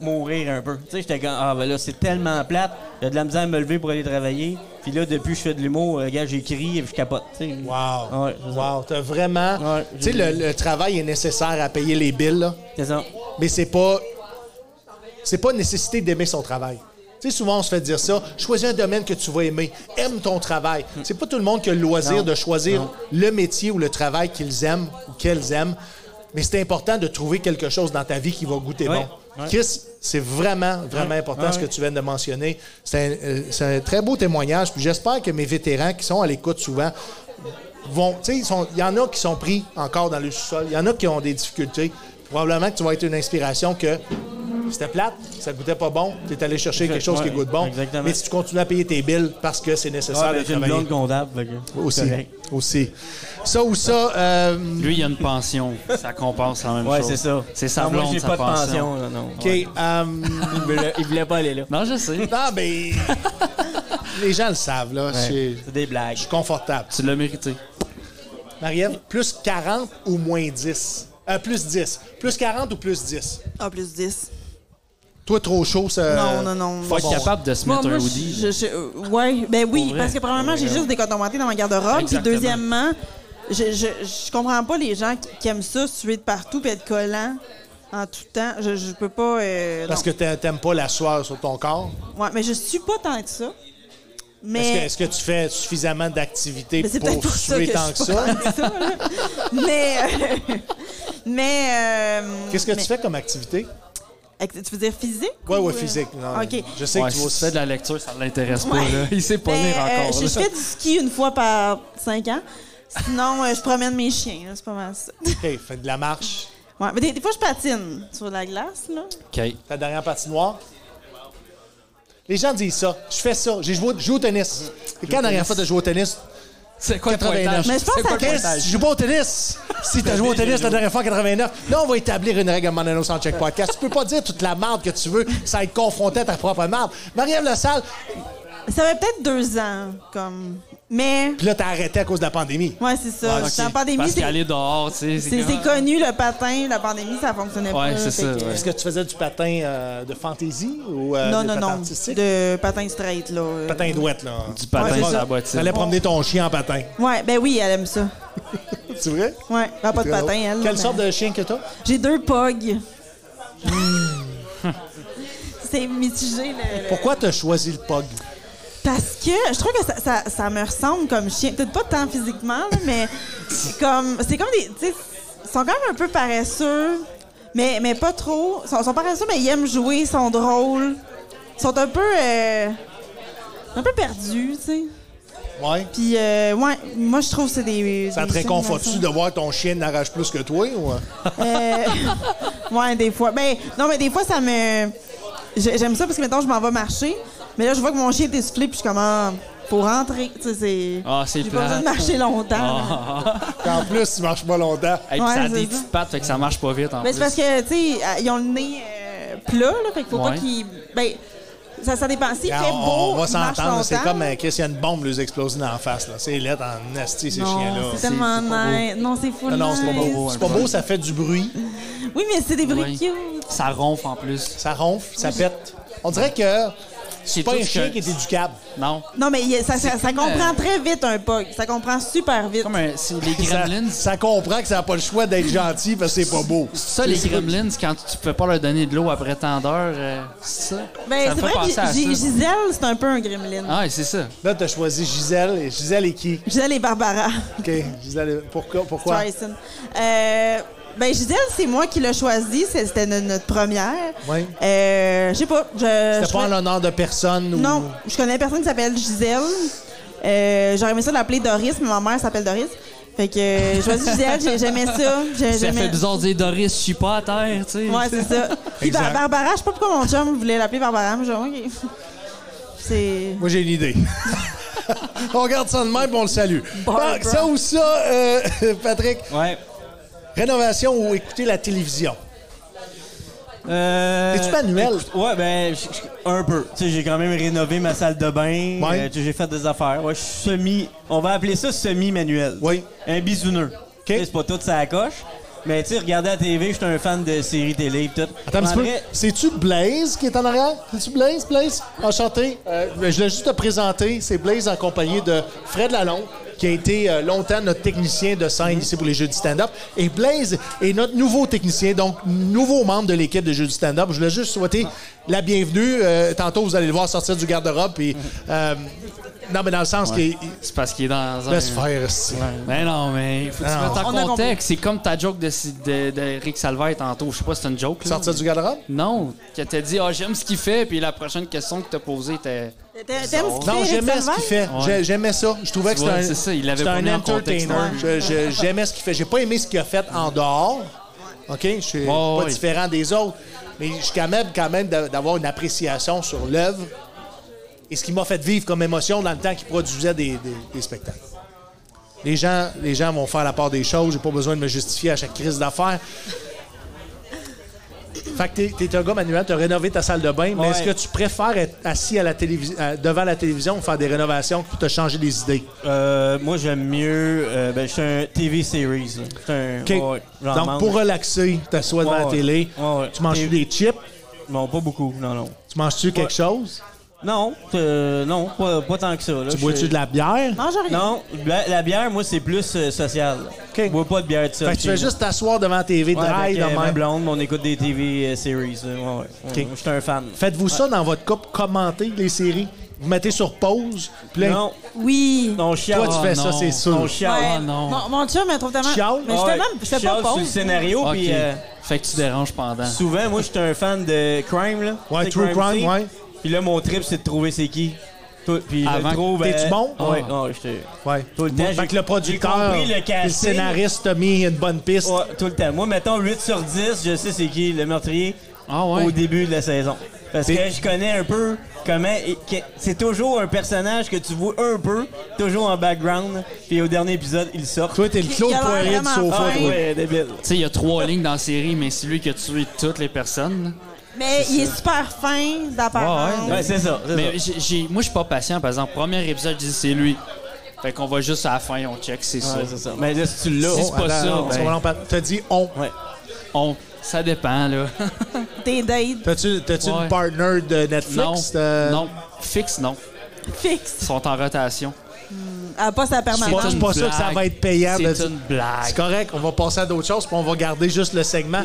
mourir un peu. Tu sais, j'étais comme, ah ben là, c'est tellement plate, j'ai de la misère à me lever pour aller travailler. Puis là, depuis que je fais de l'humour, euh, gars, j'écris et puis je capote. tu sais.
Wow.
Ouais, c'est ça.
wow. T'as vraiment.
Ouais,
tu sais,
j'ai-
le, le travail est nécessaire à payer les billes, là.
C'est ça.
mais c'est pas c'est pas une nécessité d'aimer son travail. Tu sais, souvent on se fait dire ça, choisis un domaine que tu vas aimer, aime ton travail. C'est pas tout le monde qui a le loisir
Mm. Non.
de choisir
Non.
le métier ou le travail qu'ils aiment ou qu'elles aiment, mais c'est important de trouver quelque chose dans ta vie qui va goûter
Ouais.
bon.
Ouais.
Chris, c'est vraiment, vraiment important
Ouais.
ce que tu viens de mentionner. C'est un, euh, c'est un très beau témoignage, puis j'espère que mes vétérans qui sont à l'écoute souvent vont. Tu sais, ils sont- il y en a qui sont pris encore dans le sous-sol. Il y en a qui ont des difficultés. Probablement que tu vas être une inspiration que c'était plate, ça goûtait pas bon, tu es allé chercher quelque chose qui
Ouais,
goûte bon.
exactement.
Mais si tu continues à payer tes billes parce que c'est nécessaire
Ah, ben,
de
j'ai une
travailler.
blonde gondable. fait que c'est
Aussi.
correct.
Aussi. Ça ou ça, euh,
Lui, il a une pension. Ça compense la même
Ouais,
chose.
c'est ça.
C'est sa
Non,
blonde,
Moi, j'ai
sa
pas de
pension.
pension, là, non.
OK. euh,
Il, voulait, il voulait pas aller là.
Non, je sais.
Non, mais. Les gens le savent, là. Je
C'est des blagues.
je suis confortable.
Tu l'as mérité.
Marie-Ève, plus 40 ou moins 10? Euh, plus 10. Plus 40 ou plus 10?
Ah, plus 10.
Toi, trop chaud, ça.
Non, non, non.
Faut
Faut
être
être
bon.
capable de se
Moi,
mettre
moi,
un
je-
hoodie.
je- je- euh, ouais, ben oui,
Pour vrai.
parce que premièrement, j'ai juste des cotons ouatés dans ma garde-robe. Puis
Exactement.
deuxièmement, je, je, je comprends pas les gens qui, qui aiment ça, suer de partout puis être collant en tout temps. Je, je peux pas. euh,
Parce
non.
que t'a- t'aimes pas la sueur sur ton corps.
Ouais, mais je suis pas tant que ça.
Est-ce que,
Mais,
est-ce que tu fais suffisamment d'activités
mais c'est
pour
peut-être pour ça que
suer
je
tant que
suis
ça?
pas comme ça, là. mais, euh, mais, euh,
Qu'est-ce que
mais-
tu fais comme activité?
Ex- Tu veux dire physique?
Ouais,
ou,
ouais,
euh,
physique. Non,
OK.
Je sais
Ouais,
que tu
si
vas
tu fais de la lecture, ça ne l'intéresse pas.
Ouais.
Là. Il sait pas
Ben,
lire encore.
euh,
là.
je, je fais du ski une fois par cinq ans. Sinon, euh, je promène mes chiens. là, C'est pas mal ça.
OK, fais de la marche.
Ouais, mais des, des fois, je patine sur la glace. Là.
OK.
Ta dernière patinoire. Les gens disent ça. Je fais ça. J'ai joué, joue au tennis. Et quand la dernière fois tu as joué au tennis?
C'est quoi le
89?
pointage?
Mais je pense
C'est quoi
à
le
quel-
Chris,
pointage?
tu joues pas au tennis. Si tu as joué au tennis la dernière fois en 89, là, on va établir une règle à Manano Soundcheck Podcast. Tu peux pas dire toute la merde que tu veux, ça va être confronté à ta propre merde. Marie-Ève Lassalle,
Ça fait peut-être deux ans. comme. Mais,
puis là, t'as arrêté à cause de la pandémie.
ouais, c'est ça.
Ah,
J'étais en
ok.
pandémie.
Parce
C'est
qu'elle est dehors, tu sais.
c'est- c'est
comme-
connu, le patin. La pandémie, ça fonctionnait
Ouais,
pas.
c'est ça,
fait que-
ouais.
Est-ce que tu faisais du patin euh, de fantaisie ou euh,
Non,
du
non,
patin
non.
artistique?
De patin straight, là. euh.
Patin douette, là.
Du patin
Ouais, c'est
sur la
ça.
boîte.
T'allais promener ton chien en patin.
Ouais, ben oui, elle aime ça.
C'est vrai?
Ouais, elle a pas de patin, elle.
Quelle
mais-
sorte de chien que t'as?
J'ai deux pogs. c'est mitigé, le- le...
Pourquoi t'as choisi le pog?
Parce que je trouve que ça, ça- ça me ressemble comme chien. Peut-être pas tant physiquement, là, mais c'est comme. C'est comme des. Tu sais, ils sont quand même un peu paresseux, mais, mais pas trop. Ils sont, sont paresseux, mais ils aiment jouer, ils sont drôles. Ils sont un peu. euh, un peu perdus, tu sais.
Ouais.
Puis, euh, ouais, moi, je trouve que c'est des.
Ça
des
te
chiens
réconforte-tu
comme
de voir ton chien n'arrache plus que toi? Ou...
ça. Euh, ouais, des fois. Ben, non, mais des fois, ça me. j'ai- J'aime ça parce que, mettons, je m'en vais marcher, mais là, je vois que mon chien est essoufflé, puis je suis comme. ah, Pour rentrer, tu sais, c'est.
Ah, c'est
J'ai pas besoin
plat.
de marcher
Ah,
longtemps. là.
En plus, il marche pas longtemps.
Et puis ça a
Ouais,
des
c'est ça.
petites pattes, fait que ça marche pas vite en
Mais
plus.
Ben, c'est parce que, tu sais, euh, ils ont le nez euh, plat, là, fait qu'il faut pas
Ouais.
qu'ils. Ben, ça, ça dépend. S'il
Regarde,
fait
Ah, on-
beau,
on va
il marche
s'entendre. C'est
longtemps.
comme euh, Chris, il y a une bombe lui exploser dans la face. là. C'est laid en nasty, ces
Non,
chiens-là.
c'est tellement
C'est- c'est pas
nice. Non, c'est fou.
Non, non, c'est pas
nice.
beau. C'est pas beau, ça fait du bruit,
Oui, mais c'est des bruits
Oui.
cute.
Ça ronfle en plus.
ça ronfle, ça pète. On dirait que
C'est
c'est pas
tout
un
ce
chien
que-
qui est éducable.
Non.
Non, mais il y a- ça, ça, ça
comme,
comprend
euh,
très vite un pug. Ça comprend super vite.
Comme un- c'est les
Ça,
gremlins.
ça comprend que ça n'a pas le choix d'être gentil parce que c'est pas beau.
Ça, les gremlins, quand tu peux pas leur donner de l'eau après tant d'heures, euh, c'est ça.
Ben,
ça me
c'est
fait
vrai que
penser à ça.
Gi- Gisèle, c'est un peu un gremlin.
Ah, ouais, c'est ça.
Là, t'as choisi Gisèle. Et Gisèle est qui?
Gisèle et Barbara
OK. Gisèle, est- pourquoi? pourquoi?
Streisand. Euh, ben, Gisèle, c'est moi qui l'ai choisie. C'est- C'était no- notre première.
Oui.
Euh, je sais pas. Je,
C'était
je
pas en
trouvais-
l'honneur de personne ou...
Non, je connais personne qui s'appelle Gisèle. Euh, J'aurais aimé ça l'appeler Doris, mais ma mère s'appelle Doris. Fait que euh, j'ai choisi Gisèle, j'ai- j'aimais ça. J'ai-
Ça
j'aimais-
fait bizarre de dire Doris, je suis pas à terre, tu sais.
Ouais, c'est ça. Puis
Exact.
Bar- Barbara, je sais pas pourquoi mon chum voulait l'appeler Barbara, mais j'ai dit, OK. C'est.
Moi, j'ai une idée. on regarde ça de même et on le salue.
Barbara.
Bon, ça ou ça, euh, Patrick?
Ouais.
Rénovation ou écouter la télévision?
Euh,
T'es-tu manuel?
écoute, ouais, ben, j- j- un peu. Tu sais, j'ai quand même rénové ma salle de
Ouais.
bain. Euh, tu sais, j'ai fait des affaires. Ouais, je suis semi. On va appeler ça semi-manuel.
Oui.
Un bisouneux. Tu sais, C'est pas tout ça coche. Mais tu sais, regarder la TV, j'étais un fan de séries télé et tout.
Attends un petit peu.
Prendrais-
C'est-tu Blaze qui est en arrière? C'est-tu Blaze? Blaze? Enchanté. Euh, je voulais juste te présenter. C'est Blaze en compagnie de Fred Lalonde, qui a été euh, longtemps notre technicien de scène ici pour les Jeux du stand-up. Et Blaze est notre nouveau technicien, donc nouveau membre de l'équipe de Jeux du stand-up. Je voulais juste souhaiter la bienvenue. Euh, tantôt, vous allez le voir sortir du garde-robe. puis, euh, non, mais dans le sens qu'il
Ben, C'est parce qu'il est dans un.
il laisse faire. c'est-
Mais non, mais faut que tu
Non.
mettes
On a
en contexte. C'est comme ta joke de, de, de Rick Salvaire tantôt. Je sais pas si c'est une joke. là.
Sortir du garde-robe?
Non, que t'as dit, ah, j'aime ce qu'il fait, puis la prochaine question que t'as posée était.
T'a- T'aimes ce qu'il
Non,
fait,
j'aimais
Rick
ce qu'il
Salvaire?
fait. J'ai- J'aimais ça. Je trouvais que
Tu vois,
c'était un,
c'est ça, il l'avait
c'était
pas
un
mis en
entertainer.
contexte,
Je- je- J'aimais ce qu'il fait. J'ai pas aimé ce qu'il a fait en dehors. OK? Je suis
Ouais,
pas
ouais.
différent des autres. Mais je suis quand même, quand même d'a- d'avoir une appréciation sur l'œuvre et ce qui m'a fait vivre comme émotion dans le temps qu'il produisait des, des- des spectacles. Les gens, les gens vont faire la part des choses. J'ai pas besoin de me justifier à chaque crise d'affaires. Fait que t'es- t'es un gars manuel, t'as rénové ta salle de bain, mais
Ouais.
est-ce que tu préfères être assis à la télévis- à- devant la télévision ou faire des rénovations pour te changer des idées?
Euh, moi, j'aime mieux. euh, ben, je suis un TV series. là. Je suis un.
OK.
ouais, j'en
Donc,
mange.
pour relaxer, t'assois devant
Ouais,
la
ouais.
télé,
Ouais, ouais.
tu manges
Et-
des chips,
Non, pas beaucoup. Non, non.
tu manges-tu quelque chose,
Non, euh, non, pas, pas tant que ça. là.
tu
Je-
bois-tu de la bière?
Non, j'ai rien.
Non, la, la bière, moi, c'est plus euh, social.
OK.
Je bois pas de bière de ça.
Fait que tu fais juste t'asseoir devant la TV,
ouais,
dry
avec,
de
euh, ma
même.
blonde, on écoute des TV euh, series. là. Ouais, ouais.
OK.
Je suis un fan.
Faites-vous ça dans votre couple, commentez les séries. Vous mettez sur pause. Puis là,
Non,
Oui.
non,
toi,
chiale.
tu fais ça,
non.
c'est
On
sûr.
chiale.
Ouais.
Ah, non.
Mon, mon chum, me trouve tellement.
Chiale?
Mais je suis
Ouais,
tellement. Je fais
chiale
pas
sur le
pause.
scénario,
Oh,
Ok.
puis euh,
Fait que tu déranges pendant.
souvent, moi, j'étais un fan de crime, là.
Ouais,
Tu sais,
True Crime,
scene.
ouais.
Puis là, mon trip, c'est de trouver c'est qui. Tout, puis je
Avant-
le trouve... euh,
T'es-tu bon?
Ouais,
Ah.
ouais, j'étais...
Ouais.
Tout le temps,
Moi,
j'ai-
fait que le
j'ai
producteur,
compris le
puis
casting.
le scénariste a mis une bonne piste.
Ouais, tout le temps. Moi, mettons 8 sur 10, je sais c'est qui le meurtrier
Ah ouais.
au début de la saison. Parce que je connais un peu comment. et que- C'est toujours un personnage que tu vois un peu, toujours en background, puis au dernier épisode, il sort.
Toi, t'es le Claude
Il a l'air
Poirier du
vraiment
sofa.
Ah,
fin.
toi.
ouais, débile.
Tu sais, il y a trois lignes dans la série, mais c'est lui qui a tué toutes les personnes.
Mais il est super fin d'apparence.
Ouais,
Ouais, c'est ça. c'est ça.
Mais j'ai- j'ai- moi, je suis pas patient. Par exemple, premier épisode, je dis c'est lui. Fait qu'on va juste à la fin, on check, c'est ça.
Ouais, c'est ça. Mais là, si tu l'as.
Si
on-
c'est pas ça,
Tu
ben-
vas l'en parler. T'as dit on.
Ouais.
On, ça dépend, là.
T'es date
T'as-tu t'as-tu
Ouais.
une partner de
non.
Netflix? euh,
Non. Fixe, non.
fixe.
Ils sont en rotation.
Elle pas sa
Je pense
permanence.
pas ça que ça
blague.
va être payant.
C'est
là.
une blague.
C'est correct, on va passer à d'autres choses, puis on va garder juste le segment.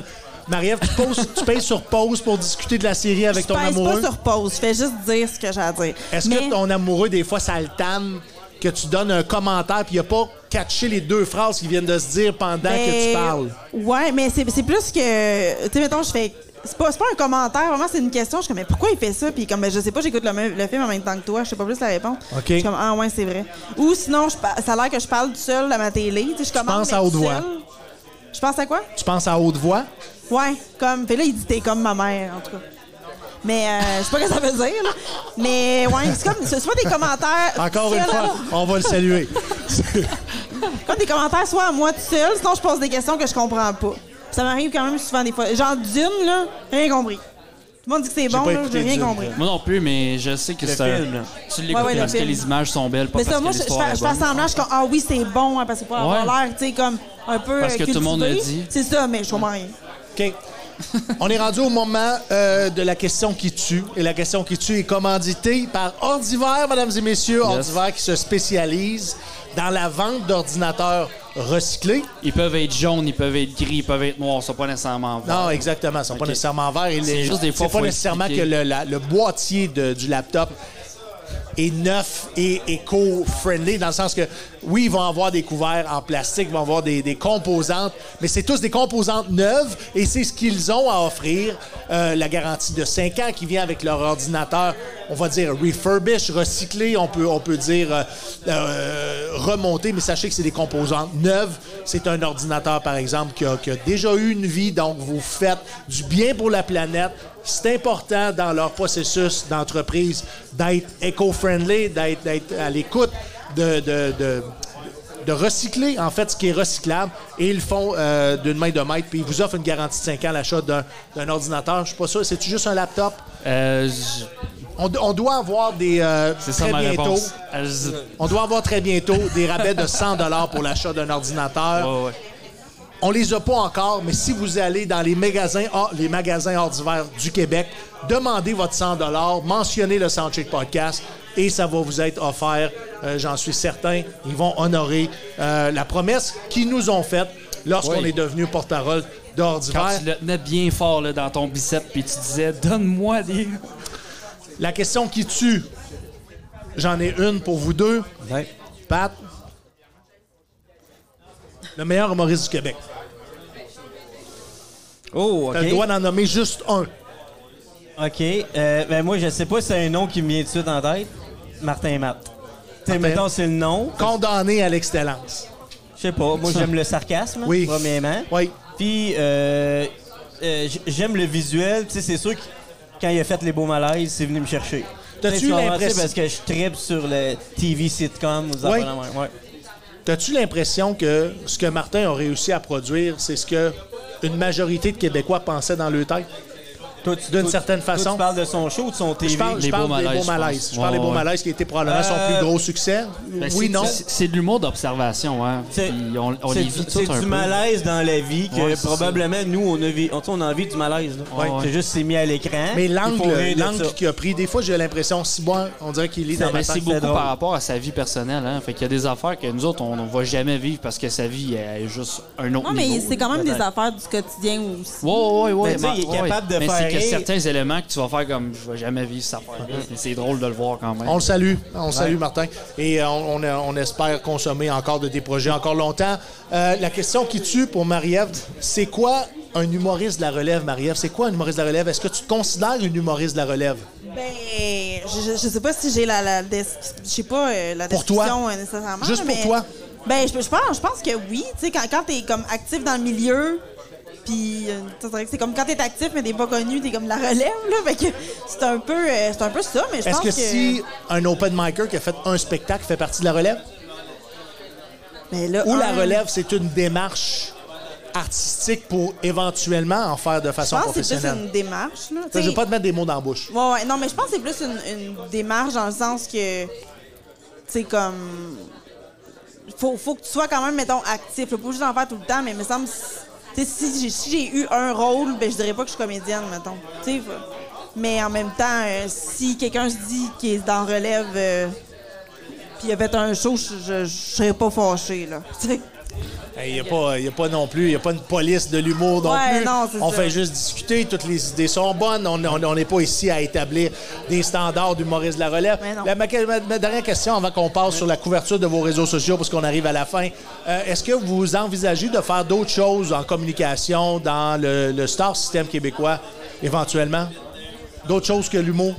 Marie-Ève, tu, poses- tu payes sur pause pour discuter de la série avec
Je
ton
pèse
amoureux.
pas sur pause. Je fais juste dire ce que j'ai à dire.
Est-ce
Mais
que ton amoureux, des fois, ça le tanne que tu donnes un commentaire, puis il a pas catché les deux phrases qui viennent de se dire pendant que tu
Ben,
parles?
Ouais, mais c'est c'est plus que. Tu sais, mettons, je fais. C'est pas, c'est pas un commentaire, vraiment, c'est une question. Je suis comme, mais pourquoi il fait ça? Puis, comme, ben, je sais pas, j'écoute le, même- le film en même temps que toi, je sais pas plus la réponse.
OK.
Je suis comme, ah, ouais, c'est vrai. Ou sinon, je pa- ça a l'air que je parle tout seul à ma télé. Tu sais, je commande,
penses
mais
à
tout
haute voix.
seul. Je pense à quoi?
Tu penses à haute voix?
Ouais, comme. Puis là, il dit, t'es comme ma mère, en tout cas. Mais euh, je sais pas ce que ça veut dire, là. Mais, ouais, c'est comme. C'est soit des commentaires.
Encore
tout
une
seul,
fois,
alors,
on va le saluer.
comme des commentaires soit à moi tout seul, sinon je pose des questions que je comprends pas. Ça m'arrive quand même souvent des fois. Genre d'une, là, rien compris. Tout le monde dit que c'est bon,
pas
là,
écouté
j'ai rien
Dune.
compris.
Moi non plus, mais je sais que
Le
c'est un.
film, là.
Tu l'écoutes
Ouais, ouais, le
parce que
film.
les images sont belles, pas
Mais
parce
ça, moi,
que
je, je
l'histoire
fais,
est
je fais
bonne.
semblant, je suis comme, ah oui, c'est bon, hein, parce que pour avoir
Ouais.
l'air, tu sais, comme un peu.
Parce
euh,
que tout le monde
cultivé.
le dit.
C'est ça, mais je comprends rien.
OK. On est rendu au moment euh, de la question qui tue. Et la question qui tue est commanditée par Ordiver, mesdames et messieurs. Ordiver qui se spécialise dans la vente d'ordinateurs recyclés.
Ils peuvent être jaunes, ils peuvent être gris, ils peuvent être noirs, ils sont pas nécessairement verts.
Non, exactement. Ils sont pas
OK.
nécessairement verts. Et
C'est
les-
juste des fois,
c'est pas
faut
nécessairement que
expliquer.
le, la- le boîtier de- du laptop est neuf et éco-friendly, dans le sens que, oui, ils vont avoir des couverts en plastique, ils vont avoir des, des composantes, mais c'est tous des composantes neuves et c'est ce qu'ils ont à offrir. Euh, la garantie de 5 ans qui vient avec leur ordinateur, on va dire refurbished, recyclé, on peut, on peut dire euh, euh, remonté, mais sachez que c'est des composantes neuves. C'est un ordinateur, par exemple, qui a, qui a déjà eu une vie, donc vous faites du bien pour la planète. C'est important dans leur processus d'entreprise d'être éco-friendly, d'être d'être à l'écoute, de, de- de- de recycler en fait ce qui est recyclable. Et ils le font euh, d'une main de maître. Puis ils vous offrent une garantie de 5 ans à l'achat d'un d'un ordinateur. Je suis pas sûr. C'est-tu juste un laptop?
Euh, je-
On, do- on doit avoir des... euh,
c'est ça
très
ma
bientôt,
réponse. Euh, je-
On doit avoir très bientôt des rabais de 100 pour l'achat d'un ordinateur.
Ouais, ouais.
On les a pas encore, mais si vous allez dans les magasins hors, les magasins hors d'hiver du Québec, demandez votre 100 mentionnez le Soundcheck Podcast et ça va vous être offert, euh, j'en suis certain. Ils vont honorer euh, la promesse qu'ils nous ont faite lorsqu'on
Oui.
est devenu porte-parole d'hors
Quand
d'hiver.
tu le tenais bien fort là, dans ton bicep, puis tu disais Donne-moi des.
La question qui tue, j'en ai une pour vous deux. Pat, le meilleur humoriste du Québec.
Oh, OK.
T'as le droit d'en nommer juste un.
OK. euh, ben moi, je sais pas si c'est un nom qui me vient tout de suite en tête. Martin et Matt. Tu sais, mettons, c'est le nom.
Condamné à l'excellence.
Je sais pas. Moi, j'aime le sarcasme,
Oui.
premièrement.
Oui.
Puis, euh, euh, j- j'aime le visuel. Tu sais, c'est sûr que quand il a fait les beaux malaises, c'est venu me chercher.
T'as-tu
Tu sais, tu comprends,
l'impression-
tu sais, Parce que je tripe sur le TV sitcom. Ou
Oui.
oui. Ouais.
T'as-tu l'impression que ce que Martin a réussi à produire, c'est ce que une majorité de Québécois pensaient dans le tête?
Toi, tu-
D'une
toi,
certaine
toi,
façon.
tu parles de son show ou de son TV?
Je parle, je
les
parle
Beaux
des
Malaises,
Beaux
je
Malaises.
pense.
Je parle des
Ouais,
Beaux
ouais.
Malaises qui était probablement
Euh,
son plus gros succès.
Ben,
oui,
c'est-
non.
C'est c'est de l'humour d'observation, hein.
C'est-
Puis On, on
c'est
les
du-
vit tous un
C'est
peu.
du malaise dans la vie que
Ouais, c'est
probablement nous, on a, vi- on, tu sais, on a envie du malaise. là.
Ouais, ouais.
C'est juste c'est mis à l'écran.
Mais
il faut
l'angle
rire de ça.
l'angle qu'il a pris, des fois, j'ai l'impression, si bon, on dirait qu'il est
Ça
dans ma
reste
tête.
C'est beaucoup
drôle.
par rapport à sa vie personnelle, hein. Fait qu'il y a des affaires que nous autres, on ne va jamais vivre parce que sa vie elle est juste un autre
Non, mais
niveau,
c'est
là.
quand même des affaires du quotidien aussi.
Ouais, ouais, ouais, ouais.
Mais tu sais, il est
ouais,
capable de
mais
faire
c'est qu'il y a
Hey.
certains éléments que tu vas faire comme je vais jamais vivre ça. Mais c'est drôle de le voir quand même.
On le salue. On le salue, Martin. Et euh, on, on- on espère consommer encore de tes projets encore longtemps. Euh, la question qui tue pour Marie-Ève, c'est quoi un humoriste de la relève, Marie-Ève? C'est quoi un humoriste de la relève? Est-ce que tu te considères une humoriste de la relève?
Ben, je, je- je sais pas si j'ai la, la des- je sais pas euh, la
Pour toi.
description, euh, nécessairement.
Juste pour
mais-
toi.
Ben, je, je pense, je pense que oui. Tu sais, quand, quand t'es comme actif dans le milieu, puis euh, tu sais, c'est comme quand t'es actif mais t'es pas connu, t'es comme la relève là. Fait que c'est un peu, euh, c'est un peu ça. Mais je
Est-ce
pense
que, si un open micer qui a fait un spectacle fait partie de la relève?
mais là,
Ou la
un-
relève, c'est une démarche artistique pour éventuellement en faire de
Je
façon
pense que c'est plus
professionnelle?
une démarche là.
Je
Tu
ne
sais,
veux pas te mettre des mots dans la bouche.
Ouais, ouais. Non, mais je pense que c'est plus une, une démarche dans le sens que, tu sais, comme. Faut, faut que tu sois quand même, mettons, actif. Faut pas juste en faire tout le temps, mais il me semble. Tu sais, si j'ai si j'ai eu un rôle, ben, je dirais pas que je suis comédienne, mettons. Tu sais, faut- mais en même temps, euh, si quelqu'un se dit qu'il est dans relève, euh, puis il a fait un show, je- je je serais pas fâchée, là. Tu sais.
Il n'y a, pas- y a pas non plus, il a pas une police de l'humour non
Ouais,
plus.
non, c'est
on
ça.
fait juste discuter, toutes les idées sont bonnes. On on- on n'est pas ici à établir des standards d'humoriste de la relève.
Mais non.
La- ma, ma- ma dernière question avant qu'on passe sur la couverture de vos réseaux sociaux, parce qu'on arrive à la fin. Euh, Est-ce que vous envisagez de faire d'autres choses en communication dans le, le star système québécois, éventuellement? D'autres choses que l'humour?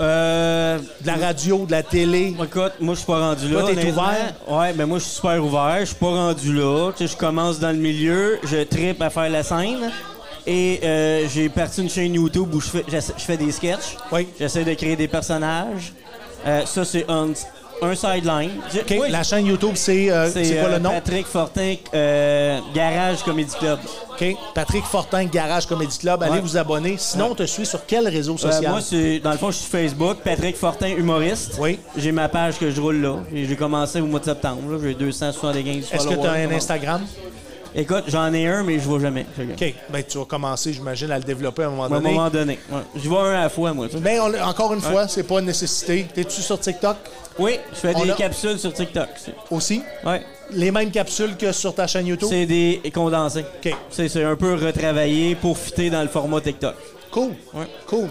Euh,
De la radio, de la télé?
écoute, moi, je suis pas rendu là.
Toi, t'es
honnêtement.
ouvert?
Ouais, mais moi, je suis super ouvert. Je suis pas rendu là. Tu sais, je commence dans le milieu. Je tripe à faire la scène. Et euh, j'ai parti une chaîne YouTube où je fais, j'essa- je fais des sketchs.
Oui.
J'essaie de créer des personnages. Euh, ça, c'est un, un sideline. Je-
OK,
oui,
La chaîne YouTube, c'est euh, c'est quoi le
euh,
nom?
Patrick Fortin, euh, Garage Comedy Club.
OK. Patrick Fortin, Garage Comedy Club. Allez
Ouais.
vous abonner. Sinon, on te suit sur quel réseau
Euh,
social?
moi, c'est dans le fond, je suis sur Facebook, Patrick Fortin, humoriste.
Oui.
J'ai ma page que je roule là. Et J'ai commencé au mois de septembre. là. J'ai 275
Est-ce que tu as
followers.
un Instagram?
Écoute, j'en ai un, mais je vois jamais.
OK. Ben, tu vas commencer, j'imagine, à le développer à un moment
À un
donné.
moment donné. Ouais. Je vois un à la fois, moi. tu sais.
Mais on- encore une fois, c'est pas une nécessité. T'es-tu sur TikTok
Oui, je fais
On
des
a-
capsules sur TikTok. c'est-
aussi?
Ouais.
Les mêmes capsules que sur ta chaîne YouTube?
C'est des condensés.
OK.
C'est c'est un peu retravaillé pour fitter dans le format TikTok.
Cool.
Ouais.
Cool.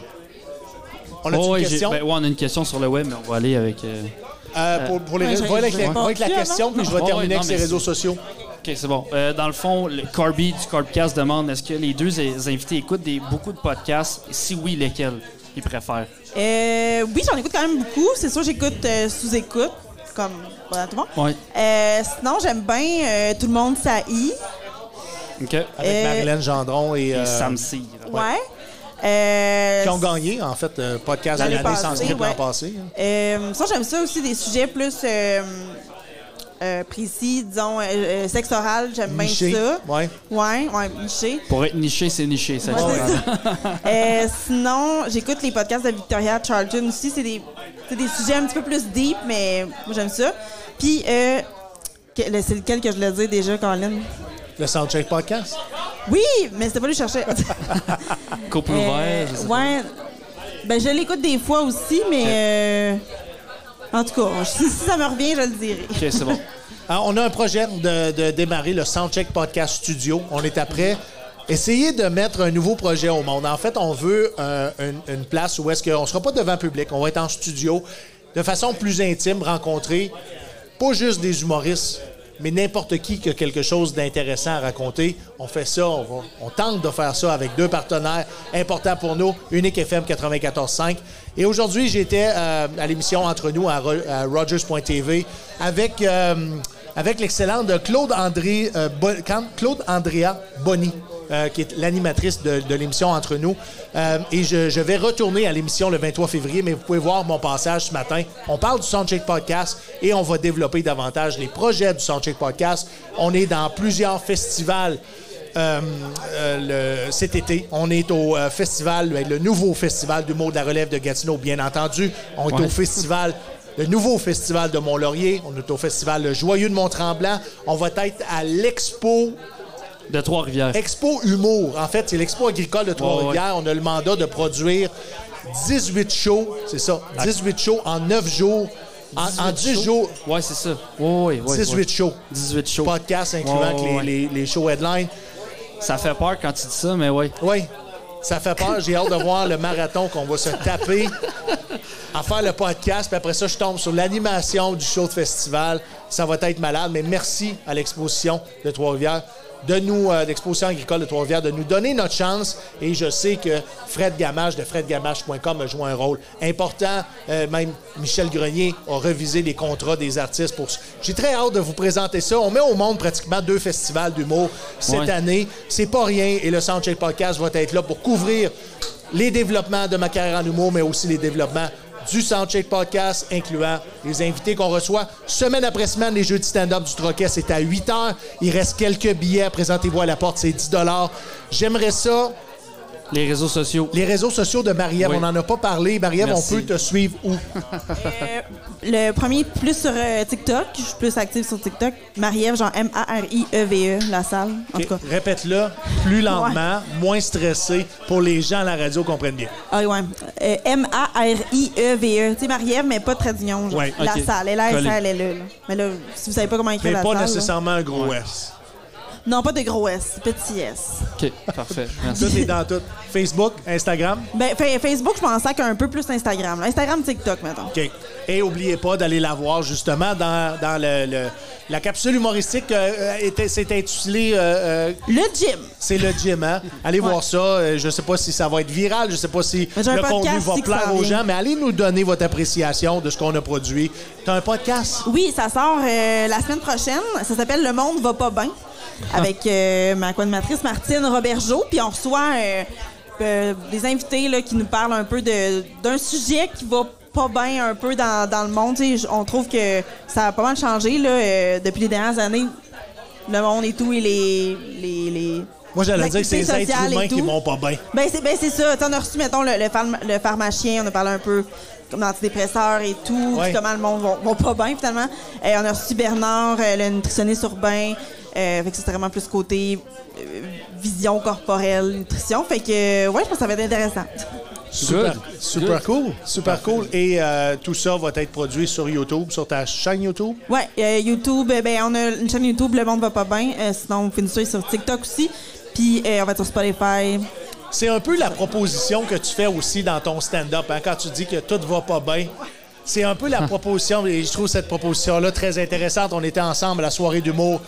On a
Oh, ouais,
une
j'ai-
question?
ben, ouais, on a une question sur le web, mais on va aller avec. euh,
Euh, pour, pour les
Ouais,
ré-
j'ai-
va avec,
j'ai
la, va avec la
répondu
question,
avant.
puis je vais
Ouais, ouais,
terminer
non,
avec ses
mais
réseaux
c'est-
sociaux.
OK, c'est bon. Euh, dans le fond, le Corby du Corbcast demande est-ce que les deux é- invités écoutent des, beaucoup de podcasts? Si oui, lesquels ils préfèrent?
Euh, oui, j'en écoute quand même beaucoup. C'est sûr, j'écoute euh, sous écoute, comme voilà, tout le monde.
Oui.
Euh, sinon, j'aime bien euh, Tout le monde ça y.
OK.
Avec
Euh,
Marilyn Gendron et... euh,
Et Sam Cyr.
Ouais. Euh,
qui ont gagné, en fait, euh, podcast de
L'année
l'année sans
passée,
script
ouais.
l'an passé. hein.
euh, ça, j'aime ça aussi, des sujets plus euh, euh, précis, disons, euh, euh, sexe oral, j'aime bien
Miché,
ça.
ouais.
Ouais, ouais, miché.
Pour être niché, c'est niché. Ça,
Ouais,
c'est
c'est
vrai.
ça. Euh, sinon, j'écoute les podcasts de Victoria Charlton aussi. C'est des, c'est des sujets un petit peu plus deep, mais moi, j'aime ça. Puis, euh, que- le- c'est lequel que je voulais dire déjà, Colin?
Le Soundcheck Podcast.
Oui, mais c'était pas lui que je cherchais.
Coupe
Euh,
ouverte, je sais pas.
ouais. Ben, je l'écoute des fois aussi, mais. euh, en tout cas, si, si ça me revient, je le dirai.
OK, c'est bon.
Ah, on a un projet de, de démarrer le Soundcheck Podcast Studio. On est après. Essayez de mettre un nouveau projet au monde. En fait, on veut euh, une, une place où est-ce qu'on ne sera pas devant public, on va être en studio, de façon plus intime, rencontrer pas juste des humoristes, mais n'importe qui qui a quelque chose d'intéressant à raconter. On fait ça, on, va- on tente de faire ça avec deux partenaires importants pour nous, Unique FM 94.5. Et aujourd'hui, j'étais euh, à l'émission Entre nous à, Ro- à Rogers.tv avec, euh, avec l'excellent de Claude-André, euh, Bo- quand- Claude-Andrea Bonny euh, qui est l'animatrice de, de l'émission Entre nous. Euh, et je, je vais retourner à l'émission le 23 février, mais vous pouvez voir mon passage ce matin. On parle du Soundcheck Podcast et on va développer davantage les projets du Soundcheck Podcast. On est dans plusieurs festivals. euh, euh, le- cet été, on est au euh, festival, ben, le nouveau festival du mot de la relève de Gatineau, bien entendu. On est
Ouais.
au festival, le nouveau festival de Mont-Laurier. On est au festival Le Joyeux de Mont-Tremblant. On va être à l'expo
De Trois-Rivières.
Expo Humour. En fait, c'est l'Expo agricole de Trois-Rivières. On a le mandat de produire 18 shows, c'est ça, 18 shows en 9 jours, en, en 10 jours,
Ouais, c'est ça. Ouais, ouais, ouais,
18
ouais.
shows.
18 shows.
Podcast incluant
Ouais, ouais,
les, les- les shows headlines.
Ça fait peur quand tu dis ça, mais ouais.
Oui. Ça fait peur. J'ai hâte de voir le marathon qu'on va se taper à faire le podcast. Puis après ça, je tombe sur l'animation du show de festival. Ça va être malade. Mais merci à l'exposition de Trois-Rivières de nous, euh, l'exposition agricole de Trois-Rivières, de nous donner notre chance. Et je sais que Fred Gamache de fredgamache.com a joué un rôle important. Euh, même Michel Grenier a revisé les contrats des artistes. pour. J'ai très hâte de vous présenter ça. On met au monde pratiquement deux festivals d'humour cette
Ouais.
année. C'est pas rien. Et le Soundcheck Podcast va être là pour couvrir les développements de ma carrière en humour, mais aussi les développements du Soundcheck Podcast, incluant les invités qu'on reçoit. Semaine après semaine, les jeux de stand-up du Troquet, c'est à 8 heures. Il reste quelques billets. Présentez-vous à la porte, c'est 10 J'aimerais ça.
Les réseaux sociaux.
Les réseaux sociaux de Marie-Ève,
Oui.
on n'en a pas parlé. Marie-Ève, on
Merci.
peut te suivre où?
Euh, le premier, plus sur euh, TikTok. Je suis plus active sur TikTok. Marie-Ève, genre M-A-R-I-E-V-E, E la salle. En
Ok,
tout cas.
Répète-le plus lentement, moins stressé, pour les gens à la radio comprennent bien.
Ah oui, ouais. Euh, M-A-R-I-E-V-E. E Tu sais, Marie-Ève, mais pas de traduction. genre.
Ouais,
La
ok.
salle. Elle est
Collé.
là, elle est là. là. Mais là, si vous savez pas comment écrire
Mais
la
pas
salle. là.
nécessairement un gros S.
Non, pas de gros S, petit S.
OK, parfait. Merci.
Tout est dans tout. Facebook, Instagram.
Ben, fa- Facebook, je m'en sac un peu plus Instagram. là. Instagram, TikTok, mettons.
OK. Et n'oubliez pas d'aller la voir justement dans, dans le, le- la capsule humoristique euh, euh, était- c'est intitulé euh, euh,
Le gym.
C'est le gym, hein? Allez
Ouais.
voir ça. Euh, Je sais pas si ça va être viral, je sais pas si
Mais j'ai un
le
podcast
contenu va
aussi qui
plaire
s'en
aux
vient.
gens, mais allez nous donner votre appréciation de ce qu'on a produit. T'as un podcast?
Oui, ça sort euh, la semaine prochaine. Ça s'appelle Le Monde va pas bien avec euh, ma co-animatrice Martine Robergeau. Puis on reçoit euh, euh, des invités là, qui nous parlent un peu de- d'un sujet qui va pas bien un peu dans, dans le monde. Tu sais, j- on trouve que ça a pas mal changé là, euh, depuis les dernières années. Le monde et tout, et les. les, les-
Moi, j'allais dire que c'est les
l'activité
êtres
sociale et
humains qui
tout.
vont pas bien.
Ben c'est ben, c'est ça. Tu sais, on a reçu, mettons, le, le, pharma- le pharmacien, on a parlé un peu comme d'antidépresseurs et tout,
Ouais.
puis comment le monde va va pas bien finalement. Euh, on a reçu Bernard, euh, le nutritionniste urbain. Euh, fait que c'est vraiment plus côté euh, vision corporelle, nutrition. Fait que, euh, ouais, je pense que ça va être intéressant.
Super,
Good.
super
Good.
cool. Super cool. Et euh, tout ça va être produit sur YouTube, sur ta chaîne YouTube.
Ouais, euh, YouTube, euh, ben on a une chaîne YouTube, Le Monde va pas bien. Euh, sinon, vous pouvez nous suivre sur TikTok aussi. Puis euh, on va être sur Spotify.
C'est un peu la proposition que tu fais aussi dans ton stand-up, hein, quand tu dis que tout va pas bien. C'est un peu la proposition, et je trouve cette proposition-là très intéressante. On était ensemble à la soirée d'humour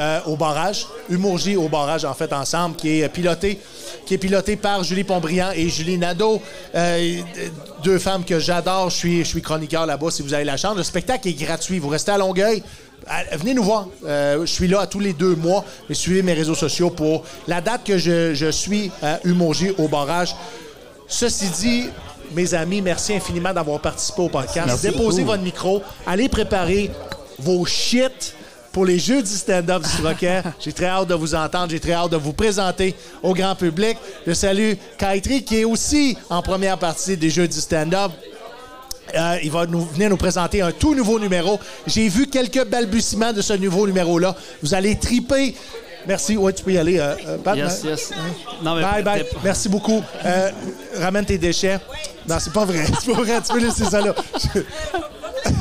euh, au barrage, Humour J au barrage, en fait, ensemble, qui est pilotée qui est pilotée par Julie Pombriand et Julie Nadeau, Euh, deux femmes que j'adore. Je suis, je suis chroniqueur là-bas si vous avez la chance. Le spectacle est gratuit. Vous restez à Longueuil. À- Ah, Venez nous voir. Euh, je suis là à tous les deux mois. Mais suivez mes réseaux sociaux pour la date que je, je suis à Humour J au barrage. Ceci dit, mes amis, merci infiniment d'avoir participé au podcast. Déposez votre micro, allez préparer vos shit pour les jeux du stand-up du Troquet. J'ai très hâte de vous entendre, j'ai très hâte de vous présenter au grand public. Je salue Kaitri qui est aussi en première partie des jeux du stand-up. Euh, il va nous, venir nous présenter un tout nouveau numéro. J'ai vu quelques balbutiements de ce nouveau numéro-là. Vous allez triper. Merci. Ouais, tu peux y aller, euh, euh, Pat, hein?
Yes, yes. Non, mais
Bye bye.
t'es-
Merci beaucoup. Euh, ramène tes déchets. Non, c'est pas vrai. C'est pas vrai. Tu peux laisser ça là.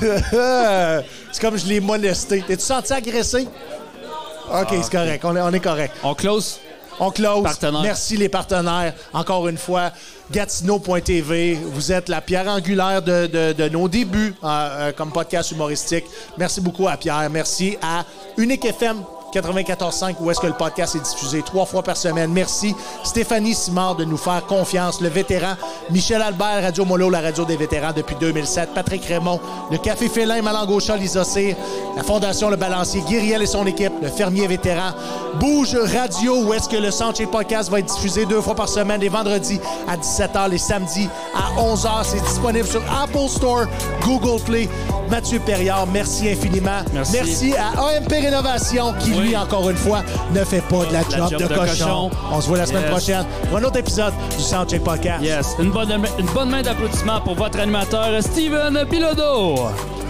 Je- c'est comme je l'ai molesté. T'es-tu senti agressé? OK,
Ah,
c'est correct. On est, on est correct.
On close.
On close.
Partenaires.
Merci les partenaires. Encore une fois, Gatineau.tv, vous êtes la pierre angulaire de, de- de nos débuts euh, euh, comme podcast humoristique. Merci beaucoup à Pierre. Merci à Unique FM. 94.5, où est-ce que le podcast est diffusé trois fois par semaine. Merci Stéphanie Simard de nous faire confiance, le vétéran Michel Albert, Radio Molo, la radio des vétérans depuis 2007, Patrick Raymond, le Café Félin, Malangocha, Lisocir, la Fondation Le Balancier, Guiriel et son équipe, le Fermier Vétéran, Bouge Radio, où est-ce que le Sentier Podcast va être diffusé deux fois par semaine, les vendredis à 17h, les samedis à 11h. C'est disponible sur Apple Store, Google Play. Mathieu Perriard, merci infiniment.
Merci.
à AMP Rénovation, qui,
Oui.
lui, encore une fois, ne fait pas de la, job, de, cochon. On se voit la semaine
Yes.
prochaine pour un autre épisode du Soundcheck Podcast.
Yes. Une bonne, une bonne main d'applaudissements pour votre animateur, Steven Pilodo.